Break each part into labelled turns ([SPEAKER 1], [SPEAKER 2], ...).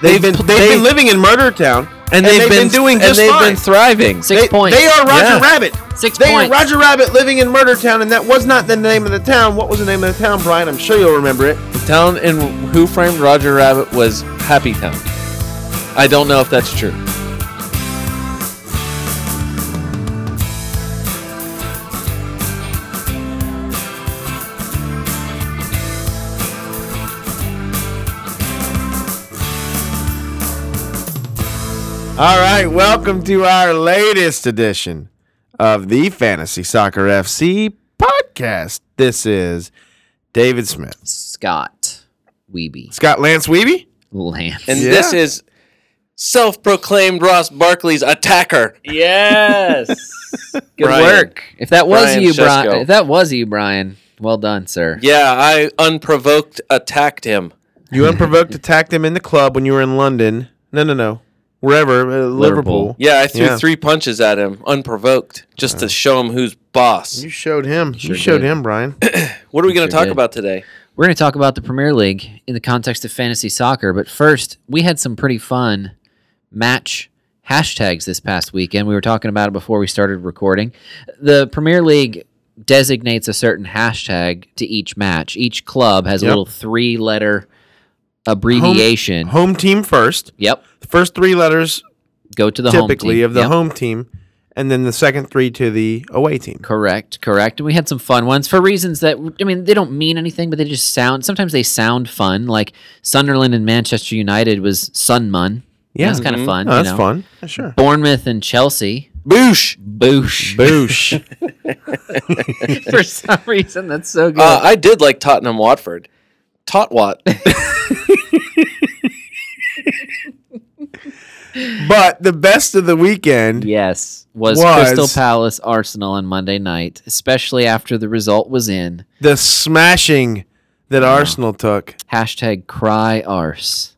[SPEAKER 1] They've,
[SPEAKER 2] They've
[SPEAKER 1] been
[SPEAKER 2] pl-
[SPEAKER 1] they've
[SPEAKER 2] they-
[SPEAKER 1] been living in Murder Town,
[SPEAKER 2] and they've, been,
[SPEAKER 1] doing
[SPEAKER 2] and
[SPEAKER 1] just
[SPEAKER 2] they've
[SPEAKER 1] fine.
[SPEAKER 2] been thriving.
[SPEAKER 1] they,
[SPEAKER 3] Six points.
[SPEAKER 1] they are Roger
[SPEAKER 2] Yeah.
[SPEAKER 1] Rabbit.
[SPEAKER 3] Six
[SPEAKER 1] they
[SPEAKER 3] points.
[SPEAKER 1] are Roger Rabbit living in Murder Town, and that was not the name of the town. What was the name of the town, Brian? I'm sure you'll remember it.
[SPEAKER 2] The town in Who Framed Roger Rabbit was Happy Town. I don't know if that's true.
[SPEAKER 1] All right, welcome to our latest edition of the Fantasy Soccer FC podcast. This is David Smith,
[SPEAKER 3] Scott Weeby.
[SPEAKER 1] Scott Lance Weeby.
[SPEAKER 3] Lance.
[SPEAKER 2] And
[SPEAKER 1] Yeah.
[SPEAKER 2] this is self-proclaimed Ross Barkley's attacker.
[SPEAKER 3] yes. Good
[SPEAKER 2] Brian.
[SPEAKER 3] work. If that was
[SPEAKER 2] Brian
[SPEAKER 3] you,
[SPEAKER 2] Shesko.
[SPEAKER 3] Brian. If that was you, Brian. Well done, sir.
[SPEAKER 2] Yeah, I unprovoked attacked him.
[SPEAKER 1] You unprovoked attacked him in the club when you were in London. No, no, no, wherever uh, Liverpool.
[SPEAKER 3] Liverpool.
[SPEAKER 2] Yeah, I threw
[SPEAKER 1] Yeah.
[SPEAKER 2] three punches at him unprovoked just to show him who's boss.
[SPEAKER 1] You showed him.
[SPEAKER 3] Sure
[SPEAKER 1] you showed
[SPEAKER 3] did.
[SPEAKER 1] him, Brian.
[SPEAKER 2] What are we going to
[SPEAKER 3] sure
[SPEAKER 2] talk
[SPEAKER 3] did.
[SPEAKER 2] about today?
[SPEAKER 3] We're going to talk about the Premier League in the context of fantasy soccer, but first, we had some pretty fun match hashtags this past weekend. We were talking about it before we started recording. The Premier League designates a certain hashtag to each match. Each club has a
[SPEAKER 1] Yep.
[SPEAKER 3] little three-letter abbreviation.
[SPEAKER 1] home team first.
[SPEAKER 3] Yep.
[SPEAKER 1] The first three letters
[SPEAKER 3] Go to the home
[SPEAKER 1] typically
[SPEAKER 3] team.
[SPEAKER 1] of the
[SPEAKER 3] Yep.
[SPEAKER 1] home team, and then the second three to the away team.
[SPEAKER 3] Correct, correct. And we had some fun ones for reasons that I mean they don't mean anything, but they just sound. Sometimes they sound fun, like Sunderland and Manchester United was Sunmun.
[SPEAKER 1] Yeah.
[SPEAKER 3] that's kind of fun.
[SPEAKER 1] Oh,
[SPEAKER 3] you
[SPEAKER 1] that's
[SPEAKER 3] know?
[SPEAKER 1] fun. Yeah, Sure.
[SPEAKER 3] Bournemouth and Chelsea.
[SPEAKER 2] Boosh.
[SPEAKER 3] Boosh.
[SPEAKER 1] Boosh.
[SPEAKER 2] Uh,
[SPEAKER 3] for some reason, that's so good.
[SPEAKER 2] Uh, I did like Tottenham Watford. Totwat.
[SPEAKER 1] But the best of the weekend,
[SPEAKER 3] yes, was,
[SPEAKER 1] Was.
[SPEAKER 3] Crystal Palace Arsenal on Monday night, especially after the result was in.
[SPEAKER 1] the smashing that Arsenal took,
[SPEAKER 3] Hashtag cry arse.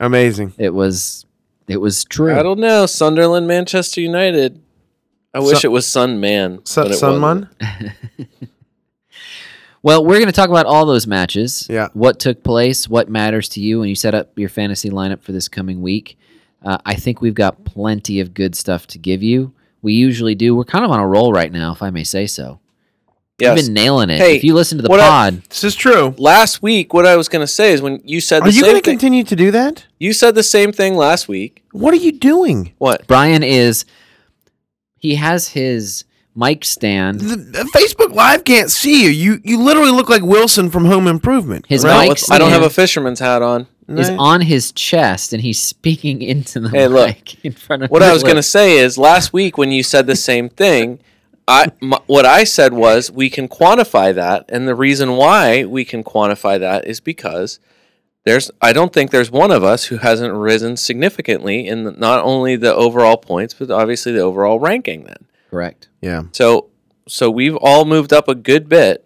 [SPEAKER 1] amazing.
[SPEAKER 3] It was, it was true.
[SPEAKER 2] I don't know. Sunderland, Manchester United. I wish
[SPEAKER 1] Sun-
[SPEAKER 2] it was Sun Man.
[SPEAKER 1] Sun,
[SPEAKER 2] but it
[SPEAKER 1] Sunman?
[SPEAKER 2] wasn't.
[SPEAKER 3] Well, we're going to talk about all those matches.
[SPEAKER 1] Yeah.
[SPEAKER 3] What took place, what matters to you when you set up your fantasy lineup for this coming week. Uh, I think we've got plenty of good stuff to give you. We usually do. We're kind of on a roll right now, if I may say so.
[SPEAKER 2] Yes.
[SPEAKER 3] We've been nailing it.
[SPEAKER 2] Hey,
[SPEAKER 3] if you listen to the
[SPEAKER 2] what I-
[SPEAKER 3] pod,
[SPEAKER 1] This is true.
[SPEAKER 2] last week, what I was going to say is when you said
[SPEAKER 1] Are
[SPEAKER 2] the
[SPEAKER 1] you
[SPEAKER 2] same
[SPEAKER 1] going to
[SPEAKER 2] thing.
[SPEAKER 1] continue to do that?
[SPEAKER 2] you said the same thing last week.
[SPEAKER 1] What are you doing?
[SPEAKER 2] What?
[SPEAKER 3] Brian is, he has his mic stand.
[SPEAKER 1] The, the Facebook Live can't see you. You you literally look like Wilson from Home Improvement.
[SPEAKER 3] His
[SPEAKER 2] No,
[SPEAKER 3] mic
[SPEAKER 2] it's- I don't
[SPEAKER 3] stand
[SPEAKER 2] have a fisherman's hat on.
[SPEAKER 3] is
[SPEAKER 1] Right.
[SPEAKER 3] on his chest, and he's speaking into the
[SPEAKER 2] Hey,
[SPEAKER 3] mic
[SPEAKER 2] look.
[SPEAKER 3] in front of.
[SPEAKER 2] What I was going to
[SPEAKER 3] to
[SPEAKER 2] say is last week when you said the same thing, I my, what I said was we can quantify that, and the reason why we can quantify that is because there's I don't think there's one of us who hasn't risen significantly in the, not only the overall points but obviously the overall ranking. Then
[SPEAKER 3] correct.
[SPEAKER 1] Yeah.
[SPEAKER 2] so so we've all moved up a good bit.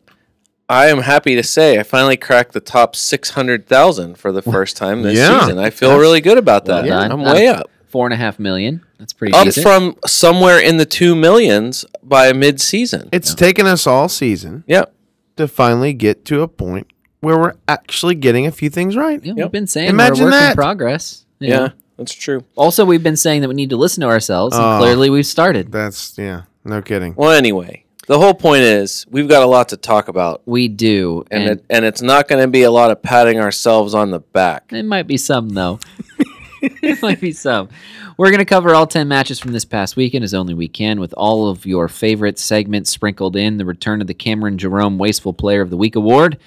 [SPEAKER 2] I am happy to say I finally cracked the top six hundred thousand for the first time this
[SPEAKER 1] Yeah.
[SPEAKER 2] season. I feel really good about that.
[SPEAKER 3] done.
[SPEAKER 2] I'm
[SPEAKER 3] Not
[SPEAKER 2] way
[SPEAKER 3] a-
[SPEAKER 2] up
[SPEAKER 3] Four and a half million. That's pretty
[SPEAKER 2] up
[SPEAKER 3] decent.
[SPEAKER 2] from somewhere in the two millions by mid-season.
[SPEAKER 1] It's taken us all season
[SPEAKER 2] Yep.
[SPEAKER 1] to finally get to a point where we're actually getting a few things right.
[SPEAKER 3] Yeah,
[SPEAKER 2] Yep.
[SPEAKER 3] we've been saying
[SPEAKER 1] Imagine
[SPEAKER 3] we're a work
[SPEAKER 1] that.
[SPEAKER 3] in progress. you
[SPEAKER 2] Yeah.
[SPEAKER 3] know.
[SPEAKER 2] that's true.
[SPEAKER 3] Also, we've been saying that we need to listen to ourselves, and
[SPEAKER 1] Oh.
[SPEAKER 3] clearly we've started.
[SPEAKER 1] That's yeah, no kidding.
[SPEAKER 2] Well, anyway, the whole point is we've got a lot to talk about,
[SPEAKER 3] We do,
[SPEAKER 2] and
[SPEAKER 3] and,
[SPEAKER 2] it, and it's not going to be a lot of patting ourselves on the back.
[SPEAKER 3] it might be some though. it might be some. We're going to cover all ten matches from this past weekend as only we can, with all of your favorite segments sprinkled in. The return of the Cameron Jerome Wasteful Player of the Week award.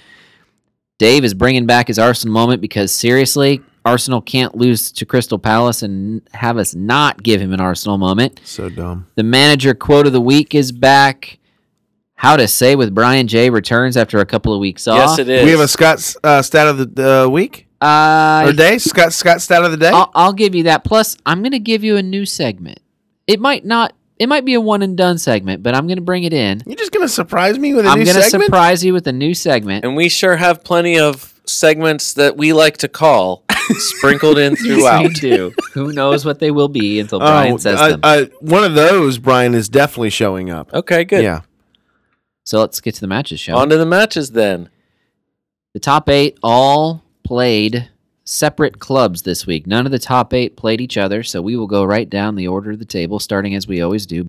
[SPEAKER 3] Dave is bringing back his Arsenal moment because seriously, Arsenal can't lose to Crystal Palace and have us not give him an Arsenal moment.
[SPEAKER 1] So dumb.
[SPEAKER 3] The manager quote of the week is back. How to say with Brian J returns after a couple of weeks off.
[SPEAKER 2] Yes, it is.
[SPEAKER 1] We have a Scott uh, stat of the uh, week or
[SPEAKER 3] Uh,
[SPEAKER 1] day. Scott Scott stat of the day.
[SPEAKER 3] I'll, I'll give you that. Plus, I'm going to give you a new segment. It might not. It might be a one and done segment, but I'm going to bring it in.
[SPEAKER 1] You're just gonna surprise me with a
[SPEAKER 3] I'm
[SPEAKER 1] new
[SPEAKER 3] going to
[SPEAKER 1] segment.
[SPEAKER 3] surprise you with a new segment.
[SPEAKER 2] and we sure have plenty of segments that we like to call sprinkled in throughout.
[SPEAKER 3] We do. Who knows what they will be until Brian
[SPEAKER 1] Oh,
[SPEAKER 3] says
[SPEAKER 1] I-
[SPEAKER 3] them.
[SPEAKER 1] I- one of those Brian is definitely showing up.
[SPEAKER 2] Okay, Oh, good.
[SPEAKER 1] Yeah,
[SPEAKER 3] so let's get to the matches, shall we?
[SPEAKER 2] On to the matches then.
[SPEAKER 3] The top eight all played separate clubs this week. None of the top eight played each other, so we will go right down the order of the table, starting as we always do.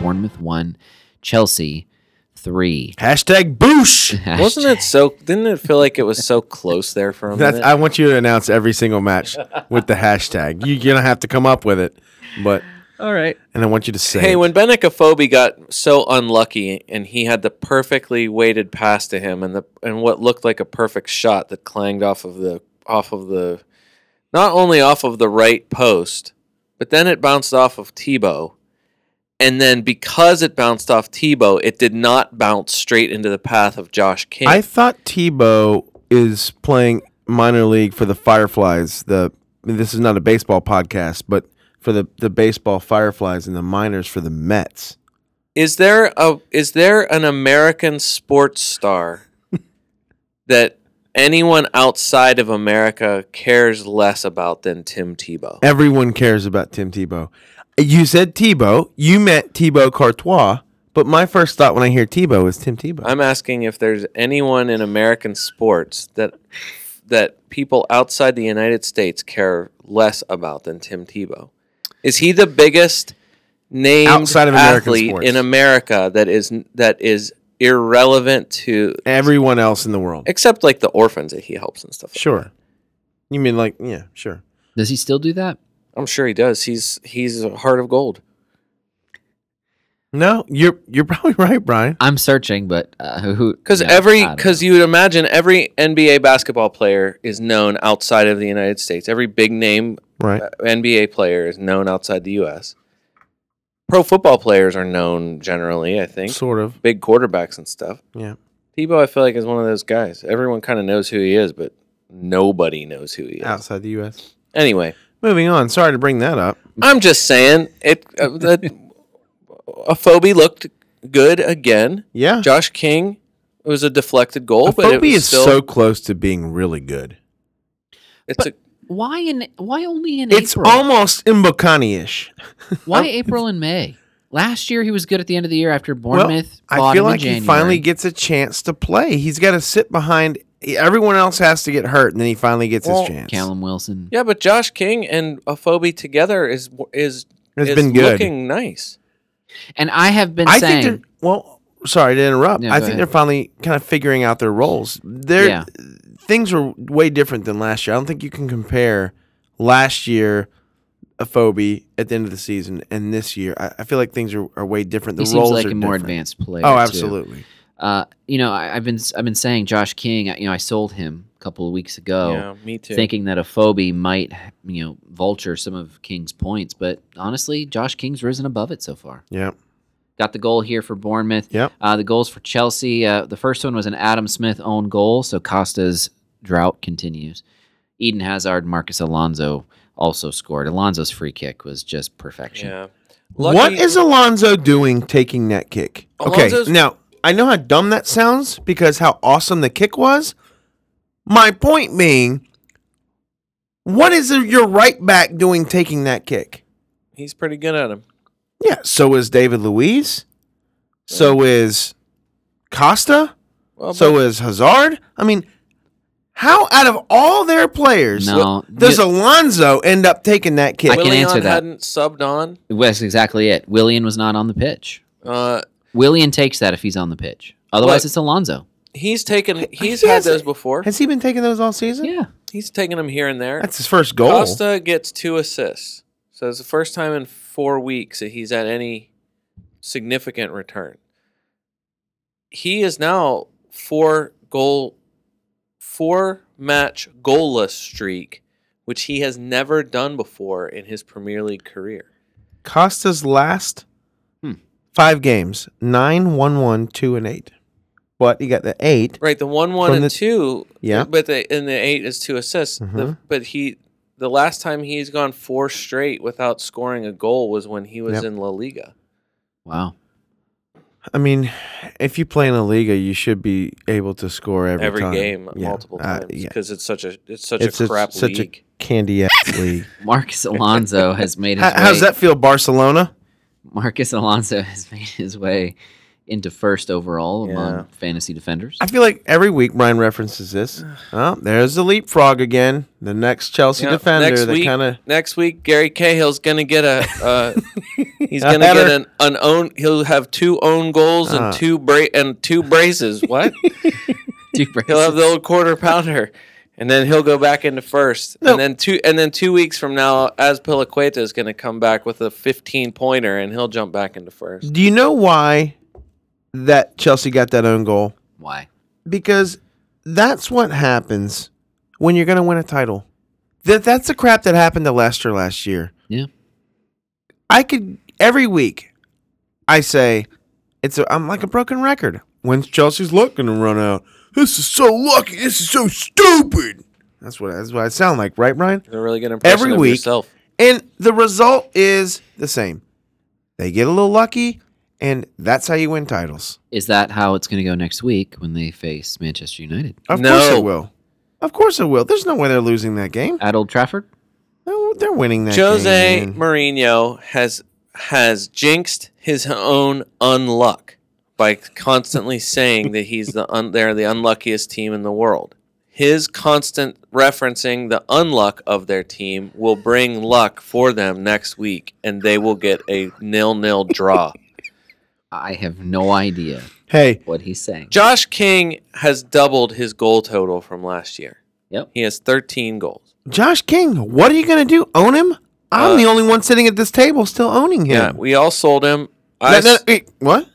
[SPEAKER 3] Bournemouth one, Chelsea three.
[SPEAKER 1] Hashtag boosh.
[SPEAKER 2] Wasn't it so? Didn't it feel like it was so close there for a
[SPEAKER 1] That's,
[SPEAKER 2] minute?
[SPEAKER 1] I want you to announce every single match with the hashtag. You, you're gonna have to come up with it, but
[SPEAKER 3] All right.
[SPEAKER 1] and I want you to say.
[SPEAKER 2] Hey,
[SPEAKER 1] it.
[SPEAKER 2] when Benicophobia got so unlucky and he had the perfectly weighted pass to him and the and what looked like a perfect shot that clanged off of the off of the not only off of the right post, but then it bounced off of Tebow. And then because it bounced off Tebow, it did not bounce straight into the path of Josh King.
[SPEAKER 1] I thought Tebow is playing minor league for the Fireflies. The I mean, this is not a baseball podcast, but for the the baseball Fireflies and the minors for the Mets.
[SPEAKER 2] Is there a is there an American sports star that anyone outside of America cares less about than Tim Tebow?
[SPEAKER 1] Everyone cares about Tim Tebow. You said Tebow. You meant Tebow Courtois. But my first thought when I hear Tebow is Tim Tebow.
[SPEAKER 2] I'm asking if there's anyone in American sports that that people outside the United States care less about than Tim Tebow. Is he the biggest named
[SPEAKER 1] Outside of American
[SPEAKER 2] athlete
[SPEAKER 1] sports.
[SPEAKER 2] in America that is that is irrelevant to
[SPEAKER 1] Everyone else in the world.
[SPEAKER 2] except like the orphans that he helps and stuff. like
[SPEAKER 1] Sure. You mean like yeah, sure.
[SPEAKER 3] Does he still do that?
[SPEAKER 2] I'm sure he does. He's he's a heart of gold.
[SPEAKER 1] No, you're you're probably right, Brian.
[SPEAKER 3] I'm searching, but uh, who?
[SPEAKER 2] Because
[SPEAKER 3] no,
[SPEAKER 2] every
[SPEAKER 3] I don't
[SPEAKER 2] because you would imagine every NBA basketball player is known outside of the United States. Every big name
[SPEAKER 1] Right.
[SPEAKER 2] NBA player is known outside the U.S. Pro football players are known generally, I think.
[SPEAKER 1] Sort of.
[SPEAKER 2] Big quarterbacks and stuff.
[SPEAKER 1] Yeah.
[SPEAKER 2] Tebow, I feel like, is one of those guys. Everyone kind of knows who he is, but nobody knows who he is.
[SPEAKER 1] Outside the US.
[SPEAKER 2] Anyway,
[SPEAKER 1] Moving on. Sorry to bring that up.
[SPEAKER 2] I'm just saying it. Uh, that a phobie looked good again.
[SPEAKER 1] Yeah.
[SPEAKER 2] Josh King. It was a deflected goal, but it
[SPEAKER 1] Phobia
[SPEAKER 2] was
[SPEAKER 1] is
[SPEAKER 2] still.
[SPEAKER 1] so close to being really good.
[SPEAKER 2] it's a,
[SPEAKER 3] know. why in why only in
[SPEAKER 1] It's
[SPEAKER 3] April?
[SPEAKER 1] almost Imbokani ish.
[SPEAKER 3] why April and May? Last year he was good at the end of the year after
[SPEAKER 1] Well,
[SPEAKER 3] Bournemouth. bought
[SPEAKER 1] I feel
[SPEAKER 3] him in
[SPEAKER 1] like he
[SPEAKER 3] January.
[SPEAKER 1] finally gets a chance to play. He's got to sit behind. Everyone else has to get hurt, and then he finally gets
[SPEAKER 2] Well,
[SPEAKER 1] his chance.
[SPEAKER 3] Callum Wilson.
[SPEAKER 2] yeah, but Josh King and a phobie together is is
[SPEAKER 1] It's
[SPEAKER 2] is
[SPEAKER 1] been good.
[SPEAKER 2] Looking nice.
[SPEAKER 3] And I have been
[SPEAKER 1] I
[SPEAKER 3] saying
[SPEAKER 1] think they're well. Sorry to interrupt.
[SPEAKER 3] No,
[SPEAKER 1] I
[SPEAKER 3] go
[SPEAKER 1] think
[SPEAKER 3] ahead.
[SPEAKER 1] they're finally kind of figuring out their roles. They're,
[SPEAKER 3] Yeah.
[SPEAKER 1] Things were way different than last year. I don't think you can compare last year a phobia at the end of the season and this year. I, I feel like things are, are way different. The
[SPEAKER 3] he seems
[SPEAKER 1] roles
[SPEAKER 3] like
[SPEAKER 1] are
[SPEAKER 3] a more
[SPEAKER 1] different.
[SPEAKER 3] advanced player.
[SPEAKER 1] Oh,
[SPEAKER 3] too.
[SPEAKER 1] absolutely.
[SPEAKER 3] Uh, you know, I, I've been I've been saying Josh King. You know, I sold him a couple of weeks ago.
[SPEAKER 2] yeah, me too.
[SPEAKER 3] thinking that a phobie might, you know, vulture some of King's points. But honestly, Josh King's risen above it so far.
[SPEAKER 1] Yeah.
[SPEAKER 3] Got the goal here for Bournemouth.
[SPEAKER 1] Yep.
[SPEAKER 3] Uh, the goals for Chelsea. Uh, the first one was an Adam Smith own goal, so Costa's drought continues. Eden Hazard, Marcus Alonso also scored. Alonso's free kick was just perfection.
[SPEAKER 2] yeah.
[SPEAKER 1] what is Alonzo doing taking that kick?
[SPEAKER 2] Alonzo's-
[SPEAKER 1] okay, now I know how dumb that sounds because how awesome the kick was. My point being, what is your right back doing taking that kick?
[SPEAKER 2] He's pretty good at him.
[SPEAKER 1] Yeah, so is David Luiz. So is Costa.
[SPEAKER 2] Well,
[SPEAKER 1] So is Hazard. I mean, how out of all their players
[SPEAKER 3] No,
[SPEAKER 1] does
[SPEAKER 3] you-
[SPEAKER 1] Alonzo end up taking that kick?
[SPEAKER 3] I can answer that.
[SPEAKER 2] hadn't subbed on.
[SPEAKER 3] Well, That's exactly it. Willian was not on the pitch.
[SPEAKER 2] Uh,
[SPEAKER 3] Willian takes that if he's on the pitch. Otherwise,
[SPEAKER 2] But-
[SPEAKER 3] it's Alonso.
[SPEAKER 2] he's taken. He's
[SPEAKER 1] He
[SPEAKER 2] had
[SPEAKER 1] hasn't-
[SPEAKER 2] those before.
[SPEAKER 1] Has he been taking those all season?
[SPEAKER 3] Yeah.
[SPEAKER 2] He's taken them here and there.
[SPEAKER 1] That's his first goal.
[SPEAKER 2] Costa gets two assists. So it's the first time in four weeks that he's had any significant return. He is now four goal, four match goalless streak, which he has never done before in his Premier League career.
[SPEAKER 1] Costa's last
[SPEAKER 3] Hmm.
[SPEAKER 1] five games: nine, one, one, two, and eight. But he got the eight.
[SPEAKER 2] Right, the one, one,
[SPEAKER 1] From
[SPEAKER 2] and
[SPEAKER 1] the-
[SPEAKER 2] two.
[SPEAKER 1] Yeah.
[SPEAKER 2] but the and the eight is two assists. The,
[SPEAKER 1] Mhm.
[SPEAKER 2] but he, the last time he's gone four straight without scoring a goal was when he was
[SPEAKER 1] Yep.
[SPEAKER 2] in La Liga.
[SPEAKER 3] Wow.
[SPEAKER 1] I mean, if you play in a Liga, you should be able to score every,
[SPEAKER 2] every
[SPEAKER 1] time.
[SPEAKER 2] game
[SPEAKER 1] Yeah.
[SPEAKER 2] multiple
[SPEAKER 1] Uh,
[SPEAKER 2] times
[SPEAKER 1] yeah.
[SPEAKER 2] because it's such a it's such
[SPEAKER 1] It's
[SPEAKER 2] a
[SPEAKER 1] a-
[SPEAKER 2] crap
[SPEAKER 1] such a-
[SPEAKER 2] league.
[SPEAKER 1] Candy ass league.
[SPEAKER 3] Marcus Alonso has made his
[SPEAKER 1] How,
[SPEAKER 3] way.
[SPEAKER 1] how's that feel, Barcelona?
[SPEAKER 3] Marcus Alonso has made his way into first overall
[SPEAKER 2] Yeah.
[SPEAKER 3] among fantasy defenders.
[SPEAKER 1] I feel like every week Brian references this. Oh, there's the leapfrog again. The next Chelsea
[SPEAKER 2] Yeah,
[SPEAKER 1] defender
[SPEAKER 2] next
[SPEAKER 1] that
[SPEAKER 2] week,
[SPEAKER 1] kind of
[SPEAKER 2] next week, Gary Cahill's gonna get a. Uh, he's
[SPEAKER 1] A
[SPEAKER 2] gonna get
[SPEAKER 1] header.
[SPEAKER 2] an, an own. He'll have two own goals
[SPEAKER 1] Uh.
[SPEAKER 2] and two bra- and two braces. What?
[SPEAKER 3] Two braces.
[SPEAKER 2] he'll have the old quarter pounder, and then he'll go back into first.
[SPEAKER 1] No.
[SPEAKER 2] And then two and then two weeks from now, as Pilaqueta is gonna come back with a 15 pointer, and he'll jump back into first.
[SPEAKER 1] Do you know why that Chelsea got that own goal?
[SPEAKER 3] Why?
[SPEAKER 1] Because that's what happens when you're going to win a title. That that's the crap that happened to Leicester last year.
[SPEAKER 3] Yeah.
[SPEAKER 1] I could every week I say it's a, I'm like a broken record. When's Chelsea's luck going to run out? This is so lucky. This is so stupid. That's what that's what I sound like, right, Brian?
[SPEAKER 2] You're really good impression
[SPEAKER 1] Every
[SPEAKER 2] of
[SPEAKER 1] week-
[SPEAKER 2] yourself.
[SPEAKER 1] And the result is the same. They get a little lucky, and that's how you win titles.
[SPEAKER 3] Is that how it's going to go next week when they face Manchester United
[SPEAKER 1] Of
[SPEAKER 2] No.
[SPEAKER 1] course it will. Of course it will. There's no way they're losing that game.
[SPEAKER 3] at Old Trafford?
[SPEAKER 1] No, they're winning that
[SPEAKER 2] Jose
[SPEAKER 1] game.
[SPEAKER 2] Mourinho has has jinxed his own unluck by constantly saying that he's the un, they're the unluckiest team in the world. His constant referencing the unluck of their team will bring luck for them next week, and they will get a nil nil draw.
[SPEAKER 3] I have no idea
[SPEAKER 1] Hey,
[SPEAKER 3] what he's saying.
[SPEAKER 2] Josh King has doubled his goal total from last year.
[SPEAKER 3] Yep.
[SPEAKER 2] He has 13 goals.
[SPEAKER 1] Josh King, what are you going to do? Own him? I'm
[SPEAKER 2] Uh,
[SPEAKER 1] the only one sitting at this table still owning
[SPEAKER 2] Yeah,
[SPEAKER 1] him.
[SPEAKER 2] we all sold him.
[SPEAKER 1] No,
[SPEAKER 2] I
[SPEAKER 1] no,
[SPEAKER 2] s-
[SPEAKER 1] wait, what?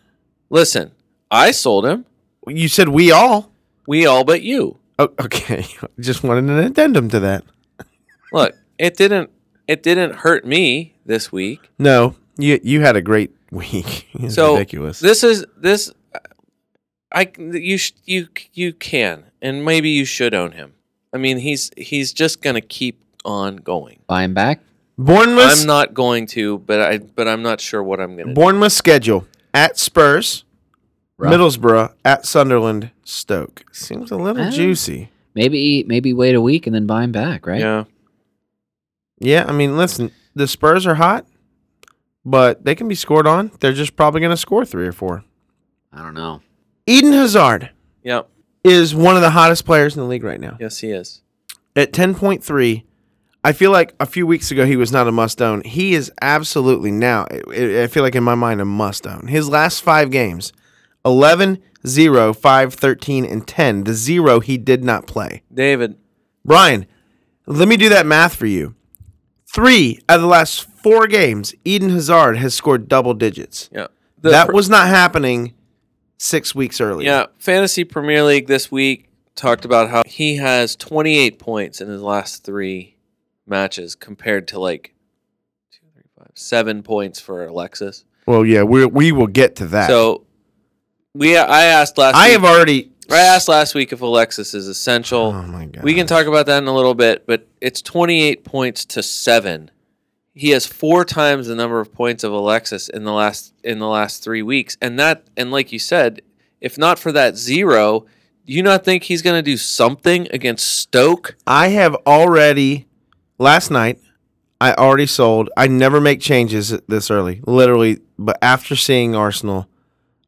[SPEAKER 2] listen. I sold him.
[SPEAKER 1] You said we all.
[SPEAKER 2] We all but you.
[SPEAKER 1] Oh, okay. Just wanted an addendum to that.
[SPEAKER 2] Look, it didn't it didn't hurt me this week.
[SPEAKER 1] No, you you had a great week. It's
[SPEAKER 2] So
[SPEAKER 1] ridiculous.
[SPEAKER 2] This is this I you sh- you you can and maybe you should own him. I mean, he's he's just going to keep on going.
[SPEAKER 3] Buy him back.
[SPEAKER 1] Bournemouth.
[SPEAKER 2] I'm not going to, but I but I'm not sure what I'm going to do.
[SPEAKER 1] Bournemouth schedule at Spurs,
[SPEAKER 3] Rough.
[SPEAKER 1] Middlesbrough at Sunderland, Stoke. Seems a little
[SPEAKER 3] Oh.
[SPEAKER 1] juicy.
[SPEAKER 3] Maybe maybe wait a week and then buy him back, right?
[SPEAKER 2] Yeah.
[SPEAKER 1] Yeah, I mean, listen, the Spurs are hot, but they can be scored on. They're just probably going to score three or four.
[SPEAKER 3] I don't know.
[SPEAKER 1] Eden Hazard
[SPEAKER 2] Yeah.
[SPEAKER 1] is one of the hottest players in the league right now.
[SPEAKER 2] Yes, he is.
[SPEAKER 1] At 10.3, I feel like a few weeks ago he was not a must own. He is absolutely now, I I feel like in my mind, a must own. His last five games 11, 0, 5, 13, and 10. The zero he did not play.
[SPEAKER 2] David,
[SPEAKER 1] Brian, let me do that math for you. Three out of the last four games, Eden Hazard has scored double digits.
[SPEAKER 2] yeah. The
[SPEAKER 1] that
[SPEAKER 2] pr-
[SPEAKER 1] was not happening six weeks earlier.
[SPEAKER 2] Yeah, Fantasy Premier League this week talked about how he has 28 points in his last three matches compared to like two, three, five, seven points for Alexis.
[SPEAKER 1] Well, yeah, we we will get to that.
[SPEAKER 2] So we I asked last
[SPEAKER 1] I
[SPEAKER 2] week,
[SPEAKER 1] have already.
[SPEAKER 2] I asked last week if Alexis is essential.
[SPEAKER 1] Oh my god.
[SPEAKER 2] we can talk about that in a little bit, but it's 28 points to 7. He has four times the number of points of Alexis in the last in the last 3 weeks. And that and like you said, if not for that zero, do you not think he's going to do something against Stoke?
[SPEAKER 1] I have already. Last night, I already sold. I never make changes this early, literally. But after seeing Arsenal,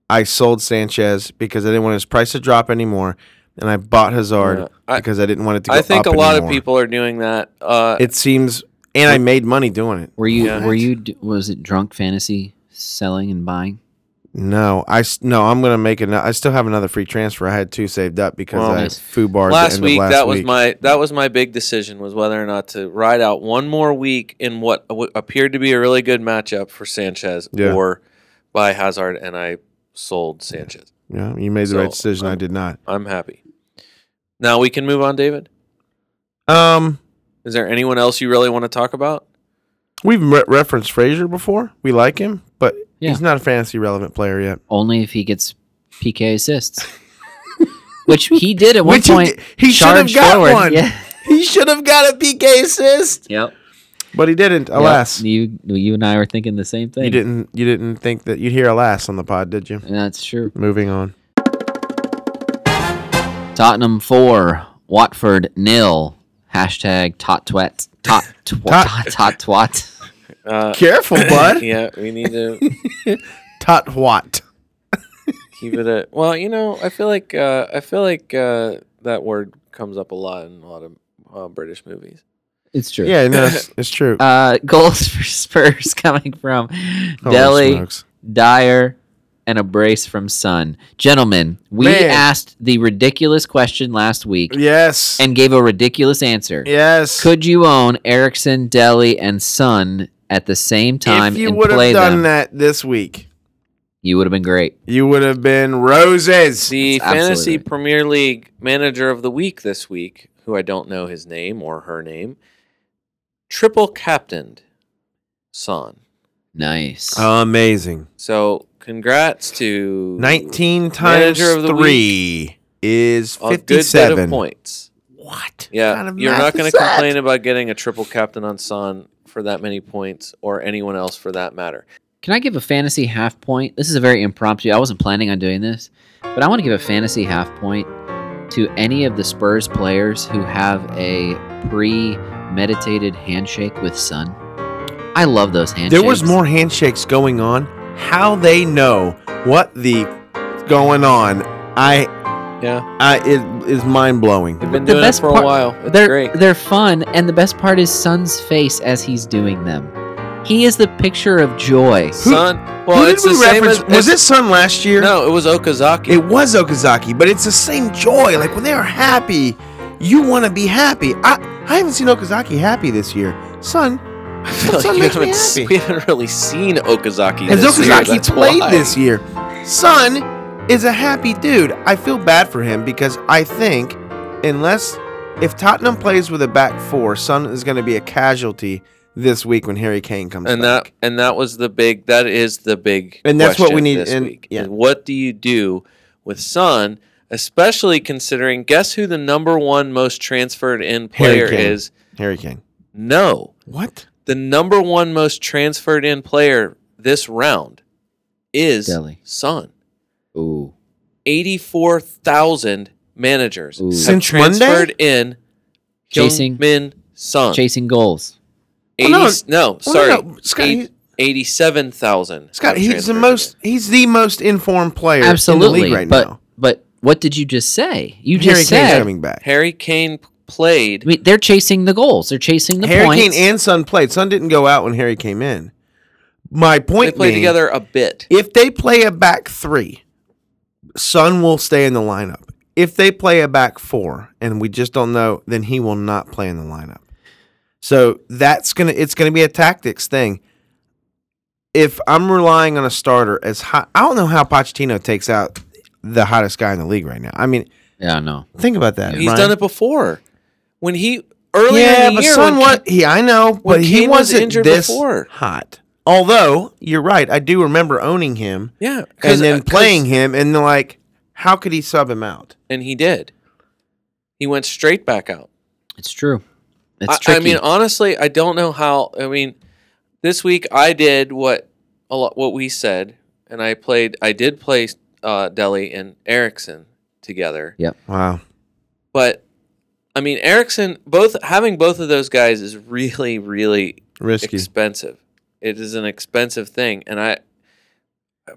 [SPEAKER 1] I sold Sanchez because I didn't want his price to drop anymore, and I bought Hazard
[SPEAKER 2] Yeah, I-
[SPEAKER 1] because I didn't want it to. Go
[SPEAKER 2] I think a
[SPEAKER 1] up
[SPEAKER 2] lot of
[SPEAKER 1] anymore.
[SPEAKER 2] people are doing that. Uh,
[SPEAKER 1] It seems, and I made money doing it.
[SPEAKER 3] Were you
[SPEAKER 2] Yeah.
[SPEAKER 3] were you d- was it drunk fantasy selling and buying?
[SPEAKER 1] No, I s- no, I'm gonna make an. I still have another free transfer. I had two saved up because
[SPEAKER 2] Well,
[SPEAKER 1] I
[SPEAKER 3] nice.
[SPEAKER 1] foo barred
[SPEAKER 2] last
[SPEAKER 1] the end
[SPEAKER 2] week
[SPEAKER 1] Of last
[SPEAKER 2] that was
[SPEAKER 1] week.
[SPEAKER 2] my that was my big decision was whether or not to ride out one more week in what w- appeared to be a really good matchup for Sanchez
[SPEAKER 1] Yeah.
[SPEAKER 2] or by Hazard and I sold Sanchez.
[SPEAKER 1] Yeah, you made the
[SPEAKER 2] So,
[SPEAKER 1] right decision. I
[SPEAKER 2] um,
[SPEAKER 1] did not.
[SPEAKER 2] I'm happy. Now we can move on David.
[SPEAKER 1] Um,
[SPEAKER 2] Is there anyone else you really want to talk about?
[SPEAKER 1] we've re- referenced Frazier before. We like him, but
[SPEAKER 3] Yeah.
[SPEAKER 1] he's not a fantasy relevant player yet.
[SPEAKER 3] Only if he gets PK assists. Which he did at one
[SPEAKER 1] Which he
[SPEAKER 3] point.
[SPEAKER 1] did- he should have
[SPEAKER 3] charged
[SPEAKER 1] got
[SPEAKER 3] forward.
[SPEAKER 1] one.
[SPEAKER 3] Yeah.
[SPEAKER 1] He should have got a PK assist,
[SPEAKER 3] Yep.
[SPEAKER 1] but he didn't. Alas,
[SPEAKER 3] You you and I were thinking the same thing.
[SPEAKER 1] you didn't. You didn't think that you'd hear alas on the pod, did you?
[SPEAKER 3] That's true.
[SPEAKER 1] Moving on.
[SPEAKER 3] Tottenham four, Watford nil. Hashtag tot twat tot twat
[SPEAKER 1] Tot-
[SPEAKER 3] tot twat.
[SPEAKER 2] Uh,
[SPEAKER 1] Careful, bud.
[SPEAKER 2] yeah, we need to.
[SPEAKER 1] Tot what?
[SPEAKER 2] keep it a well. You know, I feel like uh, I feel like uh, that word comes up a lot in a lot of uh, British movies.
[SPEAKER 3] It's true.
[SPEAKER 1] Yeah, no, it's, it's true.
[SPEAKER 3] Uh, goals for Spurs coming from
[SPEAKER 1] Holy
[SPEAKER 3] Delhi,
[SPEAKER 1] smokes.
[SPEAKER 3] Dyer, and a brace from Sun. Gentlemen, we
[SPEAKER 1] Man.
[SPEAKER 3] asked the ridiculous question last week
[SPEAKER 1] Yes.
[SPEAKER 3] and gave a ridiculous answer.
[SPEAKER 1] yes.
[SPEAKER 3] Could you own Erickson, Delhi, and Sun at the same time
[SPEAKER 1] if you
[SPEAKER 3] and
[SPEAKER 1] would
[SPEAKER 3] play
[SPEAKER 1] have done
[SPEAKER 3] them?
[SPEAKER 1] that this week,
[SPEAKER 3] You would have been great.
[SPEAKER 1] you would have been roses.
[SPEAKER 2] The
[SPEAKER 3] That's absolutely
[SPEAKER 2] fantasy
[SPEAKER 3] right.
[SPEAKER 2] Premier League manager of the week this week, who I don't know his name or her name, triple captained Son.
[SPEAKER 3] Nice.
[SPEAKER 1] Uh, Amazing.
[SPEAKER 2] So congrats to
[SPEAKER 1] 19 times
[SPEAKER 2] Manager of the
[SPEAKER 1] 3 is
[SPEAKER 2] a good bit of
[SPEAKER 1] 57.
[SPEAKER 2] points.
[SPEAKER 1] What? kind
[SPEAKER 2] Yeah,
[SPEAKER 1] of
[SPEAKER 2] you're
[SPEAKER 1] math
[SPEAKER 2] not going
[SPEAKER 1] is
[SPEAKER 2] to
[SPEAKER 1] that?
[SPEAKER 2] complain about getting a triple captain on Son for that many points, or anyone else for that matter.
[SPEAKER 3] Can I give a fantasy half point? This is a very impromptu. I wasn't planning on doing this, but I want to give a fantasy half point to any of the Spurs players who have a premeditated handshake with Sun. I love those handshakes.
[SPEAKER 1] There was more handshakes going on. How they know what the going on? I
[SPEAKER 2] Yeah,
[SPEAKER 1] I it is mind blowing.
[SPEAKER 2] they've been
[SPEAKER 3] The
[SPEAKER 2] doing it
[SPEAKER 3] best
[SPEAKER 2] for
[SPEAKER 3] part-
[SPEAKER 2] a while. It's
[SPEAKER 3] They're
[SPEAKER 2] great.
[SPEAKER 3] they're fun, and the best part is Sun's face as he's doing them. He is the picture of joy.
[SPEAKER 2] Son, well,
[SPEAKER 1] Who
[SPEAKER 2] it's the same as
[SPEAKER 1] was
[SPEAKER 2] it's-
[SPEAKER 1] this son last year?
[SPEAKER 2] No, it was Okazaki.
[SPEAKER 1] It was Okazaki, but it's the same joy. Like when they are happy, you want to be happy. I I haven't seen Okazaki happy this year. Son,
[SPEAKER 2] I feel
[SPEAKER 1] That's what
[SPEAKER 2] like you
[SPEAKER 1] makes me
[SPEAKER 2] haven't, s-
[SPEAKER 1] happy.
[SPEAKER 2] we haven't really seen Okazaki.
[SPEAKER 1] has
[SPEAKER 2] this year,
[SPEAKER 1] Okazaki
[SPEAKER 2] that's
[SPEAKER 1] played
[SPEAKER 2] why.
[SPEAKER 1] this year? Son is a happy dude. I feel bad for him because I think unless if Tottenham plays with a back four, Son is going to be a casualty this week when Harry Kane comes
[SPEAKER 2] And
[SPEAKER 1] back.
[SPEAKER 2] that and that was the big. That is the big.
[SPEAKER 1] And that's what we
[SPEAKER 2] question
[SPEAKER 1] need-
[SPEAKER 2] This
[SPEAKER 1] and-
[SPEAKER 2] week,
[SPEAKER 1] yeah.
[SPEAKER 2] is What do you do with Son, especially considering? Guess who the number one most transferred in
[SPEAKER 1] Harry
[SPEAKER 2] player
[SPEAKER 1] Kane.
[SPEAKER 2] is?
[SPEAKER 1] Harry Kane.
[SPEAKER 2] No,
[SPEAKER 1] What?
[SPEAKER 2] the number one most transferred in player this round is
[SPEAKER 3] Dele.
[SPEAKER 2] Son.
[SPEAKER 3] Ooh,
[SPEAKER 2] Eighty-four thousand managers
[SPEAKER 3] Ooh.
[SPEAKER 2] have
[SPEAKER 1] Since Monday?
[SPEAKER 2] transferred in
[SPEAKER 3] Chasing-
[SPEAKER 2] Min Son.
[SPEAKER 3] chasing goals.
[SPEAKER 2] 80,
[SPEAKER 1] Well,
[SPEAKER 2] no,
[SPEAKER 1] Oh, no,
[SPEAKER 2] sorry,
[SPEAKER 1] no, Scott, he-
[SPEAKER 2] eighty-seven thousand.
[SPEAKER 1] Scott, he's the most he's the most informed player
[SPEAKER 3] Absolutely,
[SPEAKER 1] in the league right
[SPEAKER 3] but
[SPEAKER 1] now.
[SPEAKER 3] but what did you just say? You
[SPEAKER 1] Harry
[SPEAKER 3] just
[SPEAKER 1] Kane's
[SPEAKER 3] said
[SPEAKER 1] coming back.
[SPEAKER 2] Harry Kane p- played.
[SPEAKER 3] I mean, they're chasing the goals. They're chasing the
[SPEAKER 1] Harry
[SPEAKER 3] points.
[SPEAKER 1] Kane and Son played. Son didn't go out when Harry came in. My
[SPEAKER 2] They
[SPEAKER 1] point
[SPEAKER 2] played
[SPEAKER 1] being,
[SPEAKER 2] together a bit.
[SPEAKER 1] If they play a back three, Son will stay in the lineup. If they play a back four, and we just don't know, then he will not play in the lineup. So that's gonna it's gonna be a tactics thing. If I'm relying on a starter as hot, I don't know how Pochettino takes out the hottest guy in the league right now. I mean,
[SPEAKER 3] yeah, no.
[SPEAKER 1] think about that.
[SPEAKER 2] He's
[SPEAKER 1] Ryan.
[SPEAKER 2] done it before. When he earlier
[SPEAKER 1] yeah,
[SPEAKER 2] in the
[SPEAKER 1] but
[SPEAKER 2] year,
[SPEAKER 1] Son
[SPEAKER 2] when
[SPEAKER 1] was he? I know,
[SPEAKER 2] when
[SPEAKER 1] but he
[SPEAKER 2] Kane was
[SPEAKER 1] wasn't
[SPEAKER 2] injured
[SPEAKER 1] this
[SPEAKER 2] before.
[SPEAKER 1] hot. Although you're right, I do remember owning him
[SPEAKER 2] yeah, 'cause-
[SPEAKER 1] and then
[SPEAKER 2] uh, 'cause-
[SPEAKER 1] playing him, and they're like, how could he sub him out?
[SPEAKER 2] and he did. He went straight back out.
[SPEAKER 3] It's true. It's
[SPEAKER 2] I, I
[SPEAKER 3] tricky.
[SPEAKER 2] mean, honestly, I don't know how. I mean, this week I did what a lot what we said, and I played. I did play uh, Delhi and Erickson together.
[SPEAKER 1] Wow.
[SPEAKER 2] But I mean, Erickson, both having both of those guys is really, really
[SPEAKER 1] Risky.
[SPEAKER 2] expensive. It is an expensive thing, and I.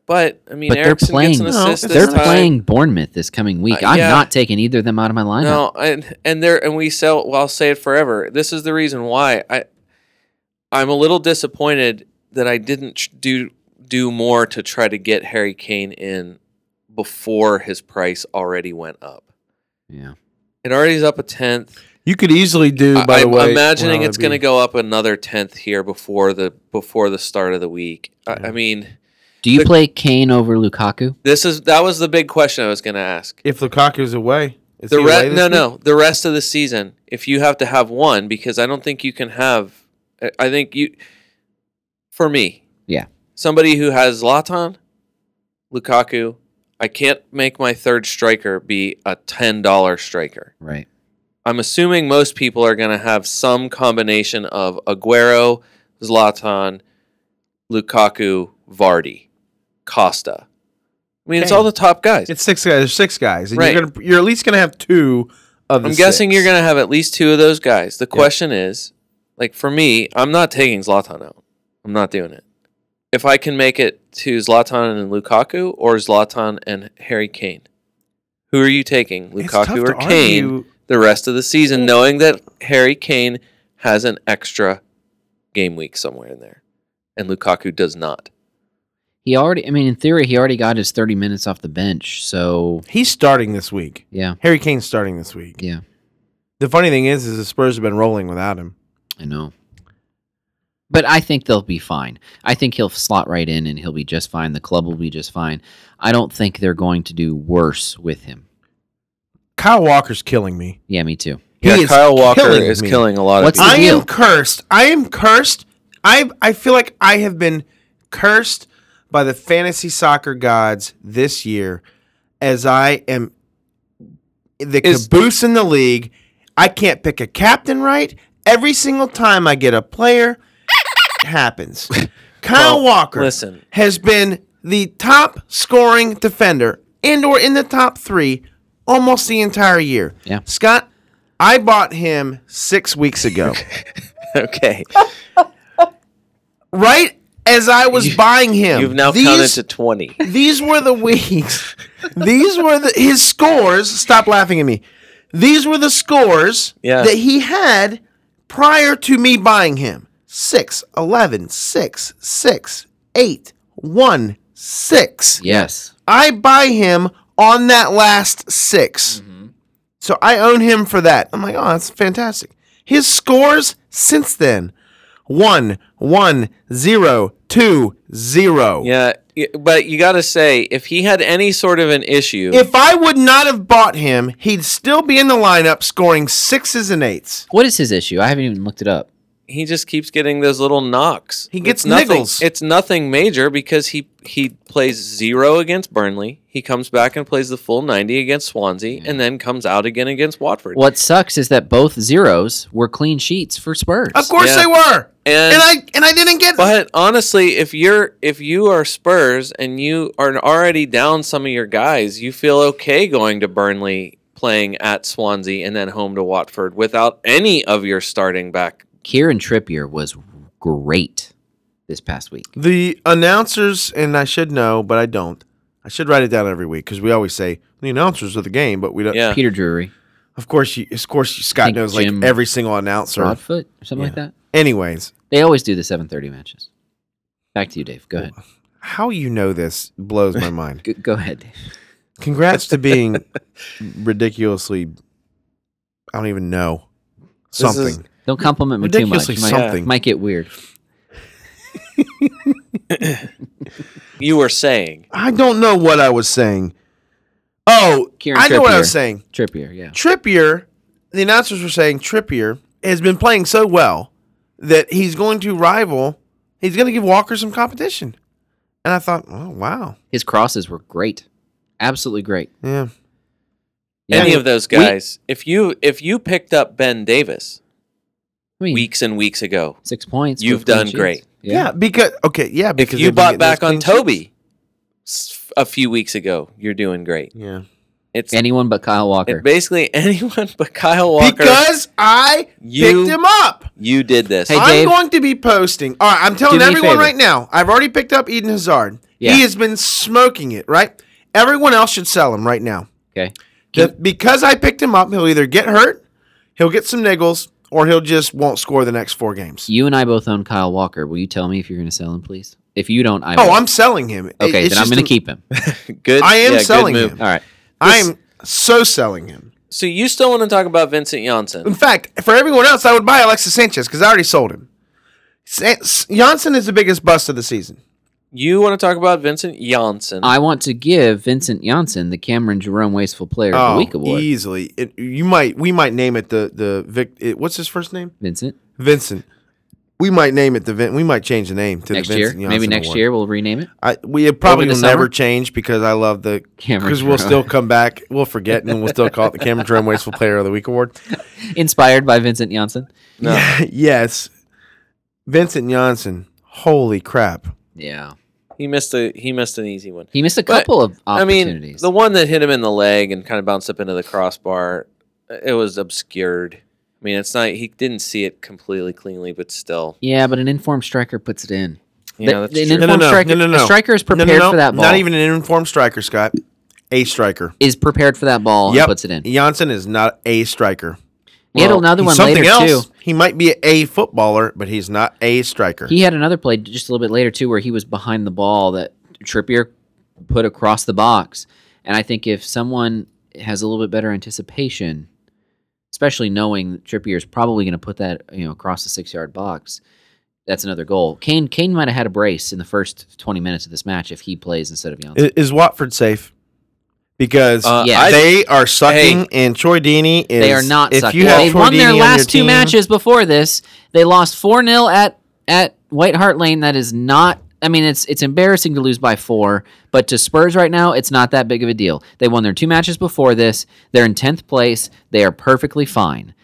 [SPEAKER 2] But I mean,
[SPEAKER 3] but they're
[SPEAKER 2] Erickson
[SPEAKER 3] playing.
[SPEAKER 2] gets an
[SPEAKER 1] No,
[SPEAKER 2] assist.
[SPEAKER 1] it's
[SPEAKER 2] this
[SPEAKER 3] they're
[SPEAKER 1] not.
[SPEAKER 2] time.
[SPEAKER 3] playing Bournemouth this coming week.
[SPEAKER 2] Uh,
[SPEAKER 3] I'm
[SPEAKER 2] yeah.
[SPEAKER 3] not taking either of them out of my lineup.
[SPEAKER 2] No, and and there and we sell. Well, I'll say it forever. This is the reason why I. I'm a little disappointed that I didn't tr- do do more to try to get Harry Kane in before his price already went up.
[SPEAKER 3] Yeah.
[SPEAKER 2] It already is up a tenth.
[SPEAKER 1] You could easily do, by
[SPEAKER 2] I,
[SPEAKER 1] the
[SPEAKER 2] am
[SPEAKER 1] way.
[SPEAKER 2] imagining
[SPEAKER 1] well,
[SPEAKER 2] it's
[SPEAKER 1] that'd
[SPEAKER 2] going to
[SPEAKER 1] be-
[SPEAKER 2] go up another tenth here before the before the start of the week. I, I mean,
[SPEAKER 3] Do you
[SPEAKER 2] The-
[SPEAKER 3] play Kane over Lukaku?
[SPEAKER 2] this is that was the big question I was going to ask.
[SPEAKER 1] If Lukaku's away, is
[SPEAKER 2] the
[SPEAKER 1] he
[SPEAKER 2] re-
[SPEAKER 1] away this
[SPEAKER 2] no
[SPEAKER 1] week?
[SPEAKER 2] no the rest of the season. If you have to have one, because I don't think you can have. I- I think you, for me,
[SPEAKER 3] Yeah.
[SPEAKER 2] somebody who has Latan, Lukaku. I can't make my third striker be a ten dollar striker.
[SPEAKER 3] Right.
[SPEAKER 2] I'm assuming most people are going to have some combination of Aguero, Zlatan, Lukaku, Vardy, Costa. I mean, it's
[SPEAKER 1] Kane.
[SPEAKER 2] all the top guys.
[SPEAKER 1] It's six guys. There's six guys, and
[SPEAKER 2] Right.
[SPEAKER 1] you're gonna you're at least gonna have two of. The
[SPEAKER 2] I'm guessing you
[SPEAKER 1] you
[SPEAKER 2] you're going to have at least two of those guys. The question is, like for me, I'm not taking Zlatan out. I'm not doing it. if I can make it to Zlatan and Lukaku or Zlatan and Harry Kane. Who are you taking,
[SPEAKER 1] It's
[SPEAKER 2] Lukaku
[SPEAKER 1] tough
[SPEAKER 2] or
[SPEAKER 1] to
[SPEAKER 2] Kane,
[SPEAKER 1] argue.
[SPEAKER 2] the rest of the season, knowing that Harry Kane has an extra game week somewhere in there and Lukaku does not?
[SPEAKER 3] He already, I mean, in theory, he already got his 30 minutes off the bench. So,
[SPEAKER 1] He's starting this week.
[SPEAKER 3] yeah,
[SPEAKER 1] Harry Kane's starting this week.
[SPEAKER 3] yeah,
[SPEAKER 1] The funny thing is, is the Spurs have been rolling without him.
[SPEAKER 3] I know. But I think they'll be fine. I think he'll slot right in and he'll be just fine. The club will be just fine. I don't think they're going to do worse with him.
[SPEAKER 1] Kyle Walker's killing me.
[SPEAKER 3] Yeah, me too.
[SPEAKER 1] He
[SPEAKER 2] yeah,
[SPEAKER 1] is
[SPEAKER 2] Kyle Walker
[SPEAKER 1] killing
[SPEAKER 2] is
[SPEAKER 1] me.
[SPEAKER 2] killing a lot
[SPEAKER 3] What's
[SPEAKER 2] of people.
[SPEAKER 3] the
[SPEAKER 1] I
[SPEAKER 3] deal?
[SPEAKER 1] am cursed. I am cursed. I I feel like I have been cursed by the fantasy soccer gods this year, as I am the
[SPEAKER 2] Is-
[SPEAKER 1] caboose in the league. I can't pick a captain right. Every single time I get a player, it happens. Kyle
[SPEAKER 2] Well,
[SPEAKER 1] Walker
[SPEAKER 2] listen.
[SPEAKER 1] has been the top scoring defender and or in the top three almost the entire year.
[SPEAKER 3] Yeah.
[SPEAKER 1] Scott, I bought him six weeks ago.
[SPEAKER 2] okay.
[SPEAKER 1] right as I was buying him.
[SPEAKER 2] You've now
[SPEAKER 1] these,
[SPEAKER 2] counted to 20.
[SPEAKER 1] these were the weeks. these were the his scores. Stop laughing at me. These were the scores
[SPEAKER 2] Yeah.
[SPEAKER 1] that he had prior to me buying him. 6, 11, 6, 6, 8, 1, 6.
[SPEAKER 3] Yes.
[SPEAKER 1] I buy him on that last 6. So I own him for that. I'm like, oh, that's fantastic. His scores since then one, one, zero, two, zero.
[SPEAKER 2] Yeah, y- but you got to say, if he had any sort of an issue,
[SPEAKER 1] If I would not have bought him, he'd still be in the lineup scoring sixes and eights.
[SPEAKER 3] What is his issue? I haven't even looked it up.
[SPEAKER 2] he just keeps getting those little knocks.
[SPEAKER 1] He gets
[SPEAKER 2] it's nothing,
[SPEAKER 1] niggles.
[SPEAKER 2] It's nothing major because he he plays zero against Burnley. He comes back and plays the full ninety against Swansea, and then comes out again against Watford.
[SPEAKER 3] What sucks is that both zeros were clean sheets for Spurs.
[SPEAKER 1] Of course
[SPEAKER 2] Yeah.
[SPEAKER 1] they were.
[SPEAKER 2] And-
[SPEAKER 1] And, I and I didn't get
[SPEAKER 2] But honestly, if you're if you are Spurs and you are already down some of your guys, you feel okay going to Burnley, playing at Swansea, and then home to Watford without any of your starting back.
[SPEAKER 3] Kieran Trippier was great this past week.
[SPEAKER 1] the announcers, and I should know, but I don't. I should write it down every week because we always say the announcers of the game, but we don't.
[SPEAKER 2] Yeah.
[SPEAKER 3] Peter Drury,
[SPEAKER 1] Of course, you, of course, you, Scott
[SPEAKER 3] think
[SPEAKER 1] knows like
[SPEAKER 3] Jim
[SPEAKER 1] every single announcer.
[SPEAKER 3] Broadfoot, or something like
[SPEAKER 1] Yeah.
[SPEAKER 3] that.
[SPEAKER 1] Anyways,
[SPEAKER 3] They always do the 7:30 matches. Back to you, Dave. Go ahead.
[SPEAKER 1] how you know this blows my mind.
[SPEAKER 3] Go, go ahead. Dave.
[SPEAKER 1] Congrats to being ridiculously. I don't even know
[SPEAKER 2] This
[SPEAKER 1] something.
[SPEAKER 2] is-
[SPEAKER 3] Don't compliment me too much.
[SPEAKER 1] ridiculously
[SPEAKER 3] You might,
[SPEAKER 1] something.
[SPEAKER 3] might get weird.
[SPEAKER 2] You were saying
[SPEAKER 1] I don't know what I was saying. Oh,
[SPEAKER 3] Kieran
[SPEAKER 1] I know what I was
[SPEAKER 3] Trippier.
[SPEAKER 1] saying.
[SPEAKER 3] Trippier, yeah.
[SPEAKER 1] Trippier, the announcers were saying Trippier has been playing so well that he's going to rival. He's going to give Walker some competition. And I thought, oh wow,
[SPEAKER 3] His crosses were great. Absolutely great.
[SPEAKER 1] yeah.
[SPEAKER 3] Yeah.
[SPEAKER 2] any of those
[SPEAKER 3] We-
[SPEAKER 2] guys, if you if you picked up Ben Davis
[SPEAKER 3] I mean,
[SPEAKER 2] weeks and weeks ago,
[SPEAKER 3] six points.
[SPEAKER 2] You've
[SPEAKER 3] with clean
[SPEAKER 2] done
[SPEAKER 3] sheets.
[SPEAKER 2] great.
[SPEAKER 1] yeah, because okay, yeah,
[SPEAKER 2] if
[SPEAKER 1] because
[SPEAKER 2] you
[SPEAKER 1] they've been getting
[SPEAKER 2] bought
[SPEAKER 1] those
[SPEAKER 2] back on
[SPEAKER 1] clean sheets.
[SPEAKER 2] Toby s- a few weeks ago, you're doing great.
[SPEAKER 1] yeah,
[SPEAKER 2] It's
[SPEAKER 3] Anyone but Kyle Walker.
[SPEAKER 2] it basically anyone but Kyle Walker.
[SPEAKER 1] because I
[SPEAKER 2] You-
[SPEAKER 1] picked him up.
[SPEAKER 2] you did this.
[SPEAKER 3] Hey,
[SPEAKER 1] I'm
[SPEAKER 3] Dave.
[SPEAKER 1] going to be posting. All right, I'm telling
[SPEAKER 3] Do me a
[SPEAKER 1] everyone
[SPEAKER 3] favor.
[SPEAKER 1] right now. I've already picked up Eden Hazard.
[SPEAKER 3] Yeah.
[SPEAKER 1] He has been smoking it. Right, everyone else should sell him right now.
[SPEAKER 3] okay.
[SPEAKER 1] The- because I picked him up, he'll either get hurt, he'll get some niggles, or he'll just won't score the next four games.
[SPEAKER 3] You and I both own Kyle Walker. Will you tell me if you're going to sell him, please? If you don't, I
[SPEAKER 1] Oh,
[SPEAKER 3] will.
[SPEAKER 1] I'm selling him. It-
[SPEAKER 3] okay.
[SPEAKER 1] it's
[SPEAKER 3] Then I'm
[SPEAKER 1] just
[SPEAKER 3] going
[SPEAKER 1] a-
[SPEAKER 3] to keep him.
[SPEAKER 2] good.
[SPEAKER 1] I am
[SPEAKER 2] yeah, good
[SPEAKER 1] selling
[SPEAKER 2] move.
[SPEAKER 1] him.
[SPEAKER 3] All right.
[SPEAKER 1] I am so selling him.
[SPEAKER 2] So you still want to talk about Vincent
[SPEAKER 1] In
[SPEAKER 2] Janssen?
[SPEAKER 1] fact, for everyone else, I would buy Alexis Sanchez because I already sold him. Sa- Janssen is the biggest bust of the season.
[SPEAKER 2] You want to talk about Vincent Janssen?
[SPEAKER 3] I want to give Vincent Janssen the Cameron Jerome Wasteful Player of the Week award.
[SPEAKER 1] Oh, easily. It- you might. We might name it the the Vic. It, what's his first name?
[SPEAKER 3] Vincent.
[SPEAKER 1] Vincent. We might name it the Vin. We might change the name to
[SPEAKER 3] Next
[SPEAKER 1] the
[SPEAKER 3] year,
[SPEAKER 1] Vincent
[SPEAKER 3] maybe
[SPEAKER 1] Janssen
[SPEAKER 3] next
[SPEAKER 1] Award.
[SPEAKER 3] year we'll rename it.
[SPEAKER 1] I, we it probably
[SPEAKER 3] Over the
[SPEAKER 1] will never
[SPEAKER 3] summer?
[SPEAKER 1] change because I love the
[SPEAKER 3] Cameron
[SPEAKER 1] because we'll
[SPEAKER 3] Jerome.
[SPEAKER 1] still come back. We'll forget and we'll still call it the Cameron Jerome Wasteful Player of the Week Award.
[SPEAKER 3] Inspired by Vincent Janssen.
[SPEAKER 2] no.
[SPEAKER 1] yes, Vincent Janssen. Holy crap!
[SPEAKER 3] Yeah.
[SPEAKER 2] He missed a he missed an easy one.
[SPEAKER 3] He missed a
[SPEAKER 2] But,
[SPEAKER 3] couple of
[SPEAKER 2] I
[SPEAKER 3] opportunities.
[SPEAKER 2] mean, the one that hit him in the leg and kind of bounced up into the crossbar, it was obscured. I mean, it's not he didn't see it completely cleanly, but still.
[SPEAKER 3] yeah, but an informed striker puts it in.
[SPEAKER 2] You
[SPEAKER 3] The-
[SPEAKER 2] know, that's
[SPEAKER 3] the-
[SPEAKER 1] No,
[SPEAKER 2] true.
[SPEAKER 1] no,
[SPEAKER 3] Informed
[SPEAKER 1] no,
[SPEAKER 3] striker-
[SPEAKER 1] no, no,
[SPEAKER 3] the
[SPEAKER 1] no.
[SPEAKER 3] striker is
[SPEAKER 1] No, no,
[SPEAKER 3] prepared
[SPEAKER 1] no.
[SPEAKER 3] for that ball.
[SPEAKER 1] Not even an informed striker, Scott. A striker.
[SPEAKER 3] is prepared for that ball
[SPEAKER 1] Yep.
[SPEAKER 3] and puts it in.
[SPEAKER 1] Janssen is not a striker.
[SPEAKER 3] he had
[SPEAKER 2] Well,
[SPEAKER 3] another
[SPEAKER 1] He's
[SPEAKER 3] one
[SPEAKER 1] something
[SPEAKER 3] later
[SPEAKER 1] else.
[SPEAKER 3] too.
[SPEAKER 1] He might be a footballer, but he's not a striker.
[SPEAKER 3] He had another play just a little bit later too, where he was behind the ball that Trippier put across the box. And I think if someone has a little bit better anticipation, especially knowing that Trippier is probably going to put that you know across the six yard box, that's another goal. Kane Kane might have had a brace in the first twenty minutes of this match if he plays instead of Janssen.
[SPEAKER 1] I- is Watford safe? Because
[SPEAKER 2] Uh,
[SPEAKER 3] Yeah.
[SPEAKER 2] I-
[SPEAKER 1] they are sucking, and Troy Deeney is.
[SPEAKER 3] They are not
[SPEAKER 1] If
[SPEAKER 3] sucking.
[SPEAKER 1] you have
[SPEAKER 3] they
[SPEAKER 1] Troy
[SPEAKER 3] won
[SPEAKER 1] Deeney
[SPEAKER 3] their
[SPEAKER 1] on
[SPEAKER 3] last two
[SPEAKER 1] your team-
[SPEAKER 3] matches before this. They lost 4 0 at, at White Hart Lane. That is not. I mean, it's it's embarrassing to lose by four, but to Spurs right now, it's not that big of a deal. They won their two matches before this. They're in tenth place. They are perfectly fine.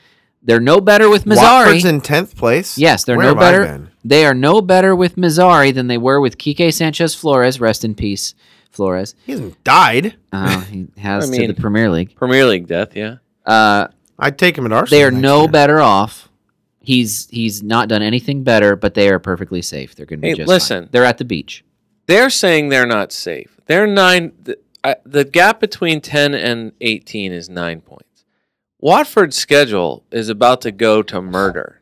[SPEAKER 3] They're no better with Mazzari.
[SPEAKER 1] Watford's in tenth place.
[SPEAKER 3] yes, they're
[SPEAKER 1] Where
[SPEAKER 3] no
[SPEAKER 1] have I
[SPEAKER 3] better.
[SPEAKER 1] been?
[SPEAKER 3] They are no better with Mazzari than they were with Kike Sanchez Flores. Rest in peace, Flores.
[SPEAKER 1] He hasn't died.
[SPEAKER 3] Uh, he has
[SPEAKER 2] I
[SPEAKER 3] to
[SPEAKER 2] mean-
[SPEAKER 3] the Premier League.
[SPEAKER 2] Premier League death, yeah.
[SPEAKER 3] Uh,
[SPEAKER 1] I'd take him at Arsenal.
[SPEAKER 3] they are
[SPEAKER 1] next
[SPEAKER 3] no
[SPEAKER 1] year.
[SPEAKER 3] better off. He's he's not done anything better, but they are perfectly safe. They're going to be
[SPEAKER 2] Hey,
[SPEAKER 3] just
[SPEAKER 2] listen.
[SPEAKER 3] fine. They're at the beach.
[SPEAKER 2] They're saying they're not safe. They're nine. The, I, the gap between ten and eighteen is nine points. Watford's schedule is about to go to murder.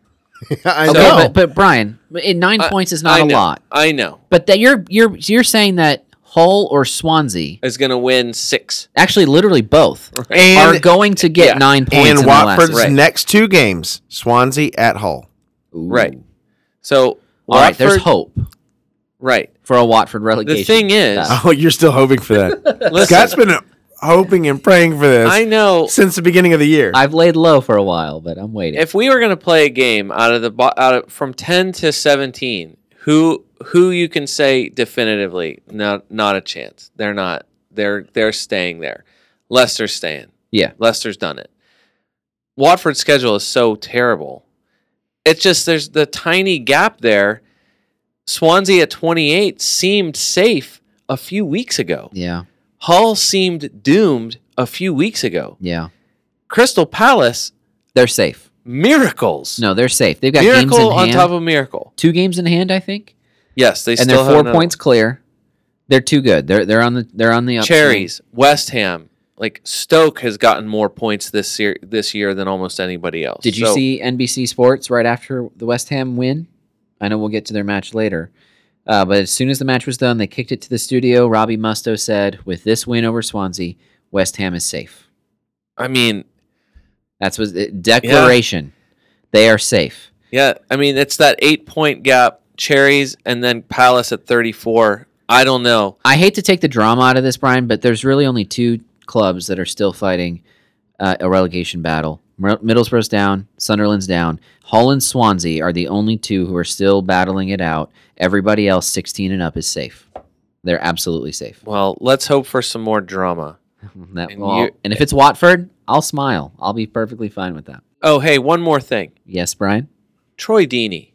[SPEAKER 1] I
[SPEAKER 2] Okay,
[SPEAKER 1] know.
[SPEAKER 3] but, but Brian, in nine
[SPEAKER 2] I-
[SPEAKER 3] points is
[SPEAKER 2] I
[SPEAKER 3] not a
[SPEAKER 2] know,
[SPEAKER 3] lot.
[SPEAKER 2] I know.
[SPEAKER 3] But that you're you're you're saying that Hull or Swansea,
[SPEAKER 2] Is going to win six.
[SPEAKER 3] actually, literally both,
[SPEAKER 1] and
[SPEAKER 3] are going to get
[SPEAKER 2] yeah,
[SPEAKER 3] nine points.
[SPEAKER 1] and
[SPEAKER 3] in the last
[SPEAKER 1] Watford's
[SPEAKER 3] round.
[SPEAKER 2] Right.
[SPEAKER 1] next two games: Swansea at Hull.
[SPEAKER 3] Ooh.
[SPEAKER 2] Right. So
[SPEAKER 3] All right, There's
[SPEAKER 2] Watford-
[SPEAKER 3] hope
[SPEAKER 2] Right.
[SPEAKER 3] for a Watford relegation.
[SPEAKER 2] The thing is,
[SPEAKER 3] Uh,
[SPEAKER 1] Oh, you're still hoping for that.
[SPEAKER 2] listen,
[SPEAKER 1] Scott's been hoping and praying for this
[SPEAKER 2] I know
[SPEAKER 1] since the beginning of the year.
[SPEAKER 3] I've laid low for a while, but I'm waiting.
[SPEAKER 2] if we were going to play a game out of the bo- out of from 10 to 17 who who you can say definitively not not a chance they're not they're they're staying there Leicester's staying
[SPEAKER 3] yeah.
[SPEAKER 2] Leicester's done it Watford's schedule is so terrible it's just there's the tiny gap there Swansea at 28 seemed safe a few weeks ago
[SPEAKER 3] Yeah.
[SPEAKER 2] Hull seemed doomed a few weeks ago
[SPEAKER 3] Yeah.
[SPEAKER 2] Crystal Palace
[SPEAKER 3] They're safe.
[SPEAKER 2] miracles
[SPEAKER 3] No, they're safe. They've got
[SPEAKER 2] miracle
[SPEAKER 3] games in
[SPEAKER 2] on
[SPEAKER 3] hand.
[SPEAKER 2] top of miracle.
[SPEAKER 3] two games in hand, I think.
[SPEAKER 2] Yes, they
[SPEAKER 3] and
[SPEAKER 2] still
[SPEAKER 3] they're
[SPEAKER 2] have
[SPEAKER 3] four
[SPEAKER 2] another
[SPEAKER 3] points clear. They're too good. They're they're on the they're on the
[SPEAKER 2] one.
[SPEAKER 3] upswing.
[SPEAKER 2] Cherries, West Ham, like Stoke has gotten more points this year this year than almost anybody else.
[SPEAKER 3] Did you
[SPEAKER 2] So,
[SPEAKER 3] see NBC Sports right after the West Ham win? I know we'll get to their match later, uh, but as soon as the match was done, they kicked it to the studio. Robbie Musto said, "With this win over Swansea, West Ham is safe."
[SPEAKER 2] I mean,
[SPEAKER 3] That's was it, declaration. They are safe.
[SPEAKER 2] yeah, I mean it's that eight point gap. Cherries and then Palace at thirty four. I don't know.
[SPEAKER 3] I hate to take the drama out of this, Brian, but there's really only two clubs that are still fighting uh, a relegation battle. Mer- Middlesbrough's down, Sunderland's down. Hull and Swansea are the only two who are still battling it out. Everybody else, 16 and up, is safe. They're absolutely safe.
[SPEAKER 2] Well, let's hope for some more drama.
[SPEAKER 3] That-
[SPEAKER 2] Mm-hmm. And
[SPEAKER 3] well,
[SPEAKER 2] you-
[SPEAKER 3] and if it's Watford, I'll smile. I'll be perfectly fine with that.
[SPEAKER 2] Oh, hey, one more thing.
[SPEAKER 3] Yes, Brian?
[SPEAKER 2] Troy Deeney.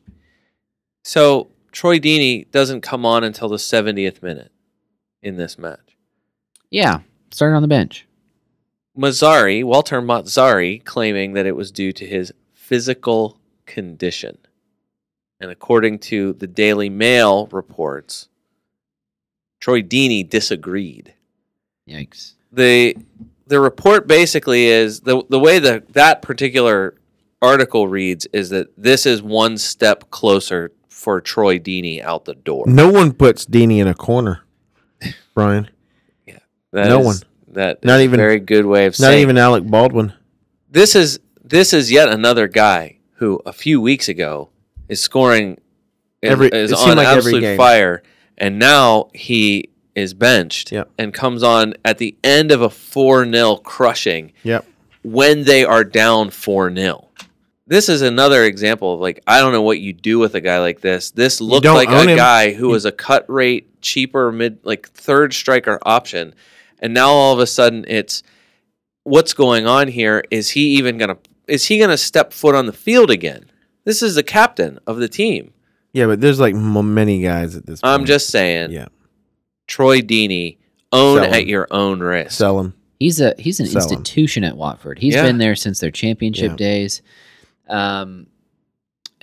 [SPEAKER 2] So Troy Deeney doesn't come on until the seventieth minute in this match.
[SPEAKER 3] Yeah. Start on the bench.
[SPEAKER 2] Mazzari, Walter Mazzari, claiming that it was due to his physical condition. And according to the Daily Mail reports, Troy Deeney disagreed.
[SPEAKER 3] Yikes.
[SPEAKER 2] The the report basically is the the way that that particular article reads is that this is one step closer for Troy Deeney out the door.
[SPEAKER 1] no one puts Deeney in a corner, Brian.
[SPEAKER 2] That
[SPEAKER 1] no
[SPEAKER 2] is-
[SPEAKER 1] one.
[SPEAKER 2] That
[SPEAKER 1] Not
[SPEAKER 2] is
[SPEAKER 1] even-
[SPEAKER 2] a very good way of
[SPEAKER 1] Not
[SPEAKER 2] saying
[SPEAKER 1] even Alec Baldwin.
[SPEAKER 2] this is this is yet another guy who a few weeks ago is scoring is-
[SPEAKER 1] Every-
[SPEAKER 2] is
[SPEAKER 1] it seemed
[SPEAKER 2] on
[SPEAKER 1] like every
[SPEAKER 2] absolute
[SPEAKER 1] game.
[SPEAKER 2] fire and now he is benched
[SPEAKER 1] Yep.
[SPEAKER 2] and comes on at the end of a 4-0 crushing
[SPEAKER 1] Yep.
[SPEAKER 2] when they are down 4-0 this is another example of like I don't know what you do with a guy like this. This looked
[SPEAKER 1] don't
[SPEAKER 2] like a
[SPEAKER 1] own him.
[SPEAKER 2] guy who was a cut rate cheaper mid like third striker option, and now all of a sudden it's what's going on here? Is he even gonna is he gonna step foot on the field again? This is the captain of the team.
[SPEAKER 1] Yeah, but there's like m- many guys at this. point.
[SPEAKER 2] I'm just saying,
[SPEAKER 1] Mm. Yeah.
[SPEAKER 2] Troy Deeney, own
[SPEAKER 1] Sell him.
[SPEAKER 2] at your own risk.
[SPEAKER 1] sell him.
[SPEAKER 3] He's a he's an
[SPEAKER 1] Sell 'em.
[SPEAKER 3] institution at Watford. He's
[SPEAKER 2] Yeah.
[SPEAKER 3] been there since their championship
[SPEAKER 1] Yeah.
[SPEAKER 3] days. Um,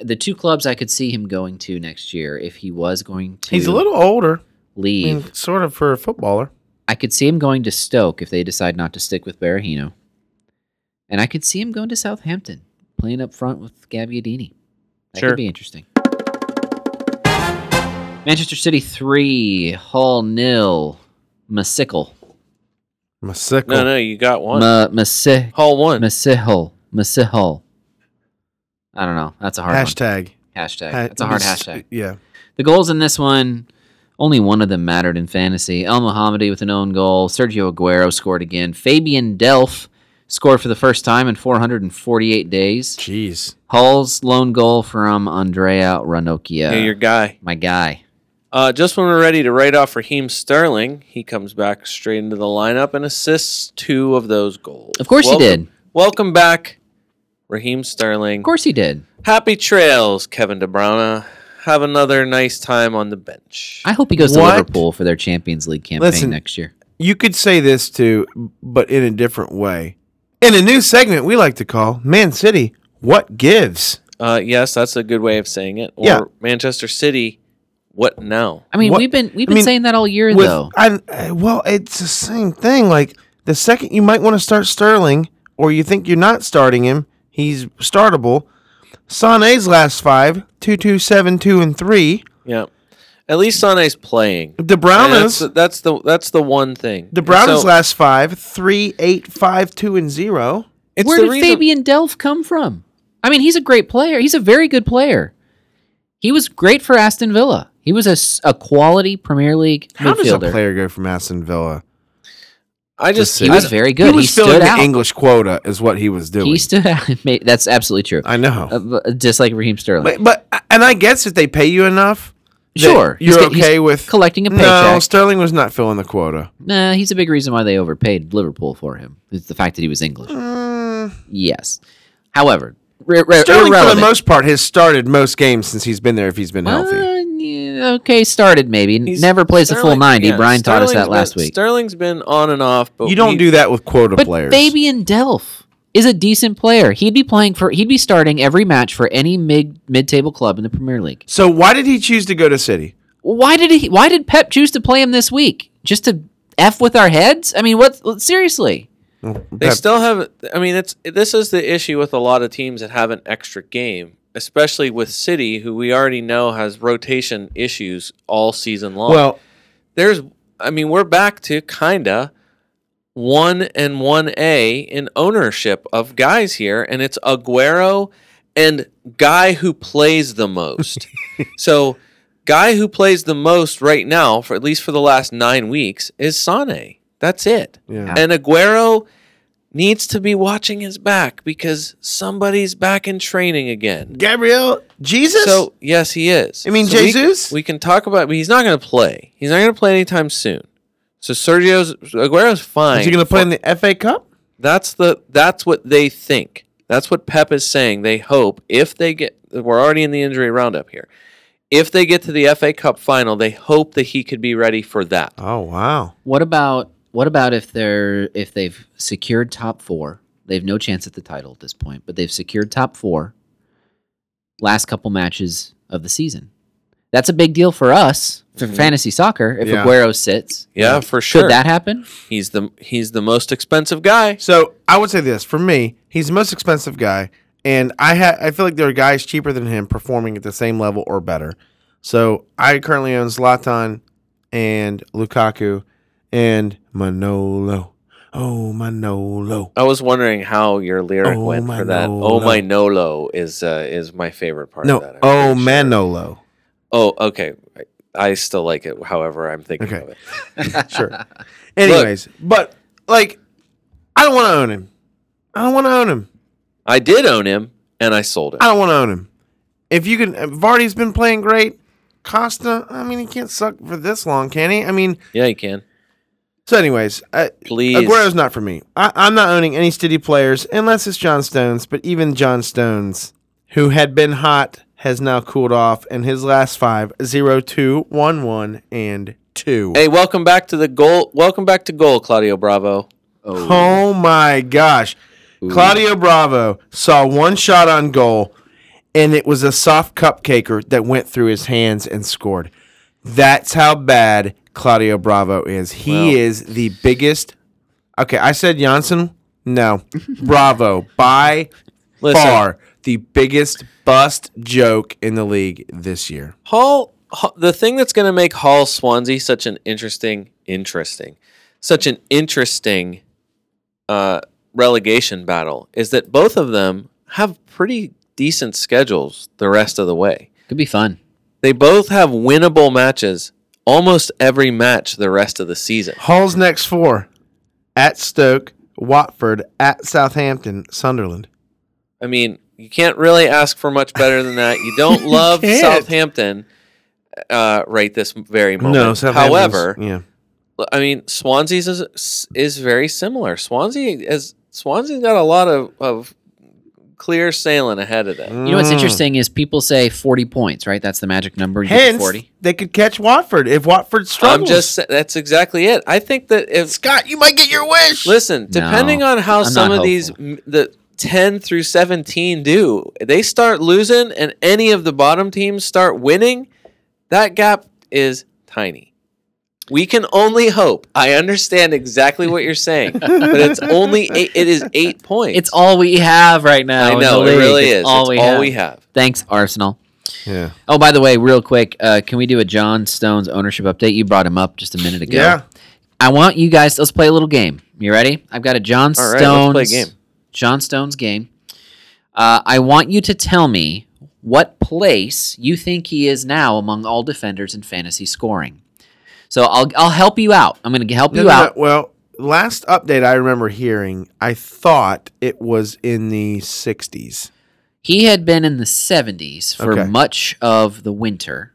[SPEAKER 3] the two clubs I could see him going to next year if he was going to
[SPEAKER 1] He's a little older, I
[SPEAKER 3] leave.
[SPEAKER 1] mean, sort of for a footballer.
[SPEAKER 3] I could see him going to Stoke if they decide not to stick with Barahino. And I could see him going to Southampton, playing up front with Gabbiadini. That
[SPEAKER 2] Sure.
[SPEAKER 3] could be interesting. Manchester City 3, Hull nil. Masickle.
[SPEAKER 1] Masickle.
[SPEAKER 2] No, no, you got one.
[SPEAKER 3] Ma- Masick.
[SPEAKER 2] Hall one.
[SPEAKER 3] Masickle. Masickle. I don't know. That's a hard
[SPEAKER 1] hashtag.
[SPEAKER 3] one. Hashtag.
[SPEAKER 1] Ha-
[SPEAKER 3] That's a hard
[SPEAKER 1] mis-
[SPEAKER 3] hashtag.
[SPEAKER 1] Yeah.
[SPEAKER 3] The goals in this one, only one of them mattered in fantasy. El Mohammedi with an own goal. Sergio Aguero scored again. Fabian Delph scored for the first time in 448 days.
[SPEAKER 1] Jeez.
[SPEAKER 3] Hull's lone goal from Andrea Ranocchia,
[SPEAKER 2] Yeah, your guy.
[SPEAKER 3] my guy.
[SPEAKER 2] Uh, just when we're ready to write off Raheem Sterling, he comes back straight into the lineup and assists two of those goals.
[SPEAKER 3] Of course he
[SPEAKER 2] Welcome-
[SPEAKER 3] did.
[SPEAKER 2] Welcome back, Raheem Sterling.
[SPEAKER 3] Of course he did.
[SPEAKER 2] Happy trails, Kevin De Bruyne. Have another nice time on the bench.
[SPEAKER 3] I hope he goes to
[SPEAKER 1] What?
[SPEAKER 3] Liverpool for their Champions League campaign
[SPEAKER 1] Listen.
[SPEAKER 3] next year.
[SPEAKER 1] You could say this too, but in a different way. In a new segment we like to call Man City, What Gives?
[SPEAKER 2] Uh, yes, that's a good way of saying it. Or
[SPEAKER 1] Yeah.
[SPEAKER 2] Manchester City, what now?
[SPEAKER 3] I mean,
[SPEAKER 1] What-
[SPEAKER 3] we've been we've
[SPEAKER 1] I
[SPEAKER 3] been
[SPEAKER 1] mean,
[SPEAKER 3] saying that all year
[SPEAKER 1] With,
[SPEAKER 3] though.
[SPEAKER 1] I, uh, well, it's the same thing. Like, the second you might want to start Sterling, or you think you're not starting him, he's startable. Sane's last five, two, two, seven, two, and 3.
[SPEAKER 2] Yeah. At least Sane's playing.
[SPEAKER 1] De
[SPEAKER 2] And that's,
[SPEAKER 1] Bruyne's,
[SPEAKER 2] the, that's the that's the one thing.
[SPEAKER 1] De Bruyne's
[SPEAKER 2] So,
[SPEAKER 1] last five, three, eight, five, two, and 0.
[SPEAKER 2] It's
[SPEAKER 3] Where
[SPEAKER 2] the
[SPEAKER 3] did
[SPEAKER 2] reason-
[SPEAKER 3] Fabian Delph come from? I mean, he's a great player. He's a very good player. He was great for Aston Villa. He was a, s- a quality Premier League
[SPEAKER 1] How does a
[SPEAKER 3] midfielder.
[SPEAKER 1] player go from Aston Villa?
[SPEAKER 2] I just
[SPEAKER 1] He
[SPEAKER 3] he
[SPEAKER 2] I-
[SPEAKER 3] was very good.
[SPEAKER 1] He
[SPEAKER 3] He,
[SPEAKER 1] was filling
[SPEAKER 3] stood
[SPEAKER 1] the
[SPEAKER 3] out.
[SPEAKER 1] English quota, is what he was doing.
[SPEAKER 3] he stood out. Ma- That's absolutely true.
[SPEAKER 1] I know.
[SPEAKER 3] Uh, but- just like Raheem Sterling.
[SPEAKER 1] But, but and I guess if they pay you enough, that
[SPEAKER 3] sure, he's
[SPEAKER 1] you're
[SPEAKER 3] get- he's
[SPEAKER 1] okay with
[SPEAKER 3] collecting a
[SPEAKER 1] No,
[SPEAKER 3] paycheck.
[SPEAKER 1] Sterling was not filling the quota.
[SPEAKER 3] Nah, he's a big reason why they overpaid Liverpool for him. It's the fact that he was English. Yes. However, re- re-
[SPEAKER 1] Uh, Sterling, for
[SPEAKER 3] irrelevant.
[SPEAKER 1] the most part, has started most games since he's been there. If he's been healthy,
[SPEAKER 3] Uh, yeah, okay, started maybe. N-
[SPEAKER 2] he's-
[SPEAKER 3] Never plays a full
[SPEAKER 2] Sterling-
[SPEAKER 3] 90.
[SPEAKER 2] yeah,
[SPEAKER 3] Brian taught us
[SPEAKER 2] Sterling's
[SPEAKER 3] that last
[SPEAKER 2] been-
[SPEAKER 3] week.
[SPEAKER 2] Sterling's been on and off, but
[SPEAKER 1] you don't
[SPEAKER 2] we-
[SPEAKER 1] do that with quota
[SPEAKER 3] But
[SPEAKER 1] players.
[SPEAKER 3] Fabian Delph is a decent player. He'd be playing for he'd be starting every match for any mid mid table club in the Premier League.
[SPEAKER 1] so why did he choose to go to City?
[SPEAKER 3] Why did he why did Pep choose to play him this week? Just to F with our heads? I mean what seriously?
[SPEAKER 2] They still have. I mean, it's this is the issue with a lot of teams that have an extra game, especially with City, who we already know has rotation issues all season long.
[SPEAKER 1] Well,
[SPEAKER 2] there's. I mean, we're back to kinda one and one A in ownership of guys here, and it's Aguero and guy who plays the most. so, guy who plays the most right now, for at least for the last nine weeks, is Sane. That's it.
[SPEAKER 1] yeah.
[SPEAKER 2] And Aguero needs to be watching his back because somebody's back in training again.
[SPEAKER 1] Gabriel Jesus.
[SPEAKER 2] So yes, he is.
[SPEAKER 1] I mean,
[SPEAKER 2] So we-
[SPEAKER 1] Jesus?
[SPEAKER 2] We, can talk about, but he's not going to play. He's not going to play anytime soon. So Sergio's Aguero's fine.
[SPEAKER 1] is he going to play in the FA Cup?
[SPEAKER 2] That's the that's what they think. That's what Pep is saying. They hope if they get we're already in the injury roundup here. If they get to the FA Cup final, they hope that he could be ready for that.
[SPEAKER 1] Oh wow.
[SPEAKER 3] What about what about if they're if they've secured top 4? They've no chance at the title at this point, but they've secured top 4 last couple matches of the season. That's a big deal for us for fantasy soccer if
[SPEAKER 1] Yeah.
[SPEAKER 3] Aguero sits.
[SPEAKER 2] Mm-hmm. Yeah, for sure.
[SPEAKER 3] Could that happen?
[SPEAKER 2] he's the he's the most expensive guy.
[SPEAKER 1] So I would say this for me, he's the most expensive guy, and I ha- I feel like there are guys cheaper than him performing at the same level or better. So I currently own Zlatan and Lukaku and Manolo. Oh Manolo.
[SPEAKER 2] I was wondering how your lyric
[SPEAKER 1] Oh,
[SPEAKER 2] went
[SPEAKER 1] my
[SPEAKER 2] for that.
[SPEAKER 1] Nolo.
[SPEAKER 2] Oh my Nolo is uh, is my favorite part. of
[SPEAKER 1] No,
[SPEAKER 2] that, I'm
[SPEAKER 1] oh
[SPEAKER 2] pretty sure.
[SPEAKER 1] Manolo.
[SPEAKER 2] Oh, okay. I, I still like it. However, I'm thinking
[SPEAKER 1] Okay.
[SPEAKER 2] of it.
[SPEAKER 1] Sure. Anyways, but like, I don't want to own him. I don't want to own him.
[SPEAKER 2] I did own him, and I sold him.
[SPEAKER 1] I don't want to own him. If you can, Vardy's been playing great. Costa, I mean, he can't suck for this long, can he? I mean,
[SPEAKER 2] Yeah, you can.
[SPEAKER 1] So, anyways, uh,
[SPEAKER 2] Please.
[SPEAKER 1] Aguero's not for me. I, I'm not owning any steady players unless it's John Stones. But even John Stones, who had been hot, has now cooled off. And his last five: zero, two, one, one, and two.
[SPEAKER 2] Hey, welcome back to the goal. Welcome back to goal, Claudio Bravo.
[SPEAKER 1] Oh my gosh! Claudio Bravo saw one shot on goal, and it was a soft cupcaker that went through his hands and scored. That's how bad Claudio Bravo is. He
[SPEAKER 3] Well-
[SPEAKER 1] is the biggest. Okay, I said Janssen. No, Bravo by
[SPEAKER 2] Listen.
[SPEAKER 1] far the biggest bust joke in the league this year.
[SPEAKER 2] Hall, Hall- the thing that's going to make Hall Swansea such an interesting, interesting, such an interesting uh, relegation battle is that both of them have pretty decent schedules the rest of the way.
[SPEAKER 3] Could be fun.
[SPEAKER 2] They both have winnable matches almost every match the rest of the season.
[SPEAKER 1] Hall's next four at Stoke, Watford, at Southampton, Sunderland.
[SPEAKER 2] I mean, you can't really ask for much better than that. You don't love
[SPEAKER 1] can't.
[SPEAKER 2] Southampton uh, right this very moment.
[SPEAKER 1] Southampton's-
[SPEAKER 2] However,
[SPEAKER 1] yeah,
[SPEAKER 2] I mean, Swansea's is, is very similar. Swansea is Swansea's got a lot of, of clear sailing ahead of
[SPEAKER 1] Mm.
[SPEAKER 2] them.
[SPEAKER 3] You know what's interesting is people say 40 points, right? That's the magic number. You get to
[SPEAKER 1] hence
[SPEAKER 3] 40.
[SPEAKER 1] they could catch Watford if Watford
[SPEAKER 2] I'm
[SPEAKER 1] struggles.
[SPEAKER 2] just sa- that's exactly it. I think that if
[SPEAKER 1] Scott, you might get your wish.
[SPEAKER 2] listen, depending on how
[SPEAKER 3] I'm
[SPEAKER 2] some
[SPEAKER 3] not
[SPEAKER 2] of these
[SPEAKER 3] hopeful.
[SPEAKER 2] m- the 10 through 17 do, they start losing and any of the bottom teams start winning, that gap is tiny. We can only hope. I understand exactly what you're saying, but it's only eight, it is 8 points.
[SPEAKER 3] It's all we have right now.
[SPEAKER 2] I
[SPEAKER 3] in
[SPEAKER 2] know
[SPEAKER 3] the
[SPEAKER 2] it
[SPEAKER 3] league.
[SPEAKER 2] really
[SPEAKER 3] It's
[SPEAKER 2] is.
[SPEAKER 3] All,
[SPEAKER 2] it's
[SPEAKER 3] we,
[SPEAKER 2] all
[SPEAKER 3] have.
[SPEAKER 2] we have.
[SPEAKER 3] Thanks, Arsenal.
[SPEAKER 1] Yeah.
[SPEAKER 3] Oh, by the way, real quick, uh, can we do a John Stones ownership update? You brought him up just a minute ago.
[SPEAKER 1] Yeah.
[SPEAKER 3] I want you guys. Let's play a little game. You ready? I've got a John
[SPEAKER 2] All
[SPEAKER 3] Stones.
[SPEAKER 2] right, let's play a game.
[SPEAKER 3] John Stones game. Uh, I want you to tell me what place you think he is now among all defenders in fantasy scoring. So I'll I'll help you out. I'm going to help
[SPEAKER 1] No,
[SPEAKER 3] you
[SPEAKER 1] no, no.
[SPEAKER 3] out.
[SPEAKER 1] Well, last update I remember hearing, I thought it was in the 60s.
[SPEAKER 3] He had been in the 70s for
[SPEAKER 1] Okay.
[SPEAKER 3] much of the winter.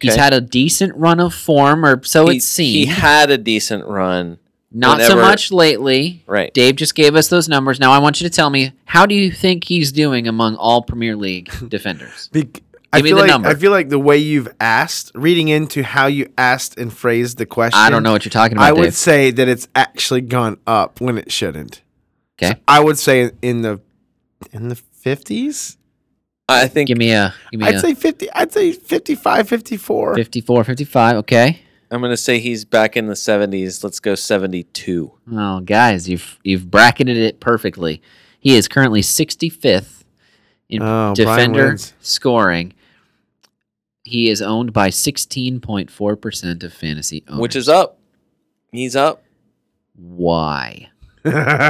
[SPEAKER 3] He's
[SPEAKER 2] Okay.
[SPEAKER 3] had a decent run of form, or so
[SPEAKER 2] he,
[SPEAKER 3] it
[SPEAKER 2] he
[SPEAKER 3] seemed.
[SPEAKER 2] had a decent run.
[SPEAKER 3] Not so
[SPEAKER 2] whenever-
[SPEAKER 3] much lately.
[SPEAKER 2] Right.
[SPEAKER 3] Dave just gave us those numbers. Now I want you to tell me how do you think he's doing among all Premier League defenders?
[SPEAKER 1] Be- I
[SPEAKER 3] Give me
[SPEAKER 1] feel
[SPEAKER 3] the
[SPEAKER 1] like
[SPEAKER 3] number.
[SPEAKER 1] I feel like the way you've asked, reading into how you asked and phrased the question.
[SPEAKER 3] I don't know what you're talking about,
[SPEAKER 1] I would
[SPEAKER 3] Dave.
[SPEAKER 1] say that it's actually gone up when it shouldn't.
[SPEAKER 3] Okay.
[SPEAKER 1] I would say in the in the 50s.
[SPEAKER 2] I think
[SPEAKER 3] Give me a give me
[SPEAKER 1] I'd
[SPEAKER 3] a
[SPEAKER 1] say 50. I'd say 55, 54.
[SPEAKER 3] 54, 55, okay?
[SPEAKER 2] I'm going to say he's back in the 70s. Let's go 72.
[SPEAKER 3] Oh, guys, you've you've bracketed it perfectly. He is currently 65th in
[SPEAKER 1] Oh, Brian
[SPEAKER 3] defender
[SPEAKER 1] wins.
[SPEAKER 3] scoring. He is owned by 16.4% of fantasy owners.
[SPEAKER 2] which is up. He's up.
[SPEAKER 3] why?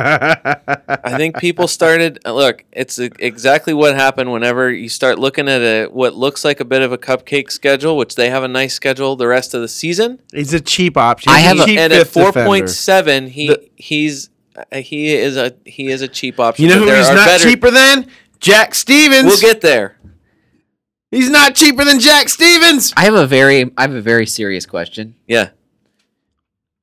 [SPEAKER 2] I think people started. uh, Look, it's e- exactly what happened whenever you start looking at a what looks like a bit of a cupcake schedule, which they have a nice schedule the rest of the season.
[SPEAKER 1] He's a cheap option.
[SPEAKER 3] I
[SPEAKER 1] He's
[SPEAKER 3] have a-
[SPEAKER 1] cheap
[SPEAKER 2] and at
[SPEAKER 1] fifth defender.
[SPEAKER 2] four point seven, he he's uh, he is a he is a cheap option.
[SPEAKER 1] You know
[SPEAKER 2] but
[SPEAKER 1] who
[SPEAKER 2] there
[SPEAKER 1] he's
[SPEAKER 2] are
[SPEAKER 1] not
[SPEAKER 2] better-
[SPEAKER 1] cheaper than? Jack Stevens.
[SPEAKER 2] We'll get there.
[SPEAKER 1] he's not cheaper than Jack Stevens.
[SPEAKER 3] I have a very I have a very serious question.
[SPEAKER 2] Yeah,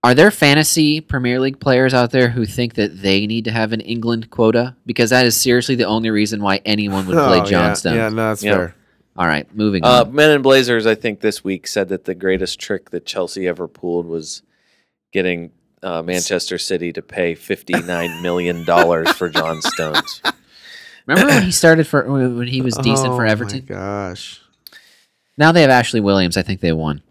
[SPEAKER 3] Are there fantasy Premier League players out there who think that they need to have an England quota? Because that is seriously the only reason why anyone would play
[SPEAKER 1] Oh,
[SPEAKER 3] John
[SPEAKER 1] yeah,
[SPEAKER 3] Stones.
[SPEAKER 1] Yeah, no, that's
[SPEAKER 2] Yeah.
[SPEAKER 1] fair.
[SPEAKER 3] All right, moving
[SPEAKER 2] uh,
[SPEAKER 3] on.
[SPEAKER 2] Men and Blazers. I think this week said that the greatest trick that Chelsea ever pulled was getting uh, Manchester City to pay fifty nine million dollars for John Stones.
[SPEAKER 3] Remember when he started for when when he was decent
[SPEAKER 1] Oh,
[SPEAKER 3] for
[SPEAKER 1] my
[SPEAKER 3] Everton?
[SPEAKER 1] gosh.
[SPEAKER 3] Now they have Ashley Williams. I think they won.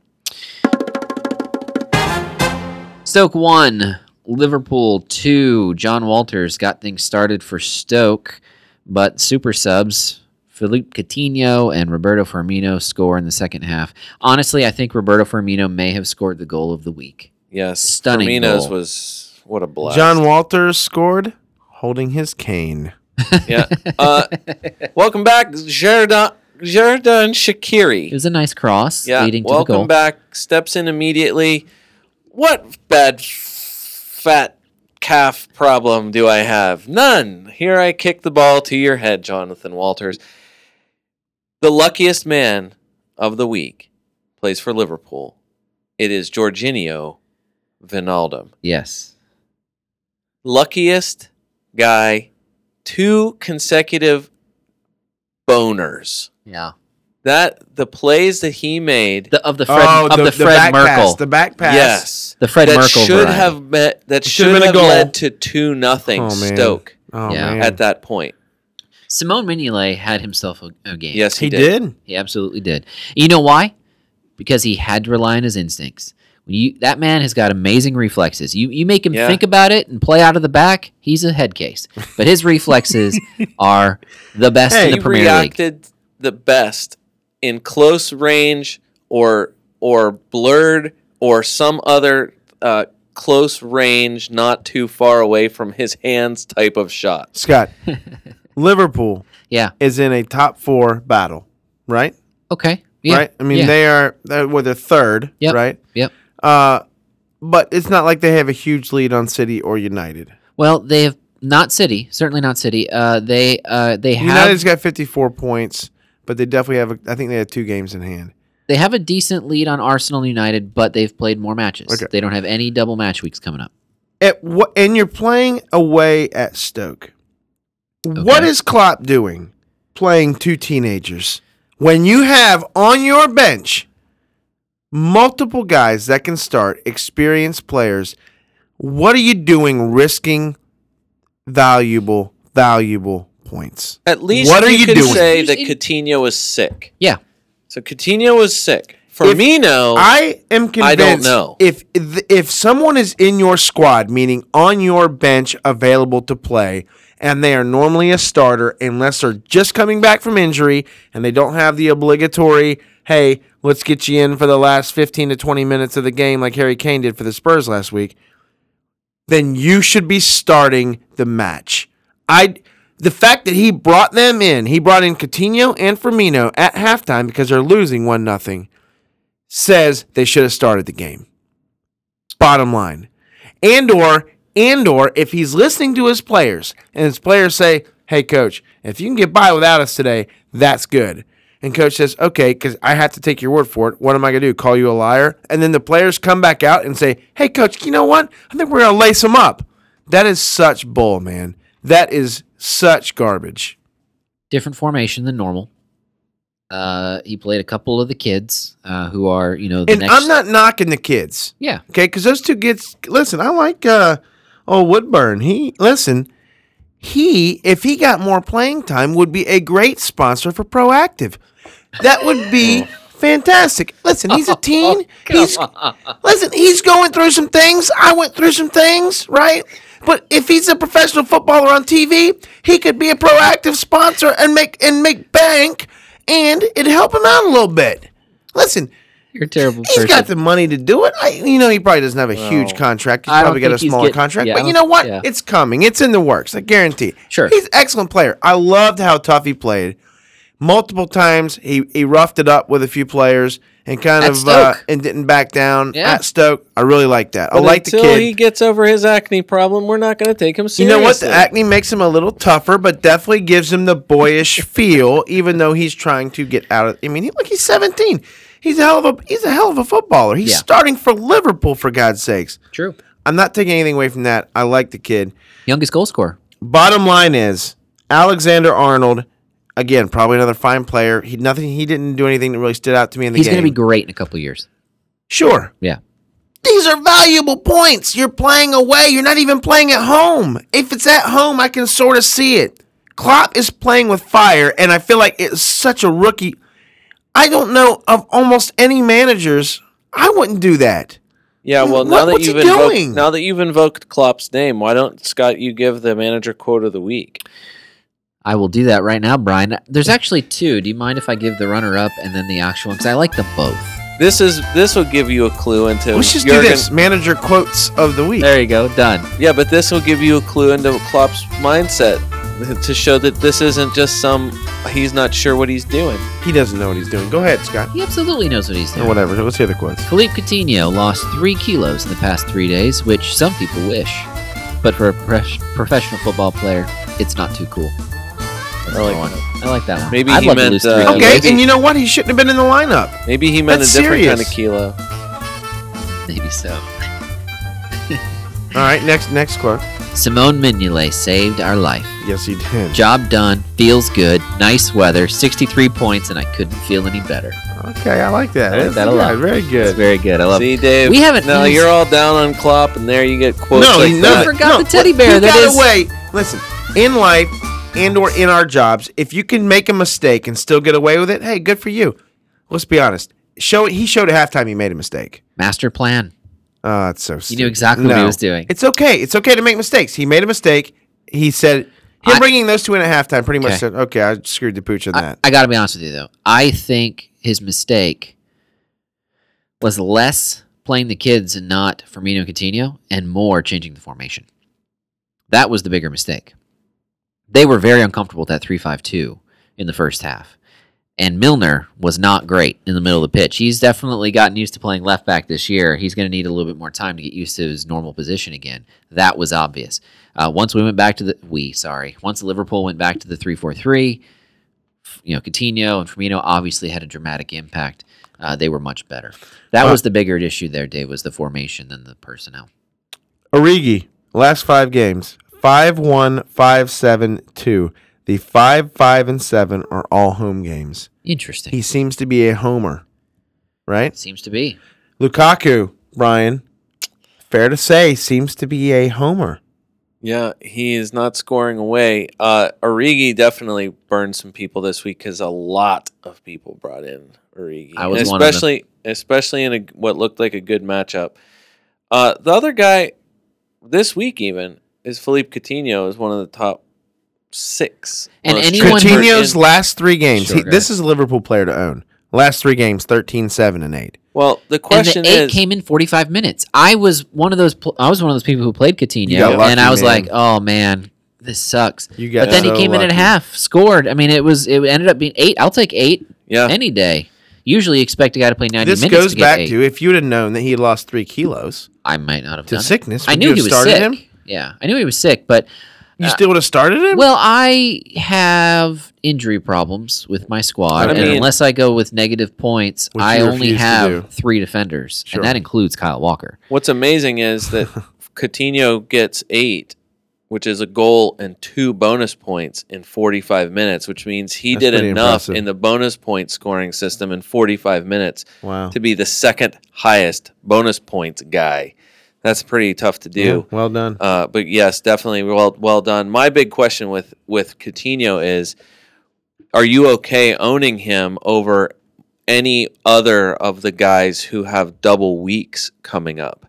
[SPEAKER 3] Stoke won. Liverpool two. John Walters got things started for Stoke, but super subs Philippe Coutinho and Roberto Firmino score in the second half. Honestly, I think Roberto Firmino may have scored the goal of the week.
[SPEAKER 2] Yes,
[SPEAKER 3] Stunning
[SPEAKER 2] Firmino's
[SPEAKER 3] goal.
[SPEAKER 2] was what a blast.
[SPEAKER 1] John Walters scored holding his cane.
[SPEAKER 2] yeah. Uh, welcome back, Jordan Jordan
[SPEAKER 3] It
[SPEAKER 2] Shakiri.
[SPEAKER 3] was a nice cross
[SPEAKER 2] Yeah,
[SPEAKER 3] leading to the
[SPEAKER 2] welcome
[SPEAKER 3] goal.
[SPEAKER 2] back. Steps in immediately. What bad f- fat calf problem do I have? None. Here I kick the ball to your head, Jonathan Walters. The luckiest man of the week plays for Liverpool. It is Jorginho Vinaldum.
[SPEAKER 3] Yes.
[SPEAKER 2] luckiest guy, two consecutive boners.
[SPEAKER 3] Yeah.
[SPEAKER 2] That the plays that he made.
[SPEAKER 3] The, of the Fred of the, Fred
[SPEAKER 1] Oh, back
[SPEAKER 3] Merkel.
[SPEAKER 1] Pass, the back pass.
[SPEAKER 2] yes.
[SPEAKER 3] the Fred
[SPEAKER 2] that
[SPEAKER 3] Merkel
[SPEAKER 2] should
[SPEAKER 3] variety.
[SPEAKER 2] have met, that
[SPEAKER 1] Should've
[SPEAKER 2] should
[SPEAKER 1] been a
[SPEAKER 2] have
[SPEAKER 1] goal.
[SPEAKER 2] led to two nothing
[SPEAKER 1] Oh, man.
[SPEAKER 2] Stoke
[SPEAKER 1] Oh,
[SPEAKER 3] Yeah.
[SPEAKER 1] man.
[SPEAKER 2] at that point.
[SPEAKER 3] Simone Mignolet had himself a, a game.
[SPEAKER 2] Yes, he,
[SPEAKER 1] He
[SPEAKER 2] did.
[SPEAKER 1] did.
[SPEAKER 3] He absolutely did. You know why? Because he had to rely on his instincts. When you that man has got amazing reflexes. You you make him
[SPEAKER 2] Yeah.
[SPEAKER 3] think about it and play out of the back, he's a head case. But his reflexes are the best
[SPEAKER 1] Hey,
[SPEAKER 3] in
[SPEAKER 2] He
[SPEAKER 3] the Premier League.
[SPEAKER 2] reacted the best in close range or or blurred or some other uh, close range, not too far away from his hands type of shot.
[SPEAKER 1] Scott, Liverpool
[SPEAKER 3] Yeah.
[SPEAKER 1] is in a top four battle, right?
[SPEAKER 3] Okay. Yeah.
[SPEAKER 1] Right. I mean,
[SPEAKER 3] Yeah.
[SPEAKER 1] they are they're, well, they're third,
[SPEAKER 3] Yep.
[SPEAKER 1] right?
[SPEAKER 3] Yep.
[SPEAKER 1] Uh, but it's not like they have a huge lead on City or United.
[SPEAKER 3] Well, they have not City, certainly not City. Uh, they uh, they have
[SPEAKER 1] United's got 54 points, but they definitely have. A, I think they had two games in hand.
[SPEAKER 3] they have a decent lead on Arsenal and United, but they've played more matches.
[SPEAKER 1] Okay.
[SPEAKER 3] They don't have any double match weeks coming up.
[SPEAKER 1] At what? And you're playing away at Stoke. What
[SPEAKER 3] Okay.
[SPEAKER 1] is Klopp doing? Playing two teenagers when you have on your bench multiple guys that can start, experienced players. What are you doing, risking valuable, valuable points?
[SPEAKER 2] At least
[SPEAKER 1] What
[SPEAKER 2] you,
[SPEAKER 1] are you
[SPEAKER 2] could
[SPEAKER 1] doing?
[SPEAKER 2] say
[SPEAKER 3] You
[SPEAKER 2] that
[SPEAKER 3] should-
[SPEAKER 2] Coutinho was sick.
[SPEAKER 3] Yeah.
[SPEAKER 2] So Coutinho was sick. Firmino,
[SPEAKER 1] I am convinced.
[SPEAKER 2] I don't know.
[SPEAKER 1] if if someone is in your squad, meaning on your bench, available to play, and they are normally a starter, unless they're just coming back from injury and they don't have the obligatory "Hey, let's get you in for the last fifteen to twenty minutes of the game," like Harry Kane did for the Spurs last week, then you should be starting the match. I. The fact that he brought them in, he brought in Coutinho and Firmino at halftime because they're losing one nothing says they should have started the game. Bottom line. And or and or if he's listening to his players and his players say, "Hey coach, if you can get by without us today, that's good." And coach says, "Okay, cuz I have to take your word for it. What am I going to do? Call you a liar?" And then the players come back out and say, "Hey coach, you know what? I think we're going to lace him up." That is such bull, man. That is such garbage.
[SPEAKER 3] different formation than normal. Uh, he played a couple of the kids uh, who are, you know, the
[SPEAKER 1] And
[SPEAKER 3] next.
[SPEAKER 1] I'm not knocking the kids.
[SPEAKER 3] yeah,
[SPEAKER 1] Okay, because those two kids. Listen, I like uh, old Woodburn. He listen. He, if he got more playing time, would be a great sponsor for Proactive. That would be fantastic. Listen, he's a teen. He's listen. He's going through some things. I went through some things, right? But if he's a professional footballer on TV, he could be a proactive sponsor and make and make bank, and it'd help him out a little bit. Listen,
[SPEAKER 3] you're a terrible
[SPEAKER 1] He's
[SPEAKER 3] person.
[SPEAKER 1] got the money to do it. I, you know, he probably doesn't have a huge contract. He's
[SPEAKER 3] I don't
[SPEAKER 1] probably got
[SPEAKER 3] think
[SPEAKER 1] a
[SPEAKER 3] he's
[SPEAKER 1] smaller
[SPEAKER 3] getting-
[SPEAKER 1] contract.
[SPEAKER 3] yeah, I
[SPEAKER 1] but you
[SPEAKER 3] don't-
[SPEAKER 1] know what?
[SPEAKER 3] yeah.
[SPEAKER 1] It's coming. It's in the works. I guarantee.
[SPEAKER 3] Sure.
[SPEAKER 1] He's an excellent player. I loved how tough he played. Multiple times he, he roughed it up with a few players and kind
[SPEAKER 3] At
[SPEAKER 1] of uh,
[SPEAKER 3] Stoke.
[SPEAKER 1] and didn't back down
[SPEAKER 3] Yeah.
[SPEAKER 1] at Stoke. I really like that. I
[SPEAKER 2] but
[SPEAKER 1] like the
[SPEAKER 2] until
[SPEAKER 1] kid.
[SPEAKER 2] he gets over his acne problem, we're not going to take him
[SPEAKER 1] you
[SPEAKER 2] seriously.
[SPEAKER 1] know what? The acne makes him a little tougher, but definitely gives him the boyish feel, even though he's trying to get out of. I mean, he, look, he's seventeen. He's a hell of a he's a hell of a footballer. He's
[SPEAKER 3] Yeah.
[SPEAKER 1] starting for Liverpool, for God's sakes.
[SPEAKER 3] True.
[SPEAKER 1] I'm not taking anything away from that. I like the kid.
[SPEAKER 3] Youngest goal scorer.
[SPEAKER 1] Bottom line is Alexander Arnold, again, probably another fine player. He nothing. He didn't do anything that really stood out to me in the
[SPEAKER 3] He's
[SPEAKER 1] game.
[SPEAKER 3] going to be great in a couple of years.
[SPEAKER 1] sure.
[SPEAKER 3] Yeah.
[SPEAKER 1] These are valuable points. You're playing away. You're not even playing at home. If it's at home, I can sort of see it. Klopp is playing with fire, and I feel like it's such a rookie. I don't know of almost any managers. I wouldn't do that.
[SPEAKER 2] Yeah, well,
[SPEAKER 1] What-
[SPEAKER 2] now that
[SPEAKER 1] what's he
[SPEAKER 2] you've invoked,
[SPEAKER 1] doing?
[SPEAKER 2] now that you've invoked Klopp's name, why don't Scott you give the manager quote of the week?
[SPEAKER 3] I will do that right now, Brian. There's actually two. Do you mind if I give the runner up and then the actual one? Because I like them both.
[SPEAKER 2] This is this will give you a clue into
[SPEAKER 1] Let's just do
[SPEAKER 2] Jurgen-
[SPEAKER 1] this. Manager quotes of the week.
[SPEAKER 3] There you go. Done.
[SPEAKER 2] Yeah, but this will give you a clue into Klopp's mindset to show that this isn't just some he's not sure what he's doing.
[SPEAKER 1] He doesn't know what he's doing. Go ahead, Scott.
[SPEAKER 3] He absolutely knows what he's
[SPEAKER 1] Or
[SPEAKER 3] doing.
[SPEAKER 1] whatever. Let's hear the quotes.
[SPEAKER 3] Philippe Coutinho lost three kilos in the past three days, which some people wish. But for a prof- professional football player, it's not too cool. That's
[SPEAKER 2] I like
[SPEAKER 3] the one. I like that one.
[SPEAKER 2] Maybe
[SPEAKER 3] I'd
[SPEAKER 2] he
[SPEAKER 3] love to
[SPEAKER 2] meant,
[SPEAKER 3] lose three
[SPEAKER 2] uh,
[SPEAKER 3] kilos.
[SPEAKER 1] Okay,
[SPEAKER 2] maybe-
[SPEAKER 1] and you know what? He shouldn't have been in the lineup.
[SPEAKER 2] Maybe he meant
[SPEAKER 1] That's
[SPEAKER 2] a different kind
[SPEAKER 1] serious.
[SPEAKER 2] of kilo.
[SPEAKER 3] Maybe so.
[SPEAKER 1] All right, next next quote.
[SPEAKER 3] Simone Mignolet saved our life.
[SPEAKER 1] Yes, he did.
[SPEAKER 3] Job done. Feels good. Nice weather. 63 points, and I couldn't feel any better.
[SPEAKER 1] Okay, I like that.
[SPEAKER 3] I like that a lot.
[SPEAKER 1] Yeah, Very
[SPEAKER 3] It's
[SPEAKER 1] good.
[SPEAKER 3] very good. I love it.
[SPEAKER 2] See, Dave.
[SPEAKER 3] We haven't
[SPEAKER 2] Now
[SPEAKER 3] used-
[SPEAKER 2] you're all down on Klopp, and there you get quotes
[SPEAKER 1] No,
[SPEAKER 2] like
[SPEAKER 1] he
[SPEAKER 2] that.
[SPEAKER 1] never
[SPEAKER 3] forgot the teddy bear
[SPEAKER 1] He
[SPEAKER 3] that
[SPEAKER 1] got
[SPEAKER 3] is-
[SPEAKER 1] away. Listen, in life, and or in our jobs, if you can make a mistake and still get away with it, hey, good for you. Let's be honest. Show he showed at halftime he made a mistake.
[SPEAKER 3] Master plan.
[SPEAKER 1] Oh, it's so
[SPEAKER 3] He knew exactly what he was doing.
[SPEAKER 1] It's okay. It's okay to make mistakes. He made a mistake. He said him
[SPEAKER 3] I-
[SPEAKER 1] bringing those two in at halftime pretty much
[SPEAKER 3] Okay.
[SPEAKER 1] said, "Okay, I screwed the pooch on
[SPEAKER 3] I,
[SPEAKER 1] that."
[SPEAKER 3] I got to be honest with you though. I think his mistake was less playing the kids and not Firmino Coutinho, and more changing the formation. That was the bigger mistake. They were very uncomfortable with that three-five-two in the first half, and Milner was not great in the middle of the pitch. He's definitely gotten used to playing left back this year. He's going to need a little bit more time to get used to his normal position again. That was obvious. Uh, once we went back to the we sorry, once Liverpool went back to the three-four-three you know, Coutinho and Firmino obviously had a dramatic impact. Uh, they were much better. That was the bigger issue there, Dave, was the formation than the personnel.
[SPEAKER 1] Origi, last five games, five one, five seven, two. The five, five, and seven are all home games.
[SPEAKER 3] Interesting.
[SPEAKER 1] He seems to be a homer, right?
[SPEAKER 3] Seems to be.
[SPEAKER 1] Lukaku, Brian, fair to say, seems to be a homer.
[SPEAKER 2] Yeah, he is not scoring away. Uh, Origi definitely burned some people this week because a lot of people brought in Origi,
[SPEAKER 3] I was
[SPEAKER 2] And
[SPEAKER 3] one of them.
[SPEAKER 2] especially especially in a, what looked like a good matchup. Uh, the other guy this week even is Philippe Coutinho is one of the top six.
[SPEAKER 3] And
[SPEAKER 2] most
[SPEAKER 3] anyone-
[SPEAKER 2] transferred
[SPEAKER 1] Coutinho's
[SPEAKER 2] in-
[SPEAKER 1] last three games.
[SPEAKER 3] Sure,
[SPEAKER 1] he,
[SPEAKER 3] go
[SPEAKER 1] this is a Liverpool player to own. Last three games, 13, 7, and 8.
[SPEAKER 2] well, the
[SPEAKER 3] And
[SPEAKER 2] question
[SPEAKER 3] the eight
[SPEAKER 2] is,
[SPEAKER 3] came in 45 minutes. I was one of those. Pl- I was one of those people who played Coutinho,
[SPEAKER 1] You got lucky,
[SPEAKER 3] and I was
[SPEAKER 1] man.
[SPEAKER 3] like, "Oh man, this sucks."
[SPEAKER 1] You got
[SPEAKER 3] But then
[SPEAKER 1] so
[SPEAKER 3] he came in
[SPEAKER 1] lucky.
[SPEAKER 3] at half, scored. I mean, it was it ended up being eight. I'll take eight
[SPEAKER 2] yeah,
[SPEAKER 3] any day. Usually, expect a guy to play 90
[SPEAKER 1] This
[SPEAKER 3] minutes.
[SPEAKER 1] goes
[SPEAKER 3] to get
[SPEAKER 1] back
[SPEAKER 3] eight.
[SPEAKER 1] to if you'd have known that he had lost three kilos
[SPEAKER 3] I might not have
[SPEAKER 1] to
[SPEAKER 3] done it.
[SPEAKER 1] sickness,
[SPEAKER 3] I
[SPEAKER 1] would
[SPEAKER 3] knew
[SPEAKER 1] you
[SPEAKER 3] he
[SPEAKER 1] have
[SPEAKER 3] was
[SPEAKER 1] started
[SPEAKER 3] sick.
[SPEAKER 1] him?
[SPEAKER 3] Yeah, I knew he was sick, but
[SPEAKER 1] You
[SPEAKER 3] Uh,
[SPEAKER 1] still would have started him?
[SPEAKER 3] Well, I have injury problems with my squad,
[SPEAKER 2] I
[SPEAKER 3] and
[SPEAKER 2] mean-
[SPEAKER 3] unless I go with negative points,
[SPEAKER 1] Which
[SPEAKER 3] I
[SPEAKER 1] you
[SPEAKER 3] only
[SPEAKER 1] refuse to do.
[SPEAKER 3] have three defenders,
[SPEAKER 1] Sure.
[SPEAKER 3] and that includes Kyle Walker.
[SPEAKER 2] What's amazing is that Coutinho gets eight, which is a goal and two bonus points in 45 minutes, which means he
[SPEAKER 1] That's
[SPEAKER 2] did
[SPEAKER 1] pretty
[SPEAKER 2] enough
[SPEAKER 1] impressive.
[SPEAKER 2] in the bonus point scoring system in 45 minutes
[SPEAKER 1] wow.
[SPEAKER 2] to be the second highest bonus points guy. That's pretty tough to
[SPEAKER 1] Yeah,
[SPEAKER 2] do.
[SPEAKER 1] well done.
[SPEAKER 2] Uh, but yes, definitely well well done. My big question with with Coutinho is, are you okay owning him over any other of the guys who have double weeks coming up?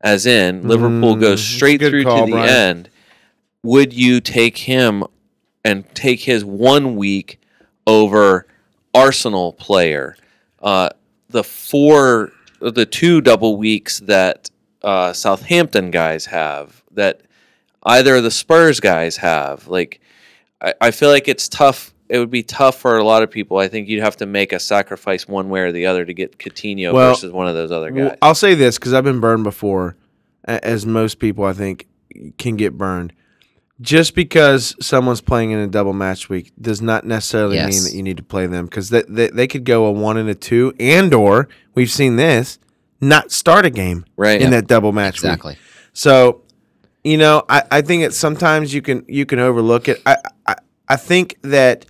[SPEAKER 2] As in, Liverpool goes
[SPEAKER 1] Mm,
[SPEAKER 2] straight
[SPEAKER 1] good
[SPEAKER 2] through
[SPEAKER 1] call,
[SPEAKER 2] to the
[SPEAKER 1] Brian.
[SPEAKER 2] end. Would you take him and take his one week over Arsenal player? Uh, the four, the two double weeks that uh, Southampton guys have, that either of the Spurs guys have. Like, I, I feel like it's tough. It would be tough for a lot of people. I think you'd have to make a sacrifice one way or the other to get Coutinho
[SPEAKER 1] Well,
[SPEAKER 2] versus one of those other
[SPEAKER 1] Well,
[SPEAKER 2] guys.
[SPEAKER 1] I'll say this because I've been burned before, a- as most people I think can get burned. Just because someone's playing in a double match week does not necessarily mean
[SPEAKER 3] Yes.
[SPEAKER 1] that you need to play them because they, they, they could go a one and a two and or we've seen this not start a game
[SPEAKER 2] right.
[SPEAKER 1] in that double match week.
[SPEAKER 3] Exactly.
[SPEAKER 1] So, you know, I, I think that sometimes you can you can overlook it. I I, I think that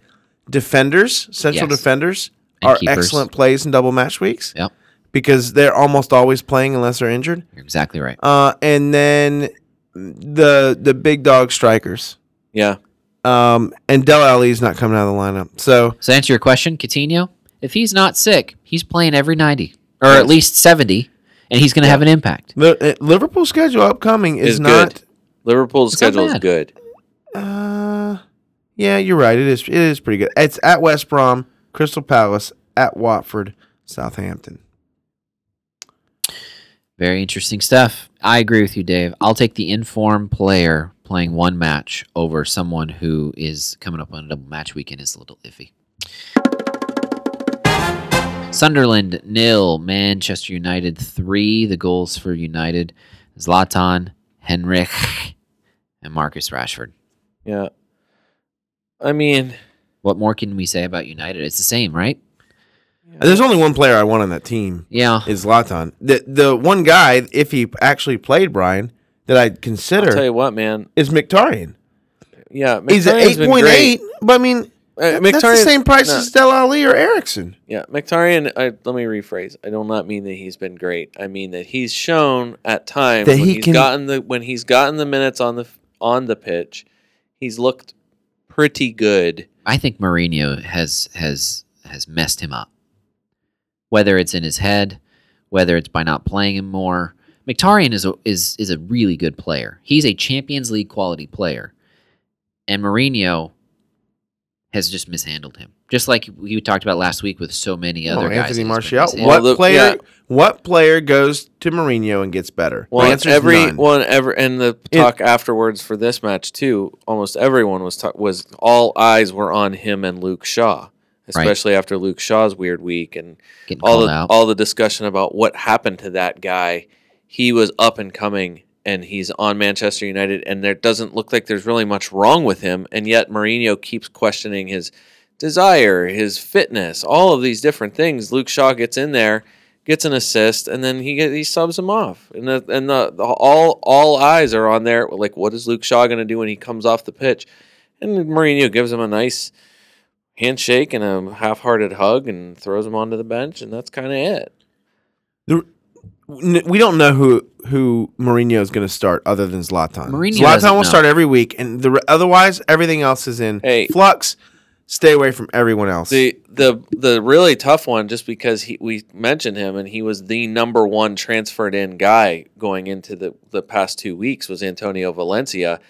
[SPEAKER 1] defenders, central
[SPEAKER 3] Yes.
[SPEAKER 1] defenders,
[SPEAKER 3] And
[SPEAKER 1] are
[SPEAKER 3] keepers.
[SPEAKER 1] excellent plays in double match weeks.
[SPEAKER 3] Yep.
[SPEAKER 1] Because they're almost always playing unless they're injured.
[SPEAKER 3] You're exactly right.
[SPEAKER 1] Uh, and then the the big dog strikers.
[SPEAKER 2] yeah.
[SPEAKER 1] Um, and Del Ali's not coming out of the lineup. So
[SPEAKER 3] So, to answer your question, Coutinho, if he's not sick, he's playing every 90 or
[SPEAKER 2] Yes.
[SPEAKER 3] at least 70, and he's going to have an impact.
[SPEAKER 1] the uh, Liverpool schedule upcoming is
[SPEAKER 2] Is good.
[SPEAKER 1] not
[SPEAKER 2] Liverpool's
[SPEAKER 3] It's not
[SPEAKER 2] schedule is
[SPEAKER 3] bad.
[SPEAKER 2] good.
[SPEAKER 1] Uh, yeah, you're right. It is. It is pretty good. It's at West Brom, Crystal Palace, at Watford, Southampton.
[SPEAKER 3] Very interesting stuff. I agree with you, Dave. I'll take the informed player playing one match over someone who is coming up on a double match weekend is a little iffy. Sunderland nil, Manchester United three. The goals for United: Zlatan, Henrik, and Marcus Rashford.
[SPEAKER 2] Yeah. I mean,
[SPEAKER 3] What more can we say about United? It's the same, right?
[SPEAKER 1] There's only one player I want on that team
[SPEAKER 3] Yeah.
[SPEAKER 1] is Latan. The the one guy, if he actually played Brian, that I'd
[SPEAKER 2] I'll tell
[SPEAKER 1] consider
[SPEAKER 2] you what, man.
[SPEAKER 1] is Mkhitaryan.
[SPEAKER 2] Yeah.
[SPEAKER 1] He's at
[SPEAKER 2] Mkhitaryan's
[SPEAKER 1] eight
[SPEAKER 2] been
[SPEAKER 1] point
[SPEAKER 2] great.
[SPEAKER 1] eight, but I mean, that's
[SPEAKER 2] Uh,
[SPEAKER 1] the
[SPEAKER 2] Mkhitaryan-
[SPEAKER 1] same price
[SPEAKER 2] no.
[SPEAKER 1] as Del Ali or Erickson.
[SPEAKER 2] Yeah, Mkhitaryan. I, let me rephrase. I do not mean that he's been great. I mean that he's shown at times
[SPEAKER 1] That
[SPEAKER 2] when
[SPEAKER 1] he
[SPEAKER 2] he's
[SPEAKER 1] can-
[SPEAKER 2] gotten the when he's gotten the minutes on the on the pitch, he's looked pretty good.
[SPEAKER 3] I think Mourinho has has has messed him up. Whether it's in his head, whether it's by not playing him more. Mkhitaryan is a, is is a really good player. He's a Champions League quality player, and Mourinho has just mishandled him. Just like we talked about last week with so many
[SPEAKER 1] Come
[SPEAKER 3] other
[SPEAKER 1] on,
[SPEAKER 3] guys.
[SPEAKER 1] Anthony
[SPEAKER 3] he's been
[SPEAKER 1] Martial.
[SPEAKER 3] mishandled.
[SPEAKER 1] What
[SPEAKER 2] Well, the-
[SPEAKER 1] player?
[SPEAKER 2] yeah.
[SPEAKER 1] What player goes to Mourinho and gets better?
[SPEAKER 2] Well,
[SPEAKER 1] the answer
[SPEAKER 2] every
[SPEAKER 1] is none.
[SPEAKER 2] one ever and the
[SPEAKER 1] It-
[SPEAKER 2] talk afterwards for this match too. Almost everyone was ta- was all eyes were on him and Luke Shaw, especially after Luke Shaw's weird week and
[SPEAKER 3] Getting
[SPEAKER 2] all
[SPEAKER 3] called
[SPEAKER 2] the
[SPEAKER 3] out.
[SPEAKER 2] all the discussion about what happened to that guy. He was up and coming, and he's on Manchester United, and there doesn't look like there's really much wrong with him, and yet Mourinho keeps questioning his desire, his fitness, all of these different things. Luke Shaw gets in there, gets an assist, and then he get, he subs him off, and the, and the, the all all eyes are on there. Like, what is Luke Shaw going to do when he comes off the pitch? And Mourinho gives him a nice handshake and a half-hearted hug and throws him onto the bench, and that's kind of it.
[SPEAKER 1] The- n- we don't know who who Mourinho is going to start other than Zlatan.
[SPEAKER 3] Mourinho doesn't
[SPEAKER 1] Zlatan will
[SPEAKER 3] know.
[SPEAKER 1] start every week, and the re- otherwise everything else is in
[SPEAKER 2] Hey.
[SPEAKER 1] flux. Stay away from everyone else.
[SPEAKER 2] The the the really tough one, just because he we mentioned him and he was the number one transferred in guy going into the the past two weeks was Antonio Valencia.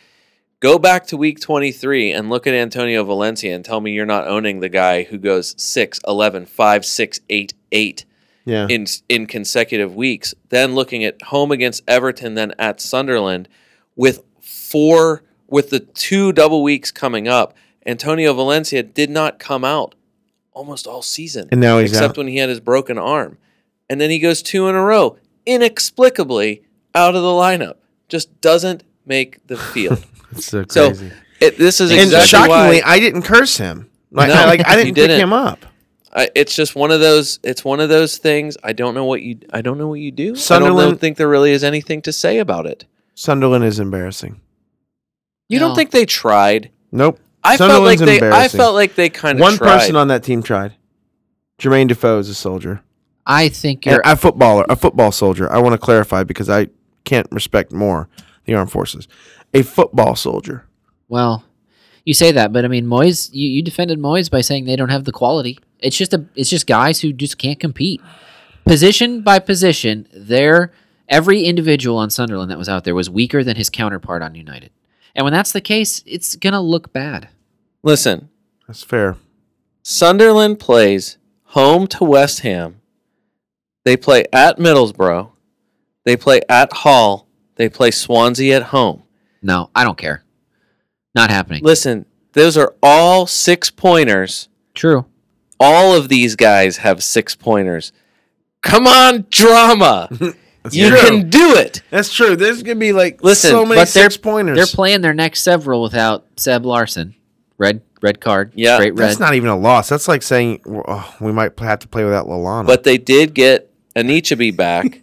[SPEAKER 2] Go back to week 23 and look at Antonio Valencia and tell me you're not owning the guy who goes 6, 11, 5, 6, 8, 8
[SPEAKER 1] yeah,
[SPEAKER 2] in in consecutive weeks. Then looking at home against Everton, then at Sunderland, with four with the two double weeks coming up, Antonio Valencia did not come out almost all season,
[SPEAKER 1] and now he's
[SPEAKER 2] except
[SPEAKER 1] out.
[SPEAKER 2] when he had his broken arm, and then he goes two in a row inexplicably out of the lineup. Just doesn't make the field.
[SPEAKER 1] It's so
[SPEAKER 2] so
[SPEAKER 1] crazy.
[SPEAKER 2] it, this is
[SPEAKER 1] and
[SPEAKER 2] exactly
[SPEAKER 1] shockingly,
[SPEAKER 2] why
[SPEAKER 1] I didn't curse him. Like,
[SPEAKER 2] No,
[SPEAKER 1] I, like I
[SPEAKER 2] you
[SPEAKER 1] didn't,
[SPEAKER 2] didn't.
[SPEAKER 1] pick him up.
[SPEAKER 2] I, it's just one of those. It's one of those things. I don't know what you. I don't know what you do. I don't know,
[SPEAKER 1] Sunderland-
[SPEAKER 2] think there really is anything to say about it.
[SPEAKER 1] Sunderland is embarrassing.
[SPEAKER 2] You
[SPEAKER 3] No.
[SPEAKER 2] don't think they tried?
[SPEAKER 1] Nope.
[SPEAKER 2] I
[SPEAKER 1] Sunderland's
[SPEAKER 2] felt like they. I
[SPEAKER 1] embarrassing.
[SPEAKER 2] felt like they kind of
[SPEAKER 1] One
[SPEAKER 2] tried.
[SPEAKER 1] person on that team tried. Jermaine Defoe is a soldier.
[SPEAKER 3] I think
[SPEAKER 1] And
[SPEAKER 3] you're
[SPEAKER 1] a footballer, a football soldier. I want to clarify because I can't respect more the armed forces. A football soldier.
[SPEAKER 3] Well, you say that, but I mean, Moyes. You, you defended Moyes by saying they don't have the quality. It's just a. It's just guys who just can't compete. Position by position, their every individual on Sunderland that was out there was weaker than his counterpart on United. And when that's the case, it's gonna look bad.
[SPEAKER 2] Listen,
[SPEAKER 1] That's fair.
[SPEAKER 2] Sunderland plays home to West Ham. They play at Middlesbrough. They play at Hull. They play Swansea at home.
[SPEAKER 3] No, I don't care. Not happening.
[SPEAKER 2] Listen, those are all six pointers.
[SPEAKER 3] True.
[SPEAKER 2] All of these guys have six pointers. Come on, drama. you
[SPEAKER 1] true.
[SPEAKER 2] can do it.
[SPEAKER 1] That's true. There's gonna be like
[SPEAKER 2] Listen,
[SPEAKER 1] so many
[SPEAKER 3] but they're-
[SPEAKER 1] six pointers.
[SPEAKER 3] They're playing their next several without Seb Larson. Red, red card.
[SPEAKER 2] Yeah.
[SPEAKER 3] Great red.
[SPEAKER 1] That's not even a loss. That's like saying well, oh, we might pl- have to play without Lalana.
[SPEAKER 2] But they did get Anichabi back,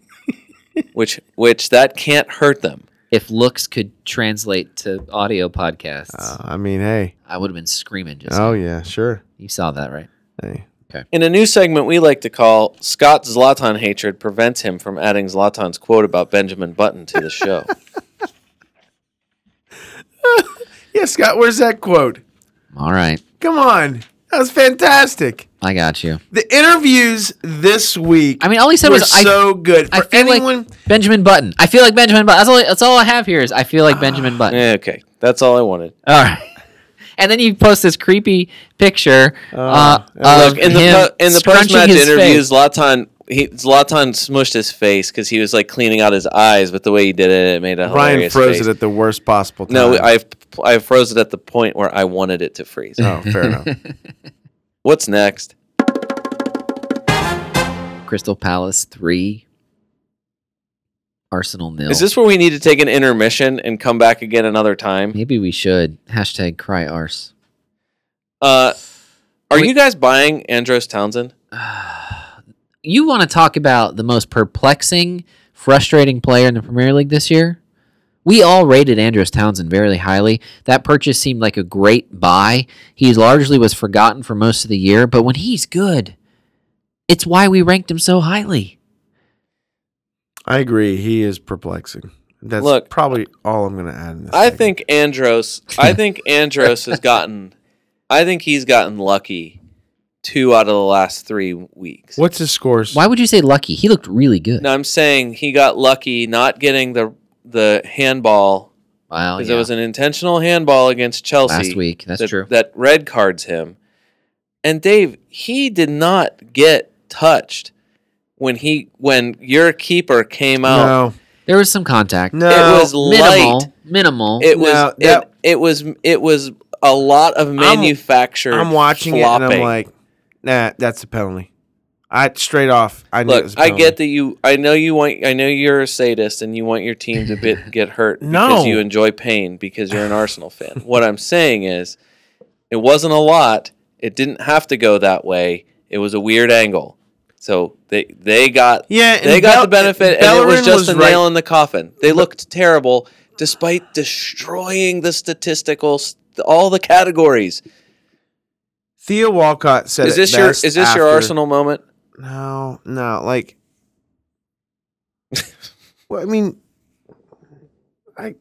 [SPEAKER 2] which which that can't hurt them.
[SPEAKER 3] if looks could translate to audio podcasts,
[SPEAKER 1] Uh, I mean, hey.
[SPEAKER 3] I would have been screaming just.
[SPEAKER 1] Oh yeah, sure.
[SPEAKER 3] You saw that, right?
[SPEAKER 1] Hey.
[SPEAKER 2] In a new segment we like to call Scott's Zlatan hatred prevents him from adding Zlatan's quote about Benjamin Button to the show.
[SPEAKER 1] Yeah, Scott. Where's that quote?
[SPEAKER 3] All right,
[SPEAKER 1] Come on, that was fantastic.
[SPEAKER 3] I got you.
[SPEAKER 1] The interviews this week.
[SPEAKER 3] I mean, all he said
[SPEAKER 1] were
[SPEAKER 3] was, I-
[SPEAKER 1] so good. For
[SPEAKER 3] I feel
[SPEAKER 1] anyone,
[SPEAKER 3] like Benjamin Button. I feel like Benjamin Button. That's all. That's all I have here is I feel like Benjamin Button.
[SPEAKER 2] Eh, okay, that's all I wanted.
[SPEAKER 3] All right. And then you post this creepy picture uh, of
[SPEAKER 2] Look, in the
[SPEAKER 3] him
[SPEAKER 2] po- in the post
[SPEAKER 3] scrunching
[SPEAKER 2] match
[SPEAKER 3] his
[SPEAKER 2] interview,
[SPEAKER 3] face.
[SPEAKER 2] Zlatan he, Zlatan smushed his face because he was like cleaning out his eyes, but the way he did it, it made a
[SPEAKER 1] Brian
[SPEAKER 2] hilarious
[SPEAKER 1] froze
[SPEAKER 2] face.
[SPEAKER 1] it at the worst possible time.
[SPEAKER 2] no, I I froze it at the point where I wanted it to freeze.
[SPEAKER 1] Oh, fair enough.
[SPEAKER 2] What's next?
[SPEAKER 3] Crystal Palace three, Arsenal nil.
[SPEAKER 2] Is this where we need to take an intermission and come back again another time?
[SPEAKER 3] Maybe we should hashtag cry arse.
[SPEAKER 2] Uh, are
[SPEAKER 3] Wait.
[SPEAKER 2] you guys buying Andros Townsend?
[SPEAKER 3] You want to talk about the most perplexing, frustrating player in the Premier League this year? We all rated Andros Townsend very highly. That purchase seemed like a great buy. He largely was forgotten for most of the year, but when he's good, it's why we ranked him so highly.
[SPEAKER 1] I agree. He is perplexing. That's
[SPEAKER 2] Look,
[SPEAKER 1] probably all I'm going to add in this.
[SPEAKER 2] I
[SPEAKER 1] segment.
[SPEAKER 2] think Andros. I think Andros has gotten. I think he's gotten lucky. Two out of the last three weeks.
[SPEAKER 1] What's his scores?
[SPEAKER 3] Why would you say lucky? He looked really good.
[SPEAKER 2] No, I'm saying he got lucky not getting the the handball
[SPEAKER 3] wow,
[SPEAKER 2] because
[SPEAKER 3] Oh, yeah.
[SPEAKER 2] it was an intentional handball against Chelsea
[SPEAKER 3] last week. That's
[SPEAKER 2] that,
[SPEAKER 3] true.
[SPEAKER 2] That red cards him. And Dave, he did not get touched when he when your keeper came out.
[SPEAKER 1] No,
[SPEAKER 3] There was some contact.
[SPEAKER 1] no.
[SPEAKER 2] It was
[SPEAKER 3] minimal.
[SPEAKER 2] light.
[SPEAKER 3] Minimal.
[SPEAKER 2] It was
[SPEAKER 1] No,
[SPEAKER 2] it-
[SPEAKER 1] that-
[SPEAKER 2] it, was it was a lot of manufactured.
[SPEAKER 1] I'm watching it and
[SPEAKER 2] flopping.
[SPEAKER 1] I'm like, nah, that's a penalty. I straight off. I knew it was
[SPEAKER 2] Look,
[SPEAKER 1] a
[SPEAKER 2] I
[SPEAKER 1] penalty.
[SPEAKER 2] get that you. I know you want. I know you're a sadist and you want your team to bit, get hurt
[SPEAKER 1] No.
[SPEAKER 2] because you enjoy pain because you're an Arsenal fan. What I'm saying is, it wasn't a lot. It didn't have to go that way. It was a weird angle. So they they got
[SPEAKER 1] Yeah, and
[SPEAKER 2] they got
[SPEAKER 1] Bel-
[SPEAKER 2] the benefit, and it was
[SPEAKER 1] Bellerin
[SPEAKER 2] just
[SPEAKER 1] was
[SPEAKER 2] a
[SPEAKER 1] right.
[SPEAKER 2] nail in the coffin. They looked terrible despite destroying the statistical s- all the categories.
[SPEAKER 1] Theo Walcott said.
[SPEAKER 2] Is
[SPEAKER 1] it
[SPEAKER 2] this your is
[SPEAKER 1] best
[SPEAKER 2] this
[SPEAKER 1] after-
[SPEAKER 2] your Arsenal moment?
[SPEAKER 1] No, no. Like, well, I mean, I,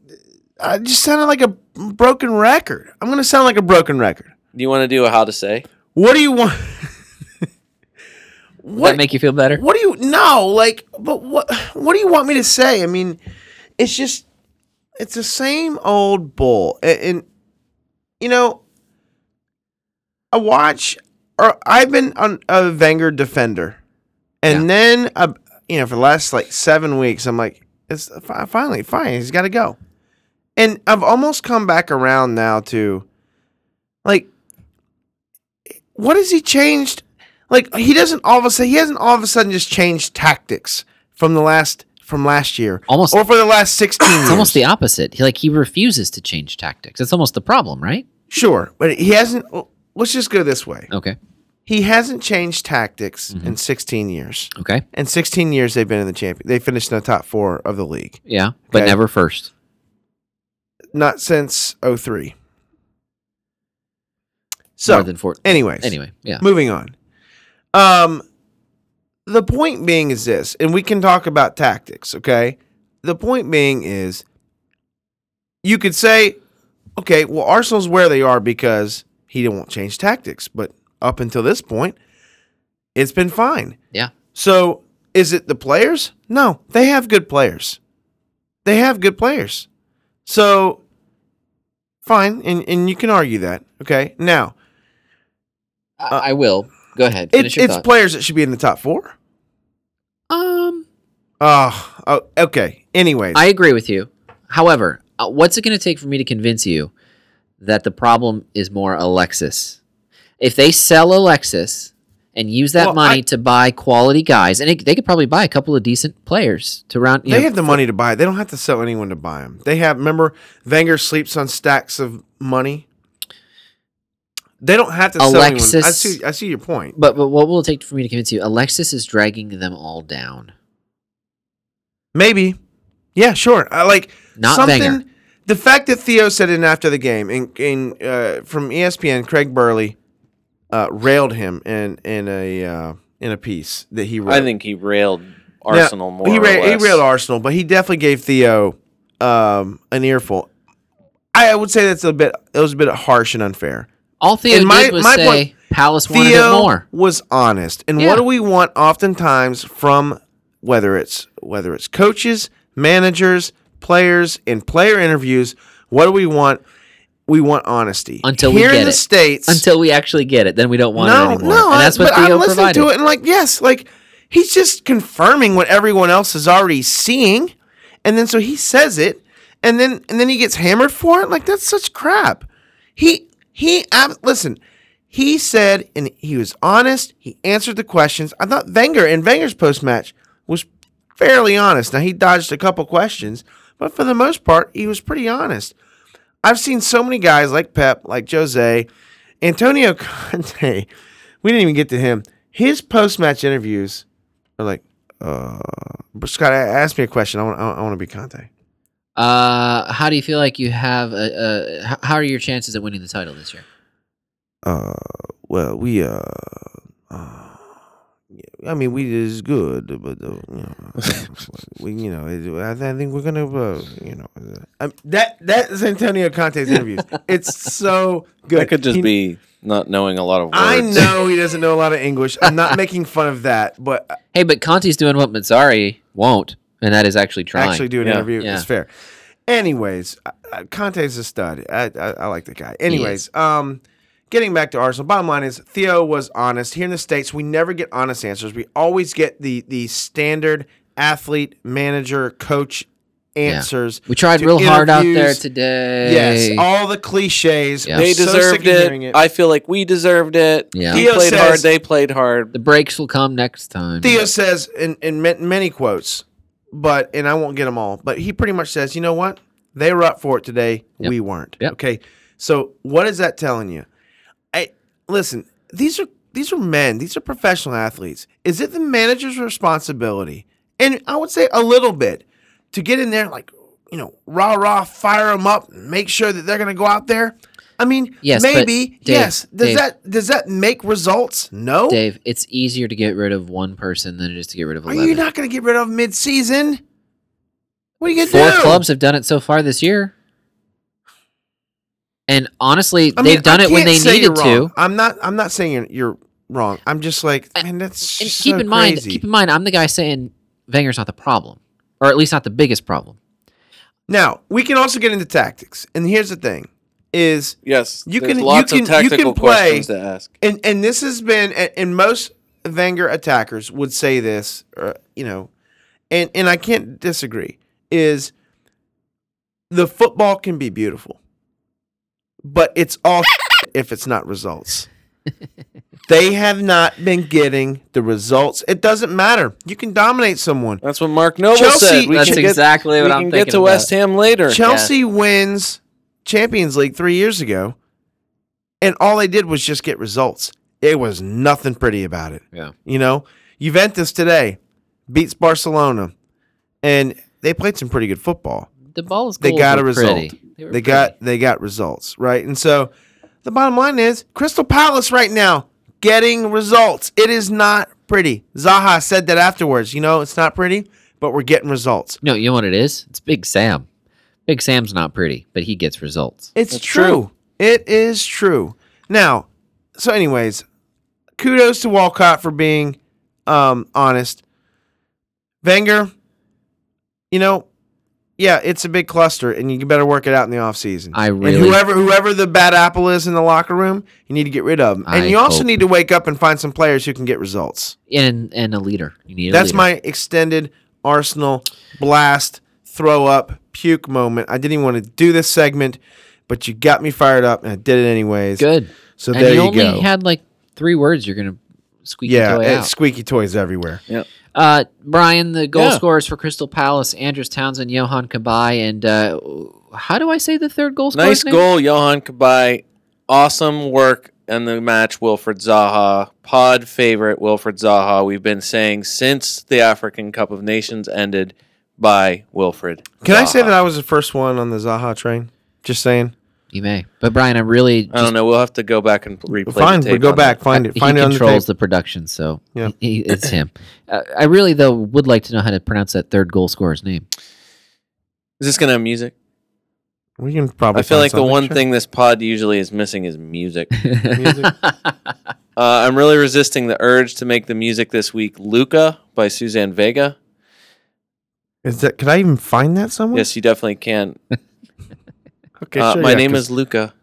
[SPEAKER 1] I just sounded like a broken record. I'm gonna sound like a broken record.
[SPEAKER 2] Do you want to do a how to say?
[SPEAKER 1] What do you want?
[SPEAKER 3] Does that make you feel better?
[SPEAKER 1] What do you no like? But what what do you want me to say? I mean, it's just it's the same old bull, A- and, you know, I watch or I've been on a Wenger defender, and
[SPEAKER 3] Yeah.
[SPEAKER 1] then uh, you know for the last like seven weeks, I'm like, it's fi- finally fine. He's got to go, and I've almost come back around now to like what has he changed? Like he doesn't all of a sudden he hasn't all of a sudden just changed tactics from the last from last year,
[SPEAKER 3] Almost-
[SPEAKER 1] or for the last sixteen. years.
[SPEAKER 3] It's almost the opposite. He, like he refuses to change tactics. That's almost the problem, right?
[SPEAKER 1] sure, but he hasn't. Let's just go this way.
[SPEAKER 3] Okay.
[SPEAKER 1] He hasn't changed tactics
[SPEAKER 3] Mm-hmm.
[SPEAKER 1] in sixteen years.
[SPEAKER 3] Okay.
[SPEAKER 1] In sixteen years, they've been in the champion. They finished in the top four of the league,
[SPEAKER 3] Yeah, but
[SPEAKER 1] Okay.
[SPEAKER 3] never first.
[SPEAKER 1] not since 03. So,
[SPEAKER 3] More than four.
[SPEAKER 1] anyways,
[SPEAKER 3] Anyway, yeah.
[SPEAKER 1] Moving on. Um, the point being is this, and we can talk about tactics, okay? The point being is you could say, okay, well, Arsenal's where they are because he didn't want to change tactics, but up until this point, it's been fine.
[SPEAKER 3] Yeah.
[SPEAKER 1] So is it the players? No, they have good players. They have good players. So fine, and, and you can argue that, okay? Now,
[SPEAKER 3] I, I will. Go ahead.
[SPEAKER 1] Uh, it,
[SPEAKER 3] Finish your
[SPEAKER 1] it's
[SPEAKER 3] thought.
[SPEAKER 1] players that should be in the top four.
[SPEAKER 3] um,
[SPEAKER 1] Oh, oh okay. Anyways,
[SPEAKER 3] I agree with you. However, uh, what's it going to take for me to convince you that the problem is more Alexis? If they sell Alexis and use that
[SPEAKER 1] Well,
[SPEAKER 3] money
[SPEAKER 1] I-
[SPEAKER 3] to buy quality guys, and it, they could probably buy a couple of decent players to round. You
[SPEAKER 1] they
[SPEAKER 3] know,
[SPEAKER 1] have the money to buy. it. They don't have to sell anyone to buy them. They have. Remember, Wenger sleeps on stacks of money. They don't have to sell anyone. I
[SPEAKER 3] Alexis-
[SPEAKER 1] see. I see your point.
[SPEAKER 3] but but what will it take for me to convince you? Alexis is dragging them all down.
[SPEAKER 1] Maybe. Yeah, sure. I like
[SPEAKER 3] Not
[SPEAKER 1] something.
[SPEAKER 3] Wenger.
[SPEAKER 1] The fact that Theo said in after the game, and, and uh, from ESPN, Craig Burley uh, railed him in in a uh, in a piece that he wrote.
[SPEAKER 2] I think he railed
[SPEAKER 1] Now,
[SPEAKER 2] Arsenal more.
[SPEAKER 1] He,
[SPEAKER 2] or
[SPEAKER 1] ra- he
[SPEAKER 2] less.
[SPEAKER 1] railed Arsenal, but he definitely gave Theo um, an earful. I I would say that's a bit. That was a bit harsh and unfair.
[SPEAKER 3] All Theo
[SPEAKER 1] And my-
[SPEAKER 3] did was
[SPEAKER 1] my
[SPEAKER 3] say
[SPEAKER 1] point-
[SPEAKER 3] Palace wanted it
[SPEAKER 1] Theo
[SPEAKER 3] more.
[SPEAKER 1] was honest, and
[SPEAKER 3] Yeah.
[SPEAKER 1] what do we want oftentimes from whether it's whether it's coaches, managers, players, in player interviews? What do we want? We want honesty.
[SPEAKER 3] Until we
[SPEAKER 1] here
[SPEAKER 3] get
[SPEAKER 1] in the
[SPEAKER 3] it.
[SPEAKER 1] states,
[SPEAKER 3] Until we actually get it, then we don't want it anymore.
[SPEAKER 1] No,
[SPEAKER 3] and that's what
[SPEAKER 1] I, but
[SPEAKER 3] Theo
[SPEAKER 1] I'm listening
[SPEAKER 3] provided.
[SPEAKER 1] to it and like, yes, like he's just confirming what everyone else is already seeing, and then so he says it, and then and then he gets hammered for it. Like that's such crap. He he. ab- Listen, he said, and he was honest. He answered the questions. I thought Wenger in Wenger's post match was fairly honest. Now he dodged a couple questions, but for the most part, he was pretty honest. I've seen so many guys like Pep, like Jose, Antonio Conte. We didn't even get to him. His post match interviews are like, uh, but Scott, a- ask me a question. I want, I want to be Conte.
[SPEAKER 3] Uh, how do you feel like you have? A, a, h- how are your chances at winning the title this year?
[SPEAKER 1] Uh, well, we, uh, uh, I mean, we did as good, but uh, you know, we, you know, it- I, th- I think we're gonna, uh, you know, uh, um, that that is Antonio Conte's interviews. it's so good.
[SPEAKER 2] That could just
[SPEAKER 1] He-
[SPEAKER 2] be not knowing a lot of words.
[SPEAKER 1] I know he doesn't know a lot of English. I'm not making fun of that, but
[SPEAKER 3] Hey, but Conti's doing what Mazzari won't, and that is actually trying.
[SPEAKER 1] actually do an
[SPEAKER 2] Yeah.
[SPEAKER 1] interview
[SPEAKER 3] Yeah.
[SPEAKER 1] is fair. Anyways, uh, uh, Conte's a stud. I, I, I like the guy. Anyways, um, getting back to Arsenal. Bottom line is Theo was honest. Here in the states, we never get honest answers. We always get the the standard athlete, manager, coach answers.
[SPEAKER 3] we tried
[SPEAKER 1] to
[SPEAKER 3] real hard out there
[SPEAKER 1] interviews.
[SPEAKER 3] today.
[SPEAKER 1] Yes, all the cliches.
[SPEAKER 3] Yeah.
[SPEAKER 1] I'm
[SPEAKER 2] They
[SPEAKER 1] so
[SPEAKER 2] deserved
[SPEAKER 1] sick of
[SPEAKER 2] it.
[SPEAKER 1] hearing
[SPEAKER 2] I feel like we deserved it.
[SPEAKER 3] Yeah.
[SPEAKER 2] He
[SPEAKER 1] Theo
[SPEAKER 2] played
[SPEAKER 1] says-
[SPEAKER 2] hard. They played hard.
[SPEAKER 3] the breaks will come next time.
[SPEAKER 1] Theo says in, in ma- many quotes, but and I won't get them all, but he pretty much says, you know what? They were up for it today.
[SPEAKER 3] Yep.
[SPEAKER 1] We weren't.
[SPEAKER 3] Yep.
[SPEAKER 1] Okay. So what is that telling you? I listen, these are these are men, these are professional athletes. Is it the manager's responsibility? And I would say a little bit to get in there like, you know, rah rah, fire them up, make sure that they're gonna go out there. I mean,
[SPEAKER 3] Yes, but
[SPEAKER 1] maybe
[SPEAKER 3] Dave,
[SPEAKER 1] yes. Does
[SPEAKER 3] Dave.
[SPEAKER 1] that does that make results? No.
[SPEAKER 3] Dave, it's easier to get rid of one person than it is to get rid of
[SPEAKER 1] Are
[SPEAKER 3] eleven.
[SPEAKER 1] you not going to get rid of mid season? What are you going
[SPEAKER 3] Four
[SPEAKER 1] to do?
[SPEAKER 3] clubs have done it so far this year, and honestly,
[SPEAKER 1] I mean,
[SPEAKER 3] they've done
[SPEAKER 1] I
[SPEAKER 3] it when
[SPEAKER 1] can't
[SPEAKER 3] they
[SPEAKER 1] say
[SPEAKER 3] needed
[SPEAKER 1] you're wrong.
[SPEAKER 3] to.
[SPEAKER 1] I'm not. I'm not saying you're, you're wrong. I'm just like, man, that's
[SPEAKER 3] And
[SPEAKER 1] just
[SPEAKER 3] keep
[SPEAKER 1] so
[SPEAKER 3] in mind,
[SPEAKER 1] crazy.
[SPEAKER 3] keep in mind, I'm the guy saying Wenger's not the problem, or at least not the biggest problem.
[SPEAKER 1] now we can also get into tactics. And here's the thing: is
[SPEAKER 2] Yes,
[SPEAKER 1] You
[SPEAKER 2] there's
[SPEAKER 1] can- you
[SPEAKER 2] lots
[SPEAKER 1] can-
[SPEAKER 2] of
[SPEAKER 1] you can
[SPEAKER 2] tactical
[SPEAKER 1] play-
[SPEAKER 2] questions to ask.
[SPEAKER 1] and and this has been and, and most Wenger attackers would say this, or, you know, and and I can't disagree. Is the football can be beautiful, but it's all if it's not results. they have not been getting the results. It doesn't matter. You can dominate someone.
[SPEAKER 2] That's what Mark Noble
[SPEAKER 1] Chelsea-
[SPEAKER 2] said. We
[SPEAKER 1] That's
[SPEAKER 2] can get-
[SPEAKER 3] exactly
[SPEAKER 2] we can get to West Ham later.
[SPEAKER 1] Chelsea wins Champions League three years ago, and all they did was just get results. It was nothing pretty about it.
[SPEAKER 3] Yeah.
[SPEAKER 1] You know, Juventus today beats Barcelona, and they played some pretty good football.
[SPEAKER 3] The ball's
[SPEAKER 1] They
[SPEAKER 3] goals
[SPEAKER 1] got
[SPEAKER 3] were
[SPEAKER 1] a result.
[SPEAKER 3] pretty. were
[SPEAKER 1] They got they got results, right? And so the bottom line is Crystal Palace right now getting results. It is not pretty. Zaha said that afterwards. You know, it's not pretty, but we're getting results.
[SPEAKER 3] No, you know what it is? It's Big Sam. Big Sam's not pretty, but he gets results.
[SPEAKER 1] It's
[SPEAKER 2] That's
[SPEAKER 1] true.
[SPEAKER 2] true.
[SPEAKER 1] It is true. Now, so anyways, kudos to Walcott for being um, honest. Wenger, you know, yeah, it's a big cluster, and you better work it out in the offseason.
[SPEAKER 3] I
[SPEAKER 1] and
[SPEAKER 3] really-
[SPEAKER 1] whoever whoever the bad apple is in the locker room, you need to get rid of them. And
[SPEAKER 3] I
[SPEAKER 1] you also
[SPEAKER 3] hope-
[SPEAKER 1] need to wake up and find some players who can get results.
[SPEAKER 3] And and a leader. You need a
[SPEAKER 1] That's
[SPEAKER 3] leader.
[SPEAKER 1] my extended Arsenal blast, throw up, puke moment. I didn't even want to do this segment, but you got me fired up, and I did it anyways.
[SPEAKER 3] good.
[SPEAKER 1] So
[SPEAKER 3] and
[SPEAKER 1] there
[SPEAKER 3] you
[SPEAKER 1] you,
[SPEAKER 3] only
[SPEAKER 1] go.
[SPEAKER 3] had like three words you're gonna squeak
[SPEAKER 1] yeah,
[SPEAKER 3] your
[SPEAKER 1] and
[SPEAKER 3] toy out.
[SPEAKER 1] squeaky toys everywhere.
[SPEAKER 3] Uh, Brian, the goal
[SPEAKER 2] Yeah.
[SPEAKER 3] scorers for Crystal Palace, Andrews Townsend, Johan Kabay, and uh, how do I say the third goal scorer?
[SPEAKER 2] Nice goal, Johan Kabay. Awesome work in the match, Wilfred Zaha. Pod favorite, Wilfred Zaha. We've been saying since the African Cup of Nations ended by Wilfred.
[SPEAKER 1] Can I say
[SPEAKER 2] Zaha.
[SPEAKER 1] that I was the first one on the Zaha train? Just saying.
[SPEAKER 3] You may. But Brian, I
[SPEAKER 1] Uh,
[SPEAKER 3] really
[SPEAKER 2] I don't
[SPEAKER 3] just,
[SPEAKER 2] know. We'll have to go back and replay.
[SPEAKER 1] Fine,
[SPEAKER 2] the
[SPEAKER 1] but
[SPEAKER 2] tape
[SPEAKER 1] go
[SPEAKER 2] on that.
[SPEAKER 1] back, find it,
[SPEAKER 3] he
[SPEAKER 1] find it on the tape.
[SPEAKER 3] controls the, production, so
[SPEAKER 1] Yeah.
[SPEAKER 3] he- it's him. Uh, I really though would like to know how to pronounce that third goal scorer's name.
[SPEAKER 2] Is this gonna have music?
[SPEAKER 1] We can probably.
[SPEAKER 2] I feel
[SPEAKER 1] find
[SPEAKER 2] like the
[SPEAKER 1] something,
[SPEAKER 2] one
[SPEAKER 1] sure.
[SPEAKER 2] thing this pod usually is missing is music.
[SPEAKER 1] Music.
[SPEAKER 2] Uh, I'm really resisting the urge to make the music this week. Luca by Suzanne Vega.
[SPEAKER 1] is that. Could I even find that somewhere?
[SPEAKER 2] Yes, you definitely can.
[SPEAKER 1] Okay.
[SPEAKER 2] Uh,
[SPEAKER 1] sure,
[SPEAKER 2] my
[SPEAKER 1] yeah,
[SPEAKER 2] name
[SPEAKER 1] 'cause
[SPEAKER 2] is Luca.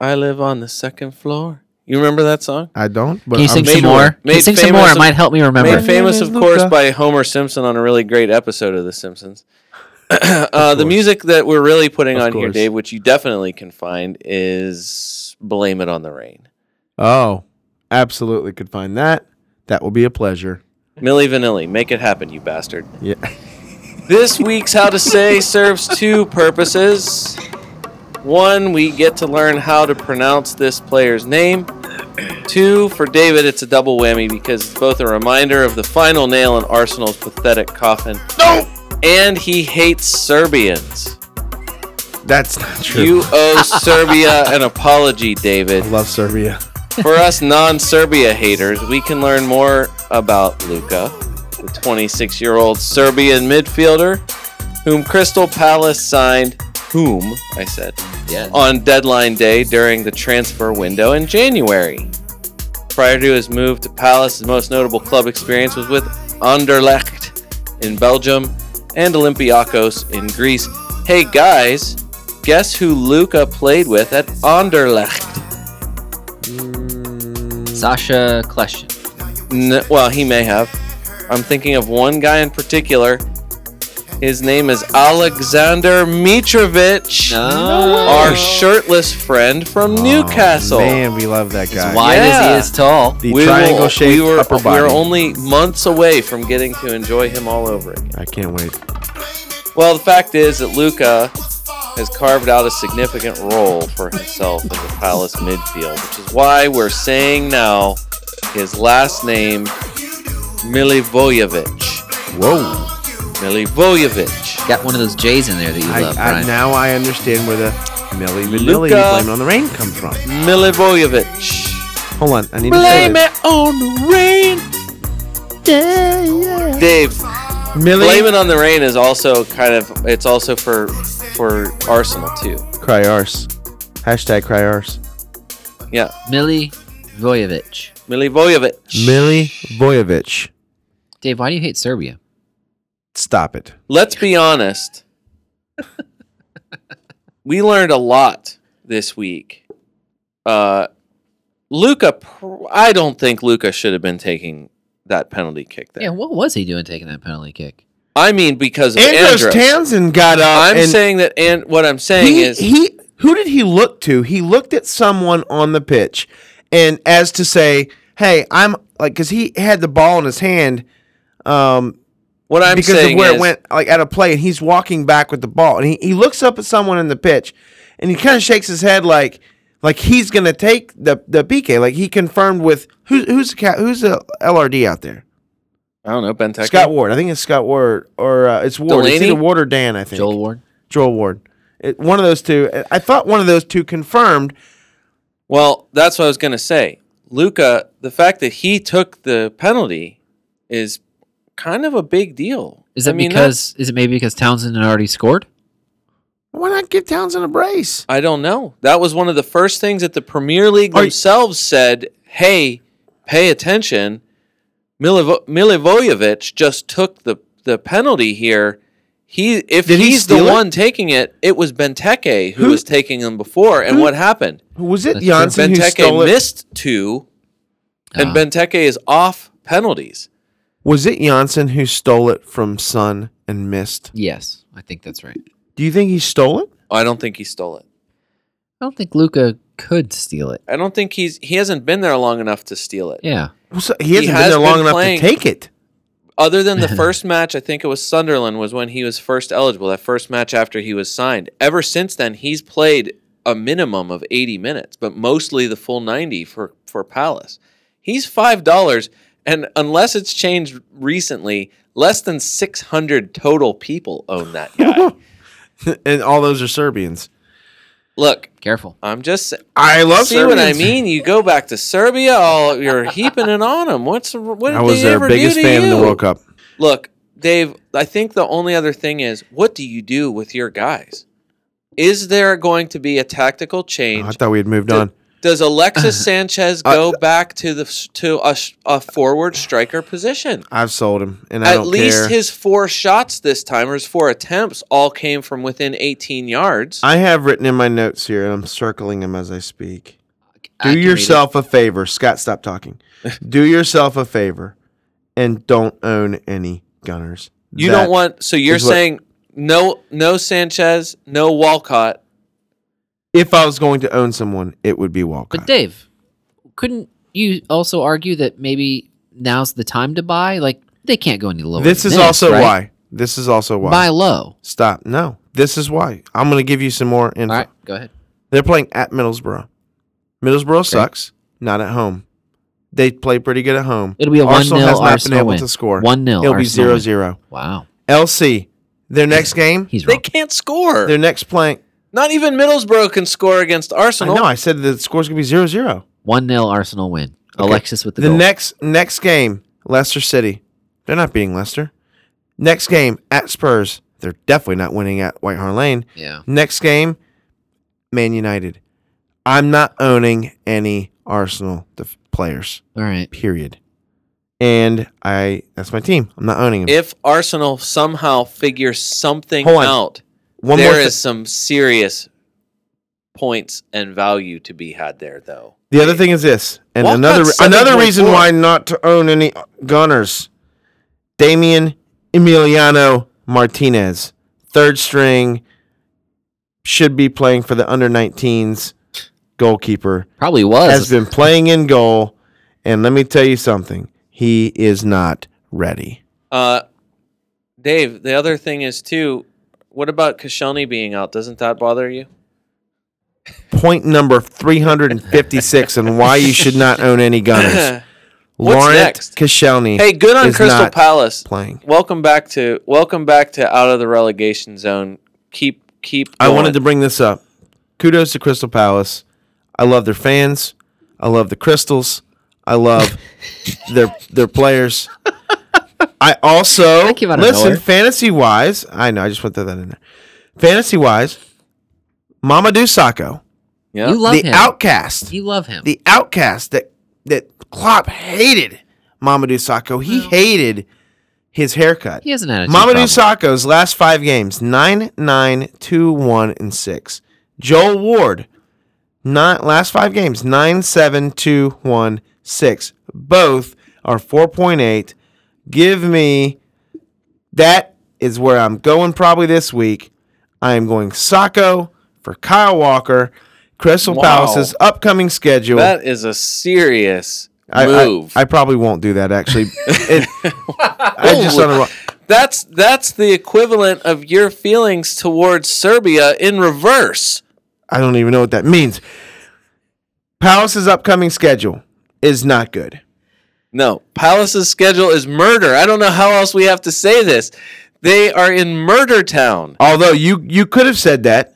[SPEAKER 2] I live on the second floor. You remember that song?
[SPEAKER 1] I don't. But
[SPEAKER 3] Can you
[SPEAKER 1] I'm
[SPEAKER 3] sing some
[SPEAKER 2] made-
[SPEAKER 3] more? Can you
[SPEAKER 2] made
[SPEAKER 3] sing some more?
[SPEAKER 2] famous-
[SPEAKER 3] It might help me remember.
[SPEAKER 2] Made
[SPEAKER 1] My name
[SPEAKER 2] famous,
[SPEAKER 1] is
[SPEAKER 2] of course,
[SPEAKER 1] Luca.
[SPEAKER 2] by Homer Simpson on a really great episode of The Simpsons. uh, the music that we're really putting
[SPEAKER 1] Of
[SPEAKER 2] on here,
[SPEAKER 1] course.
[SPEAKER 2] Dave, which you definitely can find, is "Blame It on the Rain."
[SPEAKER 1] Oh, absolutely. Could find that. That will be a pleasure.
[SPEAKER 2] Millie Vanilli, make it happen, you bastard.
[SPEAKER 1] Yeah.
[SPEAKER 2] This week's How to Say serves two purposes. One, we get to learn how to pronounce this player's name. Two, for David, it's a double whammy because it's both a reminder of the final nail in Arsenal's pathetic coffin.
[SPEAKER 1] No.
[SPEAKER 2] And he hates Serbians.
[SPEAKER 1] That's not true.
[SPEAKER 2] You owe Serbia an apology, David.
[SPEAKER 1] I love Serbia.
[SPEAKER 2] For us non-Serbia haters, we can learn more about Luka, the 26-year-old Serbian midfielder whom Crystal Palace signed whom I said
[SPEAKER 3] Yeah.
[SPEAKER 2] on deadline day during the transfer window in January. Prior to his move to Palace, his most notable club experience was with Anderlecht in Belgium and Olympiakos in Greece. Hey guys, guess who Luca played with at Anderlecht?
[SPEAKER 3] Sasha Kleshin.
[SPEAKER 2] N- well, he may have. I'm thinking of one guy in particular. His name is Alexander Mitrovic, our shirtless friend from Newcastle.
[SPEAKER 1] Oh, Man, we love that guy.
[SPEAKER 3] Wide as he
[SPEAKER 2] Yeah.
[SPEAKER 3] is tall.
[SPEAKER 1] The
[SPEAKER 2] will-
[SPEAKER 1] triangle shaped
[SPEAKER 2] we were,
[SPEAKER 1] upper body.
[SPEAKER 2] We were only months away from getting to enjoy him all over again.
[SPEAKER 1] I can't wait.
[SPEAKER 2] Well, the fact is that Luca has carved out a significant role for himself in the Palace midfield, which is why we're saying now his last name, Milivojevic.
[SPEAKER 1] Whoa.
[SPEAKER 2] Milivojevic.
[SPEAKER 3] Got one of those J's in there that you
[SPEAKER 1] I,
[SPEAKER 3] love,
[SPEAKER 1] I,
[SPEAKER 3] Brian.
[SPEAKER 1] now I understand where the Millie Vanilli
[SPEAKER 2] Luca.
[SPEAKER 1] blame it on the rain comes from.
[SPEAKER 2] Milivojevic.
[SPEAKER 1] Hold on, I need
[SPEAKER 2] Blame
[SPEAKER 1] to say
[SPEAKER 2] it on the rain. Dave,
[SPEAKER 1] this. Millie,
[SPEAKER 2] blame it on the rain is also kind of it's also for for Arsenal too.
[SPEAKER 1] cry arse. Hashtag cry arse.
[SPEAKER 2] Yeah,
[SPEAKER 3] Millie Vojevic.
[SPEAKER 2] Milivojevic.
[SPEAKER 1] Millie Voyevich.
[SPEAKER 3] Dave, why do you hate Serbia?
[SPEAKER 1] Stop it.
[SPEAKER 2] Let's be honest. we learned a lot this week. Uh, Luca, pr- I don't think Luca should have been taking that penalty kick there.
[SPEAKER 3] Yeah, what was he doing taking that penalty kick?
[SPEAKER 2] I mean, because of
[SPEAKER 1] Andros,
[SPEAKER 2] Andros.
[SPEAKER 1] Townsend got up.
[SPEAKER 2] I'm
[SPEAKER 1] and
[SPEAKER 2] saying that, and what I'm saying
[SPEAKER 1] he,
[SPEAKER 2] is,
[SPEAKER 1] he who did he look to? He looked at someone on the pitch, and as to say, "Hey, I'm like," because he had the ball in his hand. Um,
[SPEAKER 2] what I'm
[SPEAKER 1] because
[SPEAKER 2] saying
[SPEAKER 1] of where
[SPEAKER 2] is,
[SPEAKER 1] it went, like at a play, and he's walking back with the ball, and he, he looks up at someone in the pitch, and he kind of shakes his head like like he's gonna take the the PK. Like he confirmed with who, who's the ca- who's the LRD out there?
[SPEAKER 2] I don't know, Ben Tech.
[SPEAKER 1] Scott Ward, I think it's Scott Ward or uh, it's Ward. It's
[SPEAKER 2] Delaney?
[SPEAKER 1] either Ward or Dan, I think.
[SPEAKER 3] Joel Ward?
[SPEAKER 1] Joel Ward. It, one of those two. I- I thought one of those two confirmed.
[SPEAKER 2] Well, that's what I was going to say. Luca, the fact that he took the penalty is kind of a big deal.
[SPEAKER 3] Is
[SPEAKER 2] I
[SPEAKER 3] that
[SPEAKER 2] mean,
[SPEAKER 3] because? Is it maybe because Townsend had already scored?
[SPEAKER 1] Why not give Townsend a brace?
[SPEAKER 2] I don't know. That was one of the first things that the Premier League
[SPEAKER 1] Are you-
[SPEAKER 2] themselves said. Hey, pay attention. Milivo- Milivojevic just took the, the penalty here. He if
[SPEAKER 1] Did he
[SPEAKER 2] he's the
[SPEAKER 1] steal it?
[SPEAKER 2] one taking it, it was Benteke who,
[SPEAKER 1] Who-
[SPEAKER 2] was taking them before. And what happened?
[SPEAKER 1] Was it
[SPEAKER 3] That's true.
[SPEAKER 1] Janssen who stole
[SPEAKER 2] Benteke
[SPEAKER 1] it?
[SPEAKER 2] missed two, and
[SPEAKER 3] Ah.
[SPEAKER 2] Benteke is off penalties.
[SPEAKER 1] Was it Janssen who stole it from Sun and missed?
[SPEAKER 3] Yes, I think that's right.
[SPEAKER 1] Do you think he stole it?
[SPEAKER 2] I don't think he stole it.
[SPEAKER 3] I don't think Luca could steal it.
[SPEAKER 2] I don't think he's he hasn't been there long enough to steal it.
[SPEAKER 3] Yeah,
[SPEAKER 1] Well, so he hasn't
[SPEAKER 2] has
[SPEAKER 1] been there long
[SPEAKER 2] been
[SPEAKER 1] enough
[SPEAKER 2] playing-
[SPEAKER 1] to take it.
[SPEAKER 2] Other than the first match, I think it was Sunderland was when he was first eligible. That first match after he was signed. Ever since then, he's played a minimum of 80 minutes, but mostly the full 90 for for Palace. He's five dollars, and unless it's changed recently, less than 600 total people own that guy.
[SPEAKER 1] and all those are Serbians.
[SPEAKER 2] Look,
[SPEAKER 3] careful.
[SPEAKER 2] I'm just sa-
[SPEAKER 1] I love
[SPEAKER 2] See
[SPEAKER 1] Serbians.
[SPEAKER 2] what I mean? You go back to Serbia, all you're heaping it on them. What's what did
[SPEAKER 1] I was
[SPEAKER 2] they
[SPEAKER 1] their
[SPEAKER 2] ever
[SPEAKER 1] biggest
[SPEAKER 2] do to
[SPEAKER 1] fan
[SPEAKER 2] you?
[SPEAKER 1] in the World Cup.
[SPEAKER 2] Look, Dave, I think the only other thing is what do you do with your guys? Is there going to be a tactical change?
[SPEAKER 1] I thought we had moved on.
[SPEAKER 2] Does Alexis Sanchez go back to the s- to a, s- a forward striker position?
[SPEAKER 1] I've sold him, and I
[SPEAKER 2] At
[SPEAKER 1] don't
[SPEAKER 2] least
[SPEAKER 1] care.
[SPEAKER 2] his four shots this time, or his four attempts, all came from within 18 yards.
[SPEAKER 1] I have written in my notes here, and I'm circling them as I speak.
[SPEAKER 3] I
[SPEAKER 1] Do
[SPEAKER 3] can read
[SPEAKER 1] yourself a favor, Scott. Stop talking. Do yourself a favor, and don't own any Gunners.
[SPEAKER 2] You
[SPEAKER 1] That-
[SPEAKER 2] don't want. So you're
[SPEAKER 1] is what-
[SPEAKER 2] saying no, no Sanchez, no Walcott.
[SPEAKER 1] If I was going to own someone, it would be
[SPEAKER 3] it.
[SPEAKER 1] Walcott.
[SPEAKER 3] But Dave, couldn't you also argue that maybe now's the time to buy? Like they can't go any lower.
[SPEAKER 1] this
[SPEAKER 3] than
[SPEAKER 1] is also
[SPEAKER 3] right?
[SPEAKER 1] why. This is also why.
[SPEAKER 3] buy low.
[SPEAKER 1] Stop. No. This is why. I'm going to give you some more info.
[SPEAKER 3] All right, go ahead.
[SPEAKER 1] They're playing at Middlesbrough. Middlesbrough sucks. Not at home. They play pretty good at home.
[SPEAKER 3] It'll be a one
[SPEAKER 1] Arsenal
[SPEAKER 3] 0
[SPEAKER 1] has
[SPEAKER 3] Arsenal
[SPEAKER 1] not been able
[SPEAKER 3] win.
[SPEAKER 1] to score.
[SPEAKER 3] One 0
[SPEAKER 1] It'll be 0 0.
[SPEAKER 3] Wow,
[SPEAKER 1] LC, their next game,
[SPEAKER 3] he's
[SPEAKER 2] They
[SPEAKER 3] wrong.
[SPEAKER 2] can't score.
[SPEAKER 1] their next playing.
[SPEAKER 2] Not even Middlesbrough can score against
[SPEAKER 1] I
[SPEAKER 2] Arsenal.
[SPEAKER 1] know, I said the score's going to be 0 0.
[SPEAKER 3] One 0 Arsenal win. Alexis with the,
[SPEAKER 1] The
[SPEAKER 3] goal.
[SPEAKER 1] next next game, Leicester City. They're not beating Leicester. Next game at Spurs. They're definitely not winning at White Hart Lane.
[SPEAKER 3] yeah.
[SPEAKER 1] Next game, Man United. I'm not owning any Arsenal def- players.
[SPEAKER 3] All right.
[SPEAKER 1] Period. And I that's my team. I'm not owning them.
[SPEAKER 2] If Arsenal somehow figures something
[SPEAKER 1] Hold on.
[SPEAKER 2] out, there
[SPEAKER 1] One
[SPEAKER 2] is
[SPEAKER 1] more thi-
[SPEAKER 2] some serious points and value to be had there, though.
[SPEAKER 1] The other thing is this, and
[SPEAKER 2] Walcott's
[SPEAKER 1] another re- another
[SPEAKER 2] 7.4.
[SPEAKER 1] reason why not to own any Gunners. Damian Emiliano Martinez, third string, should be playing for the under 19s goalkeeper.
[SPEAKER 3] Probably was.
[SPEAKER 1] Has been playing in goal, and let me tell you something. He is not ready.
[SPEAKER 2] Uh, Dave, the other thing is too. What about Kashani being out? Doesn't that bother you?
[SPEAKER 1] Point number 356 and why you should not own any Gunners.
[SPEAKER 2] What's
[SPEAKER 1] Laurent
[SPEAKER 2] next?
[SPEAKER 1] Koscielny
[SPEAKER 2] hey, good on
[SPEAKER 1] is
[SPEAKER 2] Crystal
[SPEAKER 1] not
[SPEAKER 2] Palace.
[SPEAKER 1] playing.
[SPEAKER 2] Welcome back to welcome back to out of the relegation zone. Keep keep.
[SPEAKER 1] I
[SPEAKER 2] going.
[SPEAKER 1] wanted to bring this up. Kudos to Crystal Palace. I love their fans. I love the crystals. I love their their players. I also
[SPEAKER 3] That came out of
[SPEAKER 1] listen
[SPEAKER 3] nowhere.
[SPEAKER 1] fantasy wise. I know. I just want to throw that in there. Fantasy wise, Mama Sacco,
[SPEAKER 2] Yeah.
[SPEAKER 3] you love
[SPEAKER 1] the
[SPEAKER 3] him.
[SPEAKER 1] outcast,
[SPEAKER 3] you love him.
[SPEAKER 1] the outcast that that Klopp hated. Mama Sacco. He hated his haircut.
[SPEAKER 3] he hasn't had a
[SPEAKER 1] Mamadou Sakho's last five games 9 9, 2 1, and 6. Joel Ward, not, last five games 9 7, 2 1, 6. Both are 4.8. Give me that is where I'm going probably this week. I am going Sacco for Kyle Walker. Crystal
[SPEAKER 2] Wow.
[SPEAKER 1] Palace's upcoming schedule.
[SPEAKER 2] That is a serious
[SPEAKER 1] I, I-
[SPEAKER 2] move.
[SPEAKER 1] I, probably won't do that actually. It- I just
[SPEAKER 2] Holy-
[SPEAKER 1] don't know.
[SPEAKER 2] that's that's the equivalent of your feelings towards Serbia in reverse.
[SPEAKER 1] I don't even know what that means. Palace's upcoming schedule is not good.
[SPEAKER 2] No, Palace's schedule is murder. I don't know how else we have to say this. They are in murder town,
[SPEAKER 1] Although you you could have said that.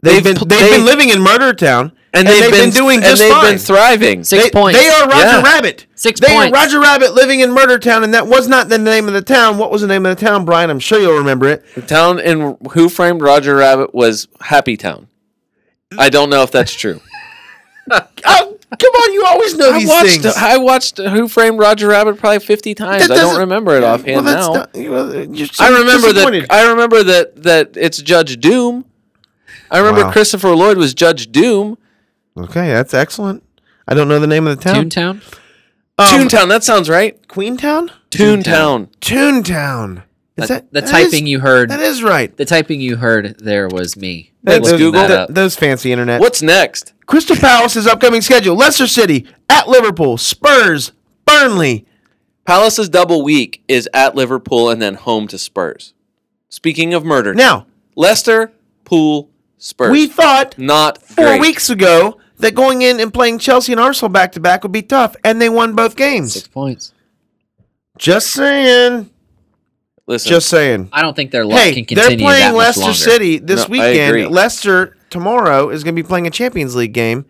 [SPEAKER 1] They've,
[SPEAKER 2] They've
[SPEAKER 1] been
[SPEAKER 2] pl-
[SPEAKER 1] they've been
[SPEAKER 2] they-
[SPEAKER 1] living in Murder Town
[SPEAKER 2] and, they've, been,
[SPEAKER 1] doing
[SPEAKER 2] and
[SPEAKER 1] just
[SPEAKER 2] they've
[SPEAKER 1] fine.
[SPEAKER 2] been thriving.
[SPEAKER 3] Six
[SPEAKER 1] they,
[SPEAKER 3] points.
[SPEAKER 1] they are Roger
[SPEAKER 2] Yeah.
[SPEAKER 1] Rabbit.
[SPEAKER 3] Six
[SPEAKER 1] they
[SPEAKER 3] points.
[SPEAKER 1] are Roger Rabbit living in Murder Town, and that was not the name of the town. What was the name of the town, Brian? I'm sure you'll remember it.
[SPEAKER 2] The town in Who Framed Roger Rabbit was Happy Town. I don't know if that's true.
[SPEAKER 1] Oh, come on, you always know
[SPEAKER 2] I
[SPEAKER 1] these
[SPEAKER 2] watched
[SPEAKER 1] things.
[SPEAKER 2] I watched Who Framed Roger Rabbit probably 50 times.
[SPEAKER 1] That
[SPEAKER 2] I don't
[SPEAKER 1] doesn't-
[SPEAKER 2] remember it offhand
[SPEAKER 1] well, that's
[SPEAKER 2] now.
[SPEAKER 1] not- well, you're so
[SPEAKER 2] I remember that
[SPEAKER 1] disappointed.
[SPEAKER 2] I remember that that it's Judge Doom. I remember
[SPEAKER 1] Wow.
[SPEAKER 2] Christopher Lloyd was Judge Doom.
[SPEAKER 1] okay, that's excellent. I don't know the name of the town.
[SPEAKER 3] Toontown.
[SPEAKER 1] Um,
[SPEAKER 2] Toontown, that sounds right.
[SPEAKER 1] Queentown.
[SPEAKER 2] Toontown.
[SPEAKER 1] Toontown. Is that,
[SPEAKER 3] the
[SPEAKER 1] that
[SPEAKER 3] typing
[SPEAKER 1] is-
[SPEAKER 3] you heard.
[SPEAKER 1] That is right.
[SPEAKER 3] the typing you heard there was me.
[SPEAKER 2] Thanks,
[SPEAKER 3] looking
[SPEAKER 2] Google.
[SPEAKER 3] that
[SPEAKER 1] Th-
[SPEAKER 3] up.
[SPEAKER 1] those fancy internet.
[SPEAKER 2] What's next?
[SPEAKER 1] Crystal Palace's upcoming schedule: Leicester City at Liverpool, Spurs, Burnley.
[SPEAKER 2] Palace's double week is at Liverpool and then home to Spurs. Speaking of murder,
[SPEAKER 1] Now
[SPEAKER 2] Leicester, Pool, Spurs.
[SPEAKER 1] we thought
[SPEAKER 2] not
[SPEAKER 1] four
[SPEAKER 2] great.
[SPEAKER 1] weeks ago that going in and playing Chelsea and Arsenal back to back would be tough, and they won both games.
[SPEAKER 3] Six points.
[SPEAKER 1] Just saying.
[SPEAKER 2] Listen,
[SPEAKER 1] Just saying.
[SPEAKER 3] I don't think their luck
[SPEAKER 1] Hey,
[SPEAKER 3] can
[SPEAKER 1] they're
[SPEAKER 3] continue that
[SPEAKER 1] playing
[SPEAKER 3] much
[SPEAKER 1] Leicester
[SPEAKER 3] longer.
[SPEAKER 1] City
[SPEAKER 2] No,
[SPEAKER 1] this
[SPEAKER 2] I agree.
[SPEAKER 1] weekend. Leicester tomorrow is going to be playing a Champions League game.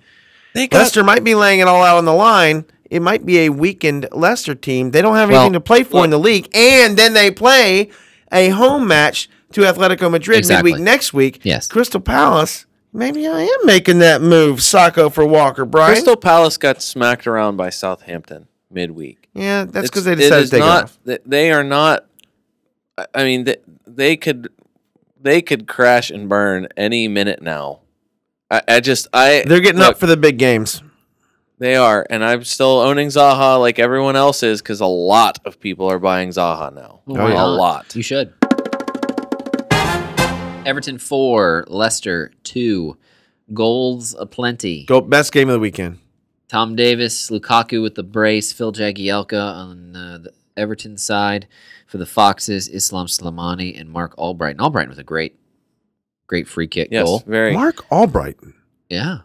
[SPEAKER 2] they got
[SPEAKER 1] Leicester might be laying it all out on the line. It might be a weakened Leicester team. They don't have
[SPEAKER 3] Well,
[SPEAKER 1] anything to play for in the league, and then they play a home match to Atletico Madrid
[SPEAKER 3] Exactly.
[SPEAKER 1] midweek next week.
[SPEAKER 3] Yes.
[SPEAKER 1] Crystal Palace. Maybe I am making that move, Sacco for Walker, Brian.
[SPEAKER 2] Crystal Palace got smacked around by Southampton midweek.
[SPEAKER 1] yeah, that's because they
[SPEAKER 2] It's- it
[SPEAKER 1] decided
[SPEAKER 2] is
[SPEAKER 1] to take it
[SPEAKER 2] not,
[SPEAKER 1] off.
[SPEAKER 2] th- They are not. I- I mean, they, they could, they could crash and burn any minute now. I, I just, I
[SPEAKER 1] They're getting
[SPEAKER 2] look,
[SPEAKER 1] up for the big games.
[SPEAKER 2] They are, and I'm still owning Zaha like everyone else is because a lot of people are buying Zaha now.
[SPEAKER 3] Well,
[SPEAKER 1] Oh,
[SPEAKER 3] why
[SPEAKER 1] yeah.
[SPEAKER 2] A
[SPEAKER 3] not?
[SPEAKER 2] lot.
[SPEAKER 3] You should. Everton four, Leicester two, goals aplenty.
[SPEAKER 1] Go best game of the weekend.
[SPEAKER 3] Tom Davis, Lukaku with the brace, Phil Jagielka on uh, the Everton side for the Foxes, Islam Slimani and Mark Albright. And Albright with a great, great free kick
[SPEAKER 2] Yes,
[SPEAKER 3] goal.
[SPEAKER 2] very.
[SPEAKER 1] Mark Albright.
[SPEAKER 3] Yeah,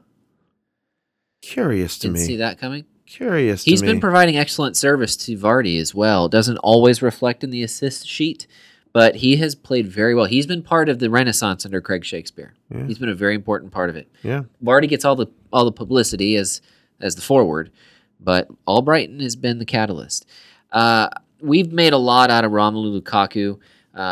[SPEAKER 1] Curious to
[SPEAKER 3] didn't see
[SPEAKER 1] me.
[SPEAKER 3] that coming.
[SPEAKER 1] Curious to
[SPEAKER 3] He's
[SPEAKER 1] me.
[SPEAKER 3] been providing excellent service to Vardy as well. Doesn't always reflect in the assist sheet, but he has played very well. He's been part of the renaissance under Craig Shakespeare.
[SPEAKER 1] Yeah.
[SPEAKER 3] He's been a very important part of it.
[SPEAKER 1] yeah.
[SPEAKER 3] Vardy gets all the all the publicity as as the forward, but Albrighton has been the catalyst. Uh, we've made a lot out of Romelu Lukaku. Uh,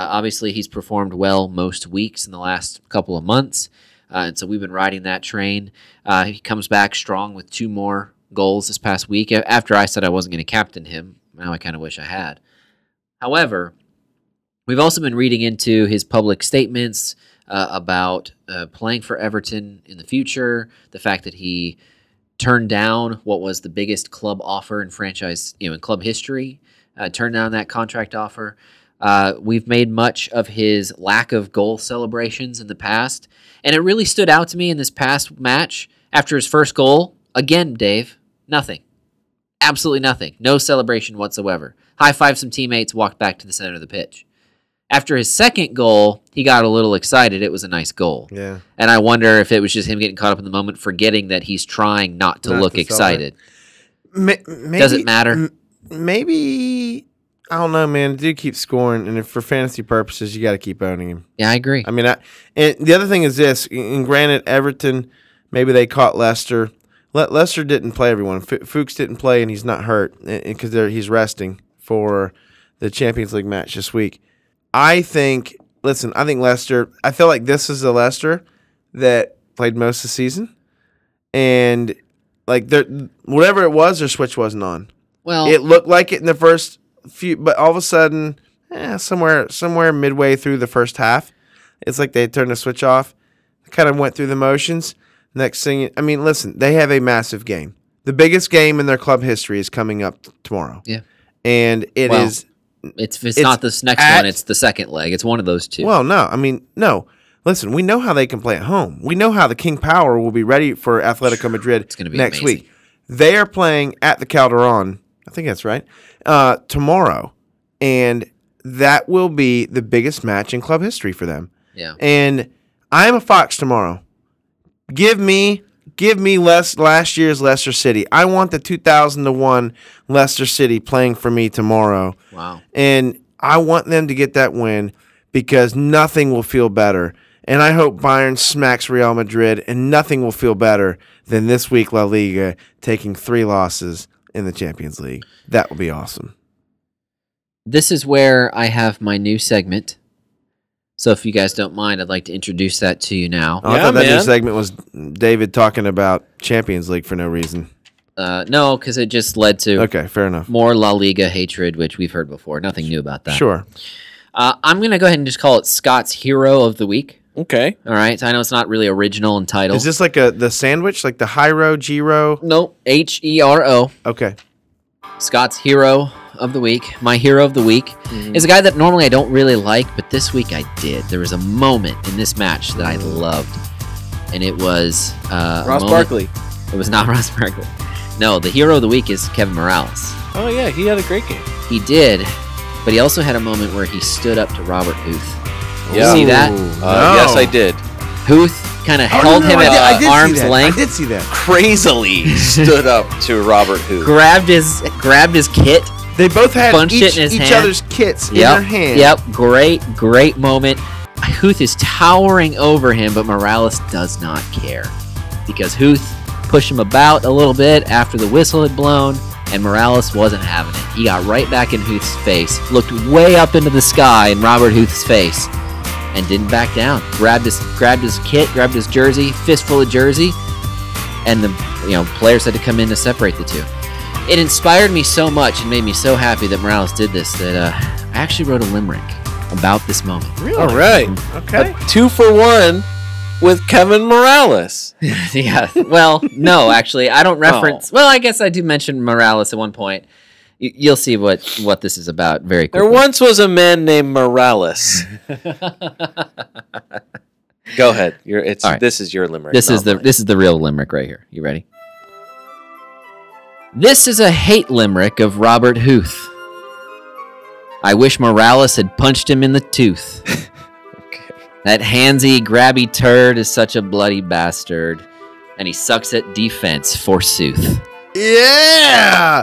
[SPEAKER 3] obviously, he's performed well most weeks in the last couple of months, uh, and so we've been riding that train. Uh, he comes back strong with two more goals this past week. A- After I said I wasn't going to captain him, now I kind of wish I had. However, we've also been reading into his public statements uh, about uh, playing for Everton in the future, the fact that he turned down what was the biggest club offer in franchise, you know, in club history, uh, turned down that contract offer. Uh, we've made much of his lack of goal celebrations in the past, and it really stood out to me in this past match after his first goal. Again, Dave, nothing, absolutely nothing, no celebration whatsoever. High five some teammates, walked back to the center of the pitch. After his second goal, he got a little excited. It was a nice goal.
[SPEAKER 1] Yeah.
[SPEAKER 3] And I wonder if it was just him getting caught up in the moment, forgetting that he's trying not to
[SPEAKER 1] Not
[SPEAKER 3] look
[SPEAKER 1] to
[SPEAKER 3] excited.
[SPEAKER 1] Ma- maybe,
[SPEAKER 3] Does it matter?
[SPEAKER 1] m- maybe I don't know, man. Dude keeps scoring, and if for fantasy purposes, you got to keep owning him.
[SPEAKER 3] Yeah, I agree.
[SPEAKER 1] I mean, I, and the other thing is this. And granted, Everton, maybe they caught Lester. Le- Lester didn't play everyone. F- Fuchs didn't play, and he's not hurt because he's resting for the Champions League match this week. I think. Listen, I think Lester. I feel like this is the Lester that played most of the season, and like there, whatever it was, their switch wasn't on.
[SPEAKER 3] Well,
[SPEAKER 1] It looked like it in the first few, but all of a sudden, eh, somewhere somewhere midway through the first half, it's like they turned the switch off. Kind of went through the motions. Next thing, I mean, listen, they have a massive game. The biggest game in their club history is coming up t- tomorrow.
[SPEAKER 3] Yeah.
[SPEAKER 1] and it is.
[SPEAKER 3] Well, it's, it's
[SPEAKER 1] it's
[SPEAKER 3] not this next
[SPEAKER 1] at-
[SPEAKER 3] one, it's the second leg. It's one of those two.
[SPEAKER 1] Well, no, I mean, no. Listen, we know how they can play at home. We know how the King Power will be ready for Atletico Madrid
[SPEAKER 3] It's gonna be
[SPEAKER 1] next
[SPEAKER 3] amazing.
[SPEAKER 1] week. They are playing at the Calderon. I think that's right. Uh, tomorrow, and that will be the biggest match in club history for them.
[SPEAKER 3] yeah.
[SPEAKER 1] And I am a Fox tomorrow. Give me, give me less last year's Leicester City. I want the two thousand to one Leicester City playing for me tomorrow.
[SPEAKER 3] Wow.
[SPEAKER 1] And I want them to get that win because nothing will feel better. And I hope Bayern smacks Real Madrid, and nothing will feel better than this week La Liga taking three losses in the Champions League. That would be awesome.
[SPEAKER 3] This is where I have my new segment. So if you guys don't mind, I'd like to introduce that to you now.
[SPEAKER 1] Oh, I
[SPEAKER 2] Yeah,
[SPEAKER 1] thought that new
[SPEAKER 2] man.
[SPEAKER 1] segment was David talking about Champions League for no reason.
[SPEAKER 3] Uh, no, because it just led to
[SPEAKER 1] Okay, fair enough.
[SPEAKER 3] more La Liga hatred, which we've heard before. Nothing new about that.
[SPEAKER 1] Sure.
[SPEAKER 3] Uh, I'm going to go ahead and just call it Scott's Hero of the Week.
[SPEAKER 2] Okay.
[SPEAKER 3] All right. So I know it's not really original in title.
[SPEAKER 1] Is this like a the sandwich, like the high row, G row?
[SPEAKER 3] Nope. H E R O.
[SPEAKER 1] Okay.
[SPEAKER 3] Scott's hero of the week, my hero of the week,
[SPEAKER 1] Mm-hmm.
[SPEAKER 3] is a guy that normally I don't really like, but this week I did. There was a moment in this match that I loved, and it was uh, a
[SPEAKER 2] Ross
[SPEAKER 3] moment-
[SPEAKER 2] Barkley.
[SPEAKER 3] It was not Ross Barkley. No, the hero of the week is Kevin Morales.
[SPEAKER 2] Oh yeah, he had a great game.
[SPEAKER 3] He did, but he also had a moment where he stood up to Robert Huth.
[SPEAKER 2] Yeah.
[SPEAKER 3] See that?
[SPEAKER 2] Uh,
[SPEAKER 1] No.
[SPEAKER 2] Yes, I did.
[SPEAKER 3] Huth kind of
[SPEAKER 1] Oh,
[SPEAKER 3] held
[SPEAKER 1] no, no,
[SPEAKER 3] him
[SPEAKER 1] I
[SPEAKER 3] at
[SPEAKER 1] did- I
[SPEAKER 3] uh,
[SPEAKER 1] did see
[SPEAKER 3] arm's
[SPEAKER 1] that.
[SPEAKER 3] length.
[SPEAKER 1] I did see that.
[SPEAKER 2] Crazily stood up to Robert Hood.
[SPEAKER 3] Grabbed his grabbed his kit
[SPEAKER 1] They both had
[SPEAKER 3] Bunched it
[SPEAKER 1] each,
[SPEAKER 3] in his
[SPEAKER 1] each
[SPEAKER 3] hand.
[SPEAKER 1] other's kits in their hand.
[SPEAKER 3] Yep. Great, great moment. Huth is towering over him, but Morales does not care because Huth pushed him about a little bit after the whistle had blown, and Morales wasn't having it. He got right back in Huth's face, looked way up into the sky in Robert Huth's face, and didn't back down. Grabbed his, grabbed his kit, grabbed his jersey, fistful of jersey, and the you know players had to come in to separate the two. It inspired me so much and made me so happy that Morales did this that uh, I actually wrote a limerick about this moment.
[SPEAKER 2] All right.
[SPEAKER 1] Okay.
[SPEAKER 2] A two for one with Kevin Morales.
[SPEAKER 3] yeah. Well, no, actually, I don't reference. Well, I guess I do mention Morales at one point. Y- You'll see what what this is about very
[SPEAKER 2] There
[SPEAKER 3] quickly.
[SPEAKER 2] once was a man named Morales. Go ahead. You're, it's
[SPEAKER 3] All right.
[SPEAKER 2] this is your limerick.
[SPEAKER 3] This
[SPEAKER 2] not
[SPEAKER 3] is the
[SPEAKER 2] mine.
[SPEAKER 3] this is the real limerick right here. You ready? This is a hate limerick of Robert Huth. I wish Morales had punched him in the tooth. That handsy, grabby turd is such a bloody bastard, and he sucks at defense forsooth.
[SPEAKER 1] Yeah,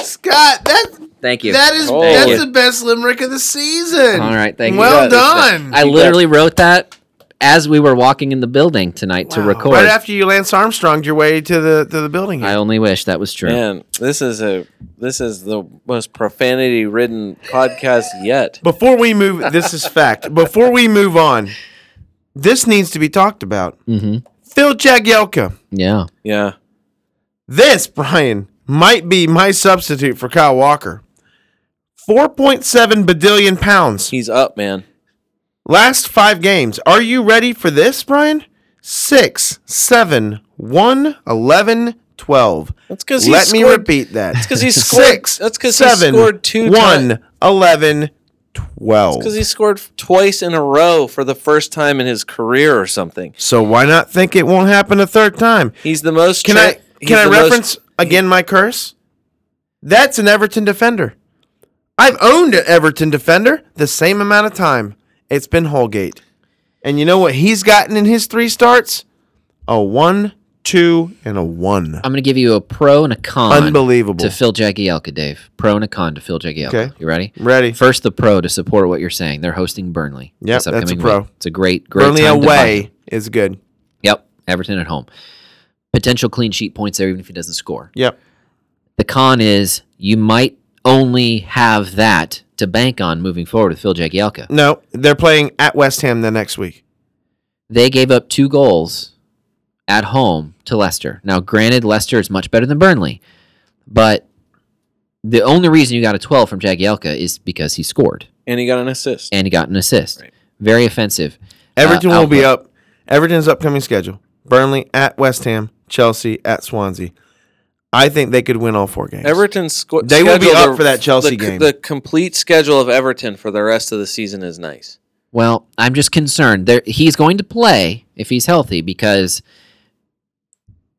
[SPEAKER 1] Scott, that
[SPEAKER 3] Thank you.
[SPEAKER 1] that is
[SPEAKER 2] Oh.
[SPEAKER 1] that's
[SPEAKER 2] Thank you.
[SPEAKER 1] the best limerick of the season.
[SPEAKER 3] All right, thank you.
[SPEAKER 1] well
[SPEAKER 2] You got it.
[SPEAKER 1] done.
[SPEAKER 3] I literally wrote that as we were walking in the building tonight to
[SPEAKER 1] Wow.
[SPEAKER 3] record.
[SPEAKER 1] Right after you Lance Armstronged your way to the to the building.
[SPEAKER 3] I
[SPEAKER 1] here.
[SPEAKER 3] only wish that was true.
[SPEAKER 2] Man, this is a this is the most profanity ridden podcast yet.
[SPEAKER 1] Before we move, this is fact. Before we move on, this needs to be talked about.
[SPEAKER 3] Mm-hmm.
[SPEAKER 1] Phil Jagielka.
[SPEAKER 3] Yeah.
[SPEAKER 2] Yeah.
[SPEAKER 1] This Brian might be my substitute for Kyle Walker. Four point seven badillion pounds.
[SPEAKER 2] He's up, man.
[SPEAKER 1] Last five games. Are you ready for this, Brian? Six, seven, one, eleven, twelve.
[SPEAKER 2] That's because
[SPEAKER 1] Let me repeat that. That's
[SPEAKER 2] 'cause he scored- that's 'cause he scored two
[SPEAKER 1] one, eleven, twelve.
[SPEAKER 2] Because he scored twice in a row for the first time in his career or something.
[SPEAKER 1] So why not think it won't happen a third time?
[SPEAKER 2] He's the most.
[SPEAKER 1] Can
[SPEAKER 2] tra-
[SPEAKER 1] I
[SPEAKER 2] he's
[SPEAKER 1] can I
[SPEAKER 2] the most-
[SPEAKER 1] reference again my curse? That's an Everton defender. I've owned an Everton defender the same amount of time. It's been Holgate. And you know what he's gotten in his three starts? A one, two, and a one.
[SPEAKER 3] I'm going to give you a pro and a con
[SPEAKER 1] Unbelievable.
[SPEAKER 3] to Phil Jagielka, Dave. Pro and a con to Phil Jagielka.
[SPEAKER 1] Okay.
[SPEAKER 3] You ready?
[SPEAKER 1] Ready.
[SPEAKER 3] First, the pro to support what you're saying. They're hosting Burnley.
[SPEAKER 1] Yep,
[SPEAKER 3] this
[SPEAKER 1] that's a
[SPEAKER 3] upcoming
[SPEAKER 1] pro.
[SPEAKER 3] week. It's a great, great
[SPEAKER 1] Burnley
[SPEAKER 3] time to buy
[SPEAKER 1] away is good.
[SPEAKER 3] Yep. Everton at home. Potential clean sheet points there, even if he doesn't score.
[SPEAKER 1] Yep.
[SPEAKER 3] The con is you might only have that to bank on moving forward with Phil Jagielka.
[SPEAKER 1] No, they're playing at West Ham the next week.
[SPEAKER 3] They gave up two goals at home to Leicester. Now, granted, Leicester is much better than Burnley, but the only reason you got a 12 from Jagielka is because he scored
[SPEAKER 2] And he got an assist.
[SPEAKER 3] and he got an assist.
[SPEAKER 2] Right.
[SPEAKER 3] Very offensive.
[SPEAKER 1] Everton
[SPEAKER 3] Uh,
[SPEAKER 1] will be
[SPEAKER 3] outlook.
[SPEAKER 1] up. Everton's upcoming schedule. Burnley at West Ham, Chelsea at Swansea. I think they could win all four games.
[SPEAKER 2] Everton sco-
[SPEAKER 1] They will be
[SPEAKER 2] schedule
[SPEAKER 1] up
[SPEAKER 2] the-
[SPEAKER 1] for that Chelsea
[SPEAKER 2] the,
[SPEAKER 1] game.
[SPEAKER 2] The complete schedule of Everton for the rest of the season is nice.
[SPEAKER 3] Well, I'm just concerned. There, he's going to play if he's healthy because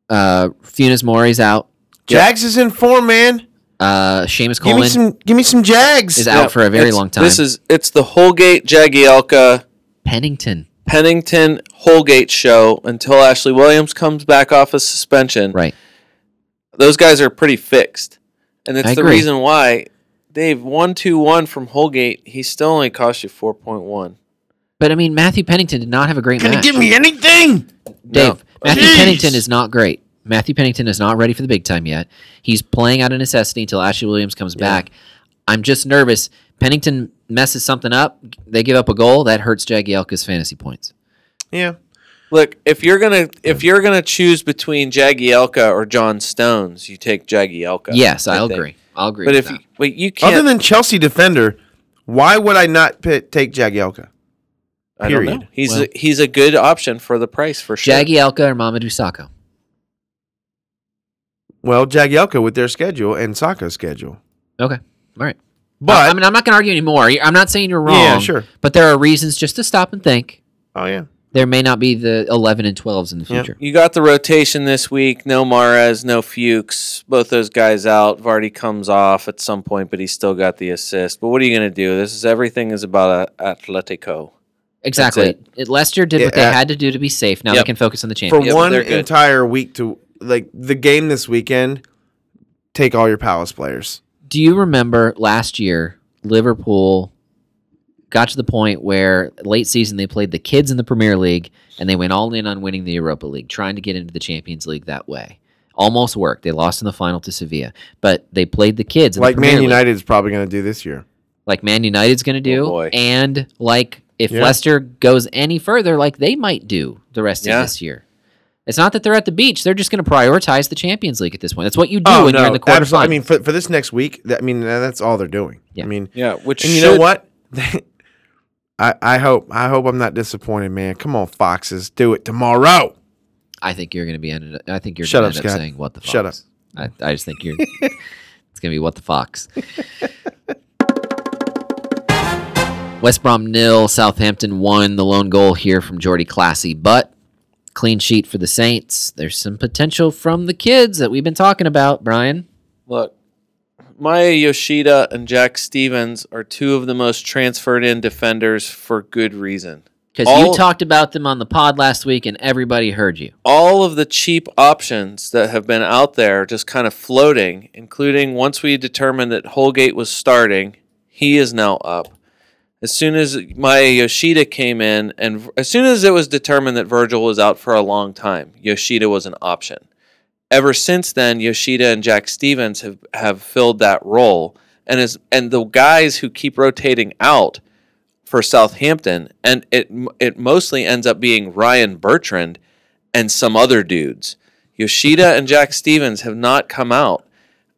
[SPEAKER 3] uh, Funes Mori's out.
[SPEAKER 1] Jags is in form, man.
[SPEAKER 3] Uh, Seamus
[SPEAKER 1] Give me
[SPEAKER 3] Coleman
[SPEAKER 1] some. Give me some Jags.
[SPEAKER 3] is out for a very
[SPEAKER 2] It's-
[SPEAKER 3] long time.
[SPEAKER 2] This is it's the Holgate Jagielka
[SPEAKER 3] Pennington.
[SPEAKER 2] Pennington Holgate show until Ashley Williams comes back off of suspension.
[SPEAKER 3] Right.
[SPEAKER 2] Those guys are pretty fixed, and it's
[SPEAKER 3] I
[SPEAKER 2] the
[SPEAKER 3] agree.
[SPEAKER 2] reason why Dave one two one from Holgate. He still only cost you four point one.
[SPEAKER 3] But I mean, Matthew Pennington did not have a great
[SPEAKER 1] Can you
[SPEAKER 3] match.
[SPEAKER 1] give me anything?
[SPEAKER 3] Dave,
[SPEAKER 2] No.
[SPEAKER 3] Matthew
[SPEAKER 1] Jeez.
[SPEAKER 3] Pennington is not great. Matthew Pennington is not ready for the big time yet. He's playing out of necessity until Ashley Williams comes back. I'm just nervous. Pennington messes something up. They give up a goal. That hurts Jagielka's fantasy points.
[SPEAKER 1] Yeah.
[SPEAKER 2] Look, if you're gonna if you're gonna choose between Jagielka or John Stones, you take Jagielka.
[SPEAKER 3] yes,
[SPEAKER 2] I
[SPEAKER 3] I'll
[SPEAKER 2] think.
[SPEAKER 3] agree. I'll agree.
[SPEAKER 2] But
[SPEAKER 3] with
[SPEAKER 2] if
[SPEAKER 3] that.
[SPEAKER 2] you, but you can't,
[SPEAKER 1] Other than Chelsea defender, why would I not pi take Jagielka?
[SPEAKER 2] I don't
[SPEAKER 1] period.
[SPEAKER 2] know. He's
[SPEAKER 3] Well-
[SPEAKER 2] a, he's a good option for the price for sure.
[SPEAKER 3] Jagielka or Mamadou Sakho.
[SPEAKER 1] Well, Jagielka with their schedule and Saka's schedule.
[SPEAKER 3] Okay. All right.
[SPEAKER 1] But
[SPEAKER 3] I mean, I'm not going to argue anymore. I'm not saying you're wrong.
[SPEAKER 1] Yeah, sure.
[SPEAKER 3] But there are reasons just to stop and think.
[SPEAKER 1] oh yeah,
[SPEAKER 3] There may not be the 11 and 12s in the
[SPEAKER 1] Yeah.
[SPEAKER 3] future.
[SPEAKER 2] You got the rotation this week. No Mares, no Fuchs. Both those guys out. Vardy comes off at some point, but he's still got the assist. But what are you going to do? This is everything is about uh, Atletico.
[SPEAKER 3] Exactly.
[SPEAKER 2] it.
[SPEAKER 3] It- Leicester did what
[SPEAKER 1] Yeah,
[SPEAKER 3] they
[SPEAKER 1] uh,
[SPEAKER 3] had to do to be safe. Now
[SPEAKER 2] Yep.
[SPEAKER 3] they can focus on the
[SPEAKER 1] for
[SPEAKER 3] championship.
[SPEAKER 2] Yeah, but
[SPEAKER 1] one
[SPEAKER 2] they're good.
[SPEAKER 1] entire week to like the game this weekend, take all your Palace players.
[SPEAKER 3] do you remember last year Liverpool got to the point where late season they played the kids in the Premier League and they went all in on winning the Europa League, trying to get into the Champions League that way. Almost worked. They lost in the final to Sevilla, but they played the kids in
[SPEAKER 1] Like
[SPEAKER 3] the Premier
[SPEAKER 1] Man
[SPEAKER 3] League.
[SPEAKER 1] United is probably going to do this year.
[SPEAKER 3] like Man United's going to do,
[SPEAKER 2] Oh, boy.
[SPEAKER 3] and like if
[SPEAKER 1] Yeah.
[SPEAKER 3] Leicester goes any further, like they might do the rest
[SPEAKER 2] Yeah.
[SPEAKER 3] of this year. It's not that they're at the beach; they're just going to prioritize the Champions League at this point. That's what you do
[SPEAKER 1] Oh,
[SPEAKER 3] when Oh, you're in the
[SPEAKER 1] absolutely.
[SPEAKER 3] quarterfinals.
[SPEAKER 1] I mean, for, for this next week, that, I mean that's all they're doing.
[SPEAKER 3] Yeah.
[SPEAKER 1] I mean,
[SPEAKER 2] Yeah, which
[SPEAKER 1] And you know what? I, I hope I hope I'm not disappointed, man. Come on, Foxes, do it tomorrow.
[SPEAKER 3] I think you're going to be ended. Up, I think you're
[SPEAKER 1] Shut
[SPEAKER 3] going
[SPEAKER 1] up,
[SPEAKER 3] to end
[SPEAKER 1] Scott.
[SPEAKER 3] up saying what the fox.
[SPEAKER 1] Shut
[SPEAKER 3] I, I just think you're. it's going to be what the fox. West Brom nil, Southampton one. The lone goal here from Jordy Classy, but clean sheet for the Saints. There's some potential from the kids that we've been talking about, Brian.
[SPEAKER 2] Look, Maya Yoshida and Jack Stevens are two of the most transferred in defenders for good reason.
[SPEAKER 3] Because
[SPEAKER 2] All-
[SPEAKER 3] you talked about them on the pod last week, and everybody heard you.
[SPEAKER 2] all of the cheap options that have been out there just kind of floating, including once we determined that Holgate was starting, he is now up. As soon as Maya Yoshida came in, and v- as soon as it was determined that Virgil was out for a long time, Yoshida was an option. Ever since then, Yoshida and Jack Stevens have, have filled that role, and as and the guys who keep rotating out for Southampton, and it it mostly ends up being Ryan Bertrand and some other dudes. Yoshida and Jack Stevens have not come out,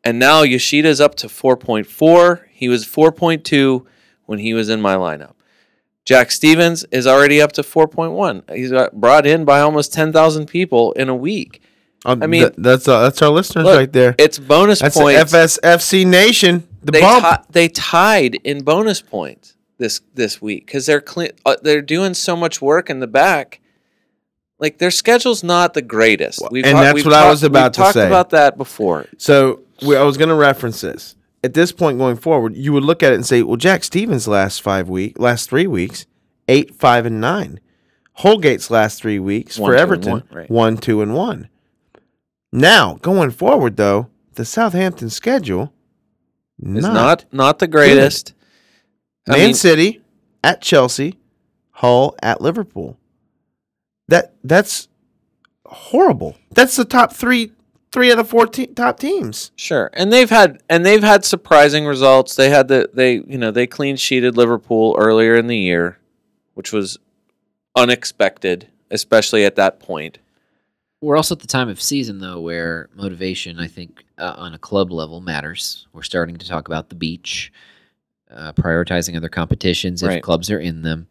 [SPEAKER 2] and now Yoshida's up to 4.4. He was 4.2 when he was in my lineup. Jack Stevens is already up to 4.1. He's got brought in by almost 10,000 people in a week.
[SPEAKER 1] I
[SPEAKER 2] mean-
[SPEAKER 1] mean, that's uh, that's our listeners
[SPEAKER 2] Look,
[SPEAKER 1] right there.
[SPEAKER 2] It's bonus
[SPEAKER 1] That's the
[SPEAKER 2] points.
[SPEAKER 1] FSFC Nation. The
[SPEAKER 2] they
[SPEAKER 1] bump.
[SPEAKER 2] ti- they tied in bonus points this this week because they're clean, uh, they're doing so much work in the back. Like their schedule's not the greatest. We've
[SPEAKER 1] and
[SPEAKER 2] ta-
[SPEAKER 1] that's
[SPEAKER 2] we've
[SPEAKER 1] what I
[SPEAKER 2] ta-
[SPEAKER 1] was about
[SPEAKER 2] we've
[SPEAKER 1] to
[SPEAKER 2] talked
[SPEAKER 1] say.
[SPEAKER 2] about that before.
[SPEAKER 1] So we, I was going to reference this. At this point going forward, you would look at it and say, "Well, Jack Stevens last five week, last three weeks, eight, five, and nine. Holgate's last three weeks for
[SPEAKER 2] One, two, and
[SPEAKER 1] Everton,
[SPEAKER 2] one, right.
[SPEAKER 1] one, two, and one. Now going forward, though, the Southampton schedule
[SPEAKER 2] It's not not the greatest. I
[SPEAKER 1] Man
[SPEAKER 2] mean,
[SPEAKER 1] City at Chelsea, Hull at Liverpool. That that's horrible. That's the top three, three of the four te- top teams.
[SPEAKER 2] sure, and they've had and they've had surprising results. They had the they you know they clean sheeted Liverpool earlier in the year, which was unexpected, especially at that point.
[SPEAKER 3] We're also at the time of season though, where motivation, I think, uh, on a club level matters. We're starting to talk about the beach, uh, prioritizing other competitions if
[SPEAKER 2] Right.
[SPEAKER 3] clubs are in them.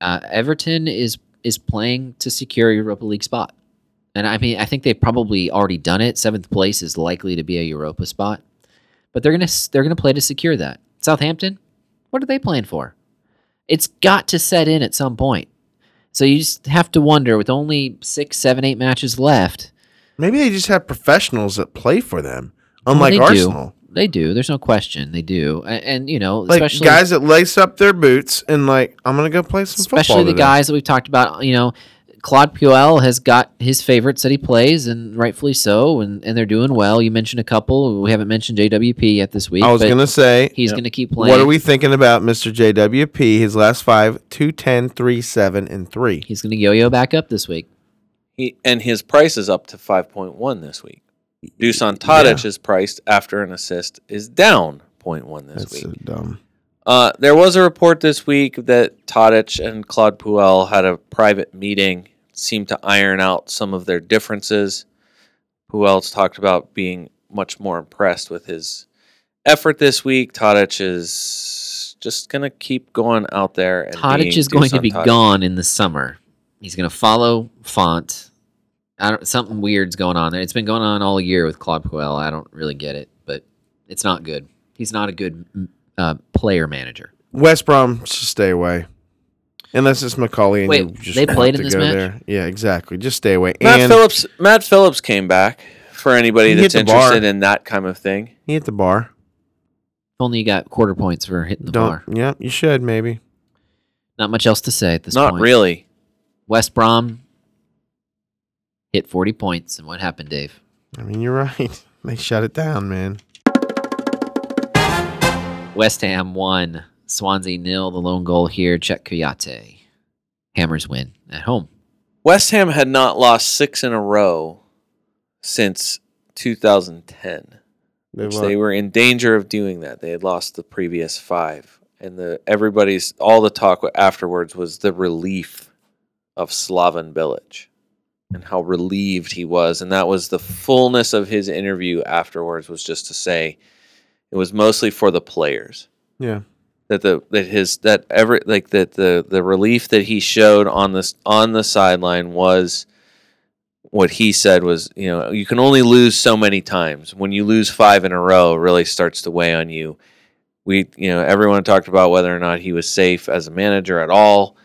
[SPEAKER 3] Uh, Everton is is playing to secure a Europa League spot, and I mean, I think they've probably already done it. Seventh place is likely to be a Europa spot, but they're gonna s- they're gonna play to secure that. Southampton, what are they playing for? It's got to set in at some point. So you just have to wonder with only six, seven, eight matches left.
[SPEAKER 1] Maybe they just have professionals that play for them,
[SPEAKER 3] Well,
[SPEAKER 1] unlike
[SPEAKER 3] they
[SPEAKER 1] Arsenal.
[SPEAKER 3] Do. They do. There's no question. They do. A- And, you know,
[SPEAKER 1] Like
[SPEAKER 3] especially
[SPEAKER 1] guys that lace up their boots and like, I'm gonna go play some
[SPEAKER 3] especially
[SPEAKER 1] football.
[SPEAKER 3] the
[SPEAKER 1] today."
[SPEAKER 3] guys that we've talked about, you know, Claude Puel has got his favorites that he plays, and rightfully so, and, and they're doing well. You mentioned a couple. We haven't mentioned JWP yet this week.
[SPEAKER 1] I was
[SPEAKER 3] but
[SPEAKER 1] gonna say,
[SPEAKER 3] he's going to keep playing.
[SPEAKER 1] what are we thinking about Mr. JWP? His last five, two, ten, three, seven, and three.
[SPEAKER 3] He's going to yo-yo back up this week.
[SPEAKER 2] He and his price is up to five point one this week. Dusan Tadic's price after an assist is down 0.1 this
[SPEAKER 1] That's
[SPEAKER 2] week.
[SPEAKER 1] so dumb.
[SPEAKER 2] Uh, there was a report this week that Tadic and Claude Puel had a private meeting, seemed to iron out some of their differences. Puel's talked about being much more impressed with his effort this week. Tadic is just going to keep going out there. And
[SPEAKER 3] Tadic
[SPEAKER 2] being
[SPEAKER 3] is going to
[SPEAKER 2] Dusan
[SPEAKER 3] be
[SPEAKER 2] Tadic.
[SPEAKER 3] gone in the summer. He's going to follow Font. I don't, something weird's going on there. It's been going on all year with Claude Puel. I don't really get it, but it's not good. He's not a good mm, uh, player manager.
[SPEAKER 1] West Brom should stay away. Unless it's Macaulay and
[SPEAKER 3] Wait,
[SPEAKER 1] you just
[SPEAKER 3] they
[SPEAKER 1] want
[SPEAKER 3] played
[SPEAKER 1] to
[SPEAKER 3] in this
[SPEAKER 1] go
[SPEAKER 3] match?
[SPEAKER 1] there. Yeah, exactly. Just stay away.
[SPEAKER 2] Matt
[SPEAKER 1] and
[SPEAKER 2] Phillips. Matt Phillips came back for anybody
[SPEAKER 1] He
[SPEAKER 2] that's
[SPEAKER 1] hit the bar.
[SPEAKER 2] interested in that kind of thing.
[SPEAKER 1] he hit the bar.
[SPEAKER 3] If Only you got quarter points for hitting the
[SPEAKER 1] Don't.
[SPEAKER 3] bar.
[SPEAKER 1] Yeah, you should maybe.
[SPEAKER 3] Not much else to say at this
[SPEAKER 2] Not
[SPEAKER 3] point.
[SPEAKER 2] really.
[SPEAKER 3] West Brom hit 40 points. And what happened, Dave?
[SPEAKER 1] I mean, you're right. They shut it down, man.
[SPEAKER 3] West Ham won. Swansea nil. The lone goal here. Czech Kuyate. Hammers win at home.
[SPEAKER 2] West Ham had not lost six in a row since 2010.
[SPEAKER 1] They
[SPEAKER 2] which
[SPEAKER 1] won.
[SPEAKER 2] they were in danger of doing that. They had lost the previous five, and the everybody's all the talk afterwards was the relief of Slaven Bilic and how relieved he was, and that was the fullness of his interview afterwards was just to say it was mostly for the players
[SPEAKER 1] yeah.
[SPEAKER 2] that the that his that every like that the the relief that he showed on this on the sideline was what he said was you know you can only lose so many times when you lose five in a row it really starts to weigh on you we you know everyone talked about whether or not he was safe as a manager at all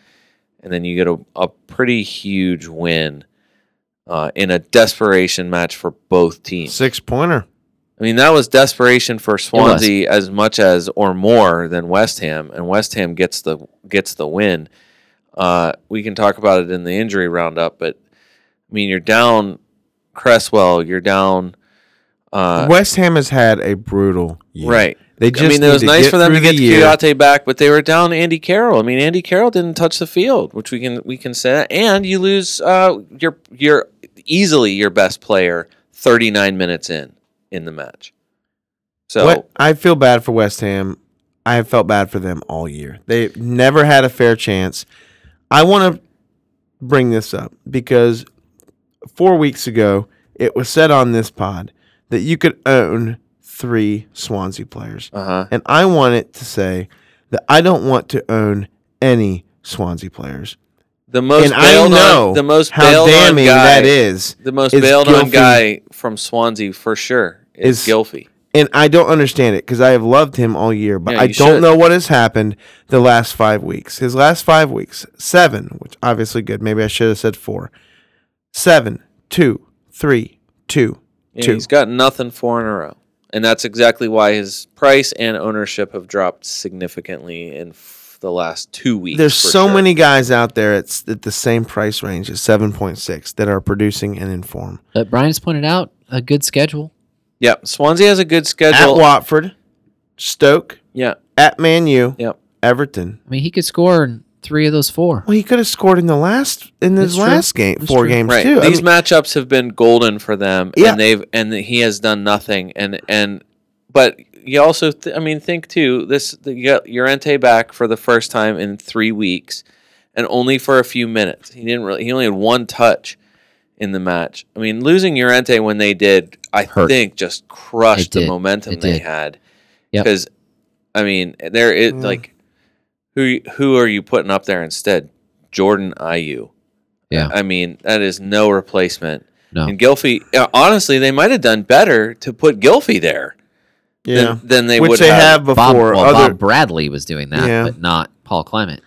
[SPEAKER 2] and then you get a, a pretty huge win uh, in a desperation match for both teams
[SPEAKER 1] Six pointer.
[SPEAKER 2] I mean, that was desperation for
[SPEAKER 3] was.
[SPEAKER 2] Swansea as much as or more than West Ham, and West Ham gets the gets the win. Uh, we can talk about it in the injury roundup, but I mean, you're down Cresswell, you're down uh,
[SPEAKER 1] West Ham has had a brutal year.
[SPEAKER 2] right.
[SPEAKER 1] They just
[SPEAKER 2] I mean, it was nice for them to get
[SPEAKER 1] the year.
[SPEAKER 2] Kuyate back, but they were down Andy Carroll. I mean, Andy Carroll didn't touch the field, which we can we can say. that. And you lose uh, your your easily your best player 39 minutes in in the match. So
[SPEAKER 1] What- I feel bad for West Ham. I have felt bad for them all year. They never had a fair chance. I want to bring this up because four weeks ago it was said on this pod that you could own three Swansea players,
[SPEAKER 2] uh-huh.
[SPEAKER 1] and I want it to say that I don't want to own any Swansea players.
[SPEAKER 2] the most
[SPEAKER 1] and I
[SPEAKER 2] bailed
[SPEAKER 1] know
[SPEAKER 2] on, the most
[SPEAKER 1] how
[SPEAKER 2] bailed
[SPEAKER 1] damning
[SPEAKER 2] on guy,
[SPEAKER 1] that is.
[SPEAKER 2] the most
[SPEAKER 1] is
[SPEAKER 2] bailed on
[SPEAKER 1] Gylfi.
[SPEAKER 2] guy from Swansea for sure is,
[SPEAKER 1] Is-
[SPEAKER 2] Gilfy.
[SPEAKER 1] and I don't understand it because I have loved him all year, but
[SPEAKER 2] Yeah,
[SPEAKER 1] I
[SPEAKER 2] you
[SPEAKER 1] don't
[SPEAKER 2] should.
[SPEAKER 1] know what has happened the last five weeks. His last five weeks, seven, which obviously good. Maybe I should have said four. Seven, two, three, two,
[SPEAKER 2] Yeah,
[SPEAKER 1] two.
[SPEAKER 2] he's got nothing four in a row. And that's exactly why his price and ownership have dropped significantly in f- the last two weeks.
[SPEAKER 1] There's
[SPEAKER 2] for
[SPEAKER 1] so
[SPEAKER 2] sure.
[SPEAKER 1] many guys out there at, at the same price range as 7.6 that are producing and inform.
[SPEAKER 3] But Brian's pointed out a good schedule.
[SPEAKER 2] Yeah, Swansea has a good
[SPEAKER 1] At
[SPEAKER 2] schedule.
[SPEAKER 1] Watford, Stoke,
[SPEAKER 2] yeah,
[SPEAKER 1] at Man U,
[SPEAKER 2] yeah.
[SPEAKER 1] Everton.
[SPEAKER 3] I mean, he could score in three of those four.
[SPEAKER 1] Well, he could have scored in the last in his
[SPEAKER 3] That's true.
[SPEAKER 1] last game,
[SPEAKER 3] That's
[SPEAKER 1] four
[SPEAKER 3] true.
[SPEAKER 1] games
[SPEAKER 2] Right.
[SPEAKER 1] too. I
[SPEAKER 2] These
[SPEAKER 1] mean,
[SPEAKER 2] matchups have been golden for them,
[SPEAKER 1] Yeah.
[SPEAKER 2] and they've and he has done nothing. And and but you also, th- I mean, think too. This the- you got Llorente back for the first time in three weeks, and only for a few minutes. He didn't really. He only had one touch in the match. I mean, losing Llorente when they did, I
[SPEAKER 3] Hurt.
[SPEAKER 2] think, just crushed
[SPEAKER 3] It
[SPEAKER 2] the
[SPEAKER 3] did.
[SPEAKER 2] momentum
[SPEAKER 3] It
[SPEAKER 2] they
[SPEAKER 3] did.
[SPEAKER 2] had.
[SPEAKER 3] Yep.
[SPEAKER 2] Because, I mean, there is
[SPEAKER 1] Yeah.
[SPEAKER 2] like, who who are you putting up there instead? Jordan Ayew.
[SPEAKER 3] Yeah.
[SPEAKER 2] I mean, that is no replacement.
[SPEAKER 3] No.
[SPEAKER 2] And Gilfy, uh, honestly, they might have done better to put Gilfy there
[SPEAKER 1] yeah.
[SPEAKER 2] than, than they
[SPEAKER 1] Which
[SPEAKER 2] would
[SPEAKER 1] they
[SPEAKER 2] have.
[SPEAKER 1] have
[SPEAKER 3] Bob,
[SPEAKER 1] before.
[SPEAKER 3] well,
[SPEAKER 1] other,
[SPEAKER 3] Bob Bradley was doing that,
[SPEAKER 1] Yeah.
[SPEAKER 3] but not Paul Clement.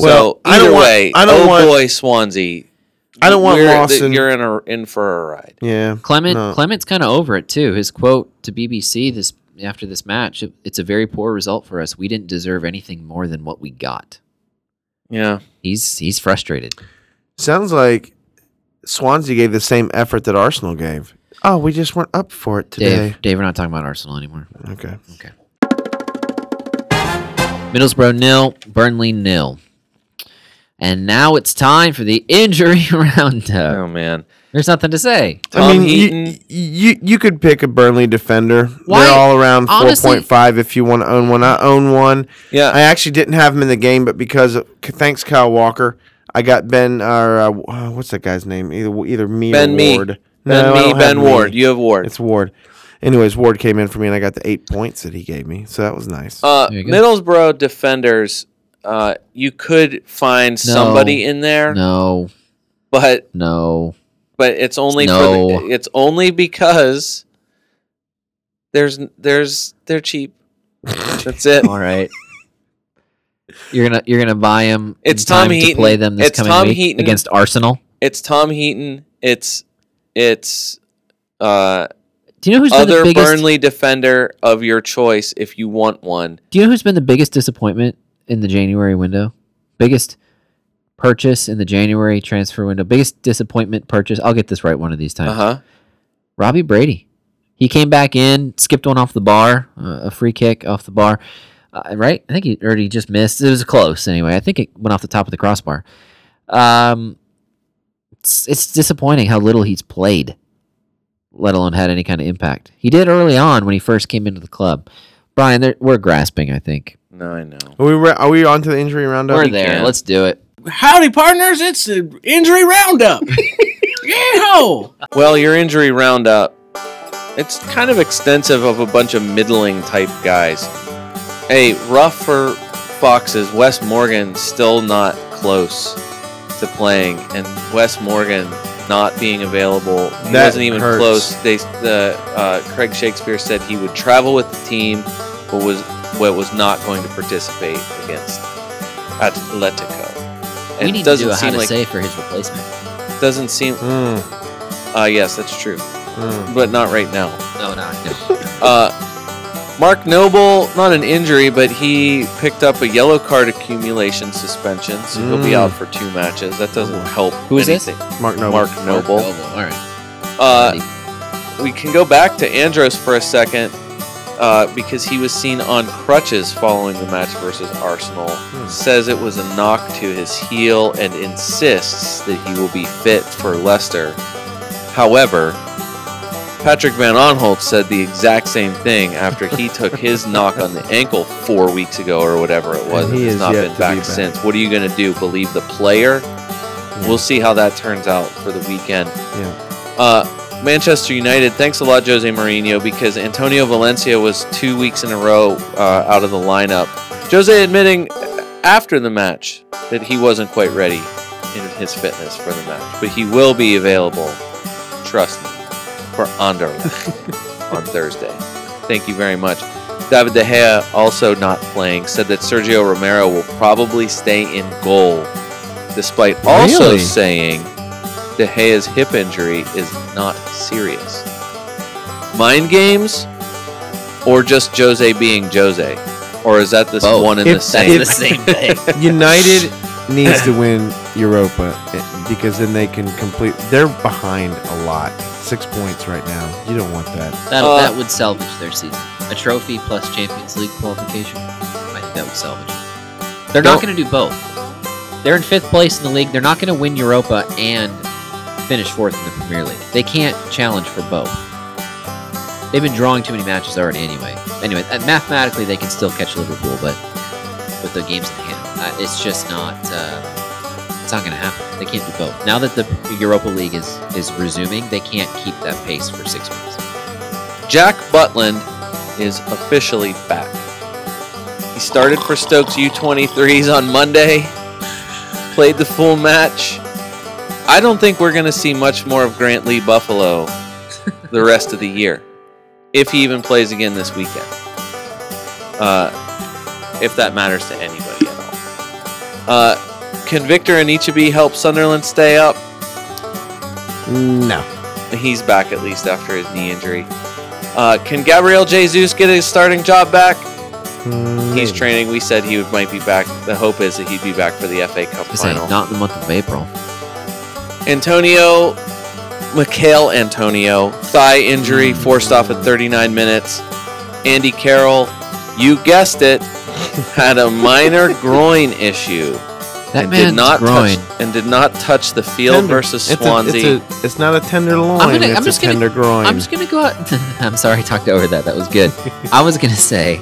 [SPEAKER 2] so
[SPEAKER 1] Well, I don't
[SPEAKER 2] either
[SPEAKER 1] want-
[SPEAKER 2] way,
[SPEAKER 1] I don't
[SPEAKER 2] oh
[SPEAKER 1] want-
[SPEAKER 2] boy, Swansea.
[SPEAKER 1] I don't want
[SPEAKER 2] we're- that
[SPEAKER 1] Lawson.
[SPEAKER 2] You're in, a, in for a ride.
[SPEAKER 1] Yeah.
[SPEAKER 3] Clement
[SPEAKER 1] No.
[SPEAKER 3] Clement's kind of over it too. His quote to BBC this after this match: "It- "It's a very poor result for us. We didn't deserve anything more than what we got."
[SPEAKER 2] Yeah.
[SPEAKER 3] He's he's frustrated.
[SPEAKER 1] Sounds like Swansea gave the same effort that Arsenal gave. Oh, we just weren't up for it today.
[SPEAKER 3] Dave, Dave, we're not talking about Arsenal anymore.
[SPEAKER 1] Okay.
[SPEAKER 3] Okay. Middlesbrough nil, Burnley nil. And now it's time for the injury roundup.
[SPEAKER 2] Oh man.
[SPEAKER 3] There's nothing to say.
[SPEAKER 2] Tom
[SPEAKER 1] I mean, you,
[SPEAKER 2] Heaton.
[SPEAKER 1] you you could pick a Burnley defender.
[SPEAKER 3] Why-
[SPEAKER 1] They're all around
[SPEAKER 3] honestly-
[SPEAKER 1] 4.5 if you want to own one. I own one.
[SPEAKER 2] yeah.
[SPEAKER 1] I actually didn't have him in the game, but because of, thanks Kyle Walker, I got Ben or uh, uh, what's that guy's name? Either either me
[SPEAKER 2] Ben
[SPEAKER 1] or
[SPEAKER 2] Mee.
[SPEAKER 1] Ward.
[SPEAKER 2] ben
[SPEAKER 1] No, I
[SPEAKER 2] me,
[SPEAKER 1] don't have
[SPEAKER 2] Ben
[SPEAKER 1] Mee.
[SPEAKER 2] Ward. You have Ward.
[SPEAKER 1] It's Ward. Anyways, Ward came in for me and I got the eight points that he gave me, so that was nice.
[SPEAKER 2] Uh,
[SPEAKER 3] There you go.
[SPEAKER 2] Middlesbrough defenders. Uh, you could find somebody in there,
[SPEAKER 3] No,
[SPEAKER 2] but
[SPEAKER 3] no.
[SPEAKER 2] but it's only for
[SPEAKER 3] No.
[SPEAKER 2] the, it's only because there's there's they're cheap. That's it.
[SPEAKER 3] All right. You're gonna you're gonna buy him.
[SPEAKER 2] It's
[SPEAKER 3] in time
[SPEAKER 2] Tom
[SPEAKER 3] to
[SPEAKER 2] Heaton.
[SPEAKER 3] play them this
[SPEAKER 2] It's
[SPEAKER 3] coming
[SPEAKER 2] Tom
[SPEAKER 3] week
[SPEAKER 2] Heaton.
[SPEAKER 3] against Arsenal.
[SPEAKER 2] It's Tom Heaton. It's it's uh,
[SPEAKER 3] Do you know who's been the
[SPEAKER 2] other
[SPEAKER 3] biggest?
[SPEAKER 2] Burnley defender of your choice if you want one.
[SPEAKER 3] Do you know who's been the biggest disappointment in the January window? Biggest purchase in the January transfer window. Biggest disappointment purchase. I'll get this right one of these times.
[SPEAKER 2] Uh huh.
[SPEAKER 3] Robbie Brady. He came back in, skipped one off the bar, uh, a free kick off the bar, uh, right? I think he already just missed. It was close anyway. I think it went off the top of the crossbar. Um, it's, it's disappointing how little he's played, let alone had any kind of impact. He did early on when he first came into the club. Brian, there- we're grasping, I think.
[SPEAKER 2] No, I know.
[SPEAKER 1] are we re- are we on to the injury roundup?
[SPEAKER 3] We're there.
[SPEAKER 2] can.
[SPEAKER 3] Let's do it.
[SPEAKER 4] Howdy, partners. It's the injury roundup. Yeehaw!
[SPEAKER 2] Well, your injury roundup. It's kind of extensive of a bunch of middling type guys. Hey, rough for Foxes. Wes Morgan still not close to playing, and Wes Morgan not being available. He
[SPEAKER 1] That
[SPEAKER 2] wasn't even
[SPEAKER 1] hurts.
[SPEAKER 2] close. They, the uh, Craig Shakespeare said he would travel with the team, but was but was not going to participate against Atletico. And
[SPEAKER 3] we
[SPEAKER 2] it
[SPEAKER 3] need to
[SPEAKER 2] doesn't
[SPEAKER 3] do a how
[SPEAKER 2] seem
[SPEAKER 3] to
[SPEAKER 2] like
[SPEAKER 3] say for his replacement.
[SPEAKER 2] doesn't seem.
[SPEAKER 1] Mm,
[SPEAKER 2] Uh, yes, that's true,
[SPEAKER 1] mm.
[SPEAKER 2] but not right now.
[SPEAKER 3] No, no, no.
[SPEAKER 2] Uh, Mark Noble, not an injury, but he picked up a yellow card accumulation suspension, so he'll be
[SPEAKER 1] Mm.
[SPEAKER 2] out for two matches. That doesn't help.
[SPEAKER 3] Who is this?
[SPEAKER 2] anything.
[SPEAKER 1] Mark Noble.
[SPEAKER 2] Mark Noble.
[SPEAKER 3] All right.
[SPEAKER 2] Uh, we can go back to Andros for a second. uh, because he was seen on crutches following the match versus Arsenal.
[SPEAKER 1] Hmm.
[SPEAKER 2] Says it was a knock to his heel and insists that he will be fit for Leicester. However, Patrick Van Onholt said the exact same thing after he took his knock on the ankle four weeks ago or whatever it was.
[SPEAKER 1] And
[SPEAKER 2] And
[SPEAKER 1] he
[SPEAKER 2] has
[SPEAKER 1] is
[SPEAKER 2] not
[SPEAKER 1] yet
[SPEAKER 2] been
[SPEAKER 1] to be
[SPEAKER 2] back,
[SPEAKER 1] back.
[SPEAKER 2] since. What are you going to do? Believe the player?
[SPEAKER 1] Hmm.
[SPEAKER 2] We'll see how that turns out for the weekend.
[SPEAKER 1] Yeah.
[SPEAKER 2] Uh, Manchester United, thanks a lot, Jose Mourinho, because Antonio Valencia was two weeks in a row uh, out of the lineup. Jose admitting after the match that he wasn't quite ready in his fitness for the match, but he will be available, trust me, for Anderlecht on Thursday. Thank you very much. David De Gea, also not playing, said that Sergio Romero will probably stay in goal, despite also
[SPEAKER 1] Really?
[SPEAKER 2] saying De Gea's hip injury is not serious. Mind games, or just Jose being Jose, or is that this
[SPEAKER 3] Both.
[SPEAKER 2] one and
[SPEAKER 1] If-
[SPEAKER 2] the
[SPEAKER 3] That's
[SPEAKER 2] same?
[SPEAKER 3] the same thing.
[SPEAKER 1] United needs to win Europa eh, because then they can complete. They're behind a lot. Six points right now. You don't want that.
[SPEAKER 3] That,
[SPEAKER 2] Uh,
[SPEAKER 3] that would salvage their season. A trophy plus Champions League qualification. I think that would salvage it. They're not
[SPEAKER 2] Don't-
[SPEAKER 3] going to do both. They're in fifth place in the league. They're not going to win Europa and finish fourth in the Premier League. They can't challenge for both. They've been drawing too many matches already anyway. Anyway, uh, mathematically, they can still catch Liverpool, but with the games in hand, uh, it's just not. Uh, it's not going to happen. They can't do both. Now that the Europa League is is resuming, they can't keep that pace for six weeks.
[SPEAKER 2] Jack Butland is officially back. He started for Stokes U23s on Monday, played the full match. I don't think we're going to see much more of Grant Lee Buffalo the rest of the year, if he even plays again this weekend. Uh, if that matters to anybody at all. Uh, can Victor and Ichibi help Sunderland stay up?
[SPEAKER 1] No.
[SPEAKER 2] he's back at least after his knee injury. Uh, can Gabriel Jesus get his starting job back?
[SPEAKER 3] Hmm.
[SPEAKER 2] He's
[SPEAKER 1] Mm.
[SPEAKER 2] training. We said he would- might be back. The hope is that he'd be back for the FA Cup
[SPEAKER 3] Just saying,
[SPEAKER 2] final.
[SPEAKER 3] not in the month of April.
[SPEAKER 2] Antonio, Mikhail Antonio, thigh injury,
[SPEAKER 3] Hmm.
[SPEAKER 2] forced off at 39 minutes. Andy Carroll, you guessed it, had a minor groin issue
[SPEAKER 3] That
[SPEAKER 2] and
[SPEAKER 3] man's
[SPEAKER 2] did not
[SPEAKER 3] groin.
[SPEAKER 2] touch and did not touch the field
[SPEAKER 1] Tender.
[SPEAKER 2] versus
[SPEAKER 1] It's a-
[SPEAKER 2] Swansea.
[SPEAKER 1] It's, a, it's not a tender loin.
[SPEAKER 3] I'm gonna-
[SPEAKER 1] it's
[SPEAKER 3] I'm just
[SPEAKER 1] a
[SPEAKER 3] gonna-
[SPEAKER 1] tender groin.
[SPEAKER 3] I'm just gonna go out. I'm sorry, I talked over that. That was good. I was gonna say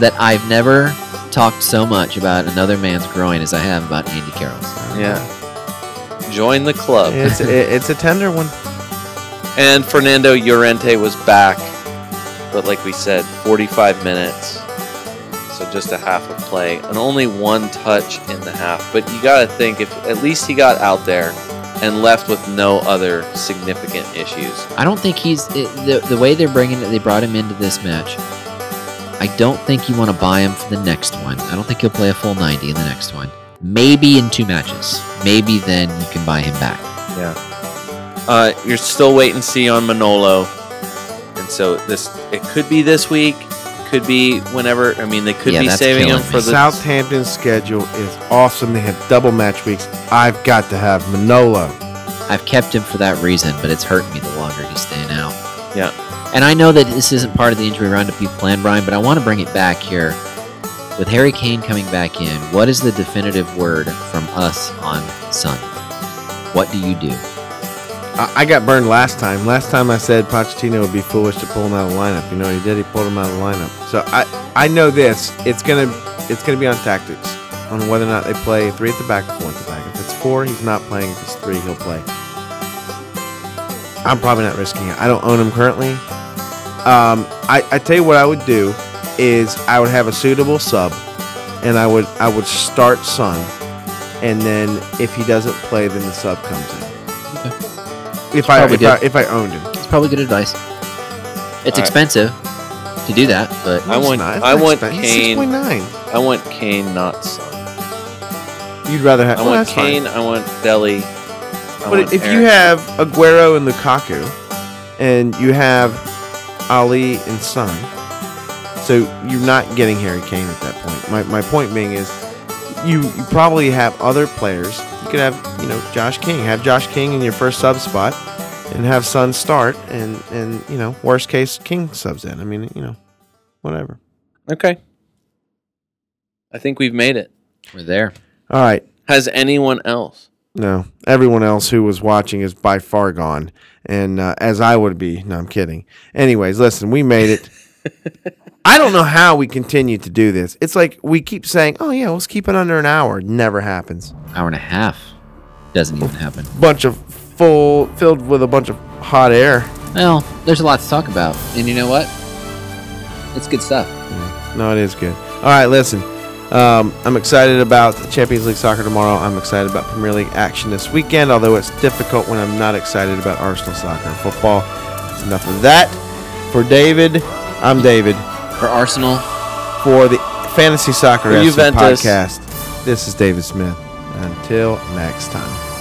[SPEAKER 3] that I've never talked so much about another man's groin as I have about Andy Carroll's.
[SPEAKER 2] yeah. Join the club.
[SPEAKER 1] it's it, it's a tender one.
[SPEAKER 2] And Fernando Llorente was back, but like we said, 45 minutes. So just a half a play and only one touch in the half. But you got to think if at least he got out there and left with no other significant issues.
[SPEAKER 3] I don't think he's it, the the way they're bringing it. They brought him into this match. I don't think you want to buy him for the next one. I don't think he'll play a full 90 in the next one. Maybe in two matches. Maybe then you can buy him back.
[SPEAKER 2] Uh, you're still wait and see on Manolo. And so this it could be this week, could be whenever. I mean, they could
[SPEAKER 3] Yeah,
[SPEAKER 2] be
[SPEAKER 3] that's
[SPEAKER 2] saving him
[SPEAKER 3] killing
[SPEAKER 2] for
[SPEAKER 3] me.
[SPEAKER 2] the
[SPEAKER 1] Southampton's schedule is awesome. They have double match weeks. I've got to have Manolo.
[SPEAKER 3] I've kept him for that reason, but it's hurting me the longer he's staying out.
[SPEAKER 2] Yeah.
[SPEAKER 3] And I know that this isn't part of the injury roundup you planned, Brian, but I want to bring it back here. With Harry Kane coming back in, what is the definitive word from us on Sunday? What do you do?
[SPEAKER 1] I, I got burned last time. Last time I said Pochettino would be foolish to pull him out of the lineup. You know what he did? He pulled him out of the lineup. So I I know this. It's gonna it's gonna be on tactics on whether or not they play three at the back or four at the back. If it's four, he's not playing. If it's three, he'll play. I'm probably not risking it. I don't own him currently. Um, I, I tell you what I would do is I would have a suitable sub, and I would I would start Son, and then if he doesn't play, then the sub comes in. If I,
[SPEAKER 3] Probably
[SPEAKER 1] if I if I owned him,
[SPEAKER 3] It's probably good advice. It's
[SPEAKER 2] All right.
[SPEAKER 3] expensive to do that, but
[SPEAKER 2] I
[SPEAKER 1] No, it's
[SPEAKER 2] want-
[SPEAKER 1] not. It's
[SPEAKER 2] I
[SPEAKER 1] not
[SPEAKER 2] want
[SPEAKER 1] expensive.
[SPEAKER 2] Kane.
[SPEAKER 1] Six point nine.
[SPEAKER 2] I want Kane not Son.
[SPEAKER 1] You'd rather have.
[SPEAKER 2] I
[SPEAKER 1] well,
[SPEAKER 2] want
[SPEAKER 1] that's fine.
[SPEAKER 2] Kane. I want Delhi.
[SPEAKER 1] But if you have Aguero and Lukaku, and you have Ali and Son, so you're not getting Harry Kane at that point. My, my point being is, you, you probably have other players. You could have you know Josh King. Have Josh King in your first sub spot, and have Son start, and and you know worst case King subs in. I mean you know whatever.
[SPEAKER 2] Okay. I think we've made it.
[SPEAKER 3] We're there.
[SPEAKER 1] All right.
[SPEAKER 2] Has anyone else?
[SPEAKER 1] No, everyone else who was watching is by far gone, and uh, as I would be. No, I'm kidding. Anyways, listen, we made it. I don't know how we continue to do this. It's like we keep saying, "Oh yeah, let's keep it under an hour." It never happens.
[SPEAKER 3] Hour and a half. Doesn't even happen.
[SPEAKER 1] Bunch of full filled with a bunch of hot air.
[SPEAKER 3] Well, there's a lot to talk about. And you know what? It's good stuff.
[SPEAKER 1] No, it is good. All right, listen. Um, I'm excited about the Champions League soccer tomorrow. I'm excited about Premier League action this weekend, although it's difficult when I'm not excited about Arsenal soccer and football. It's enough of that. For David, I'm David.
[SPEAKER 3] For Arsenal,
[SPEAKER 1] For the Fantasy Soccer
[SPEAKER 2] For
[SPEAKER 1] FC
[SPEAKER 2] Juventus.
[SPEAKER 1] podcast, this is David Smith. Until next time.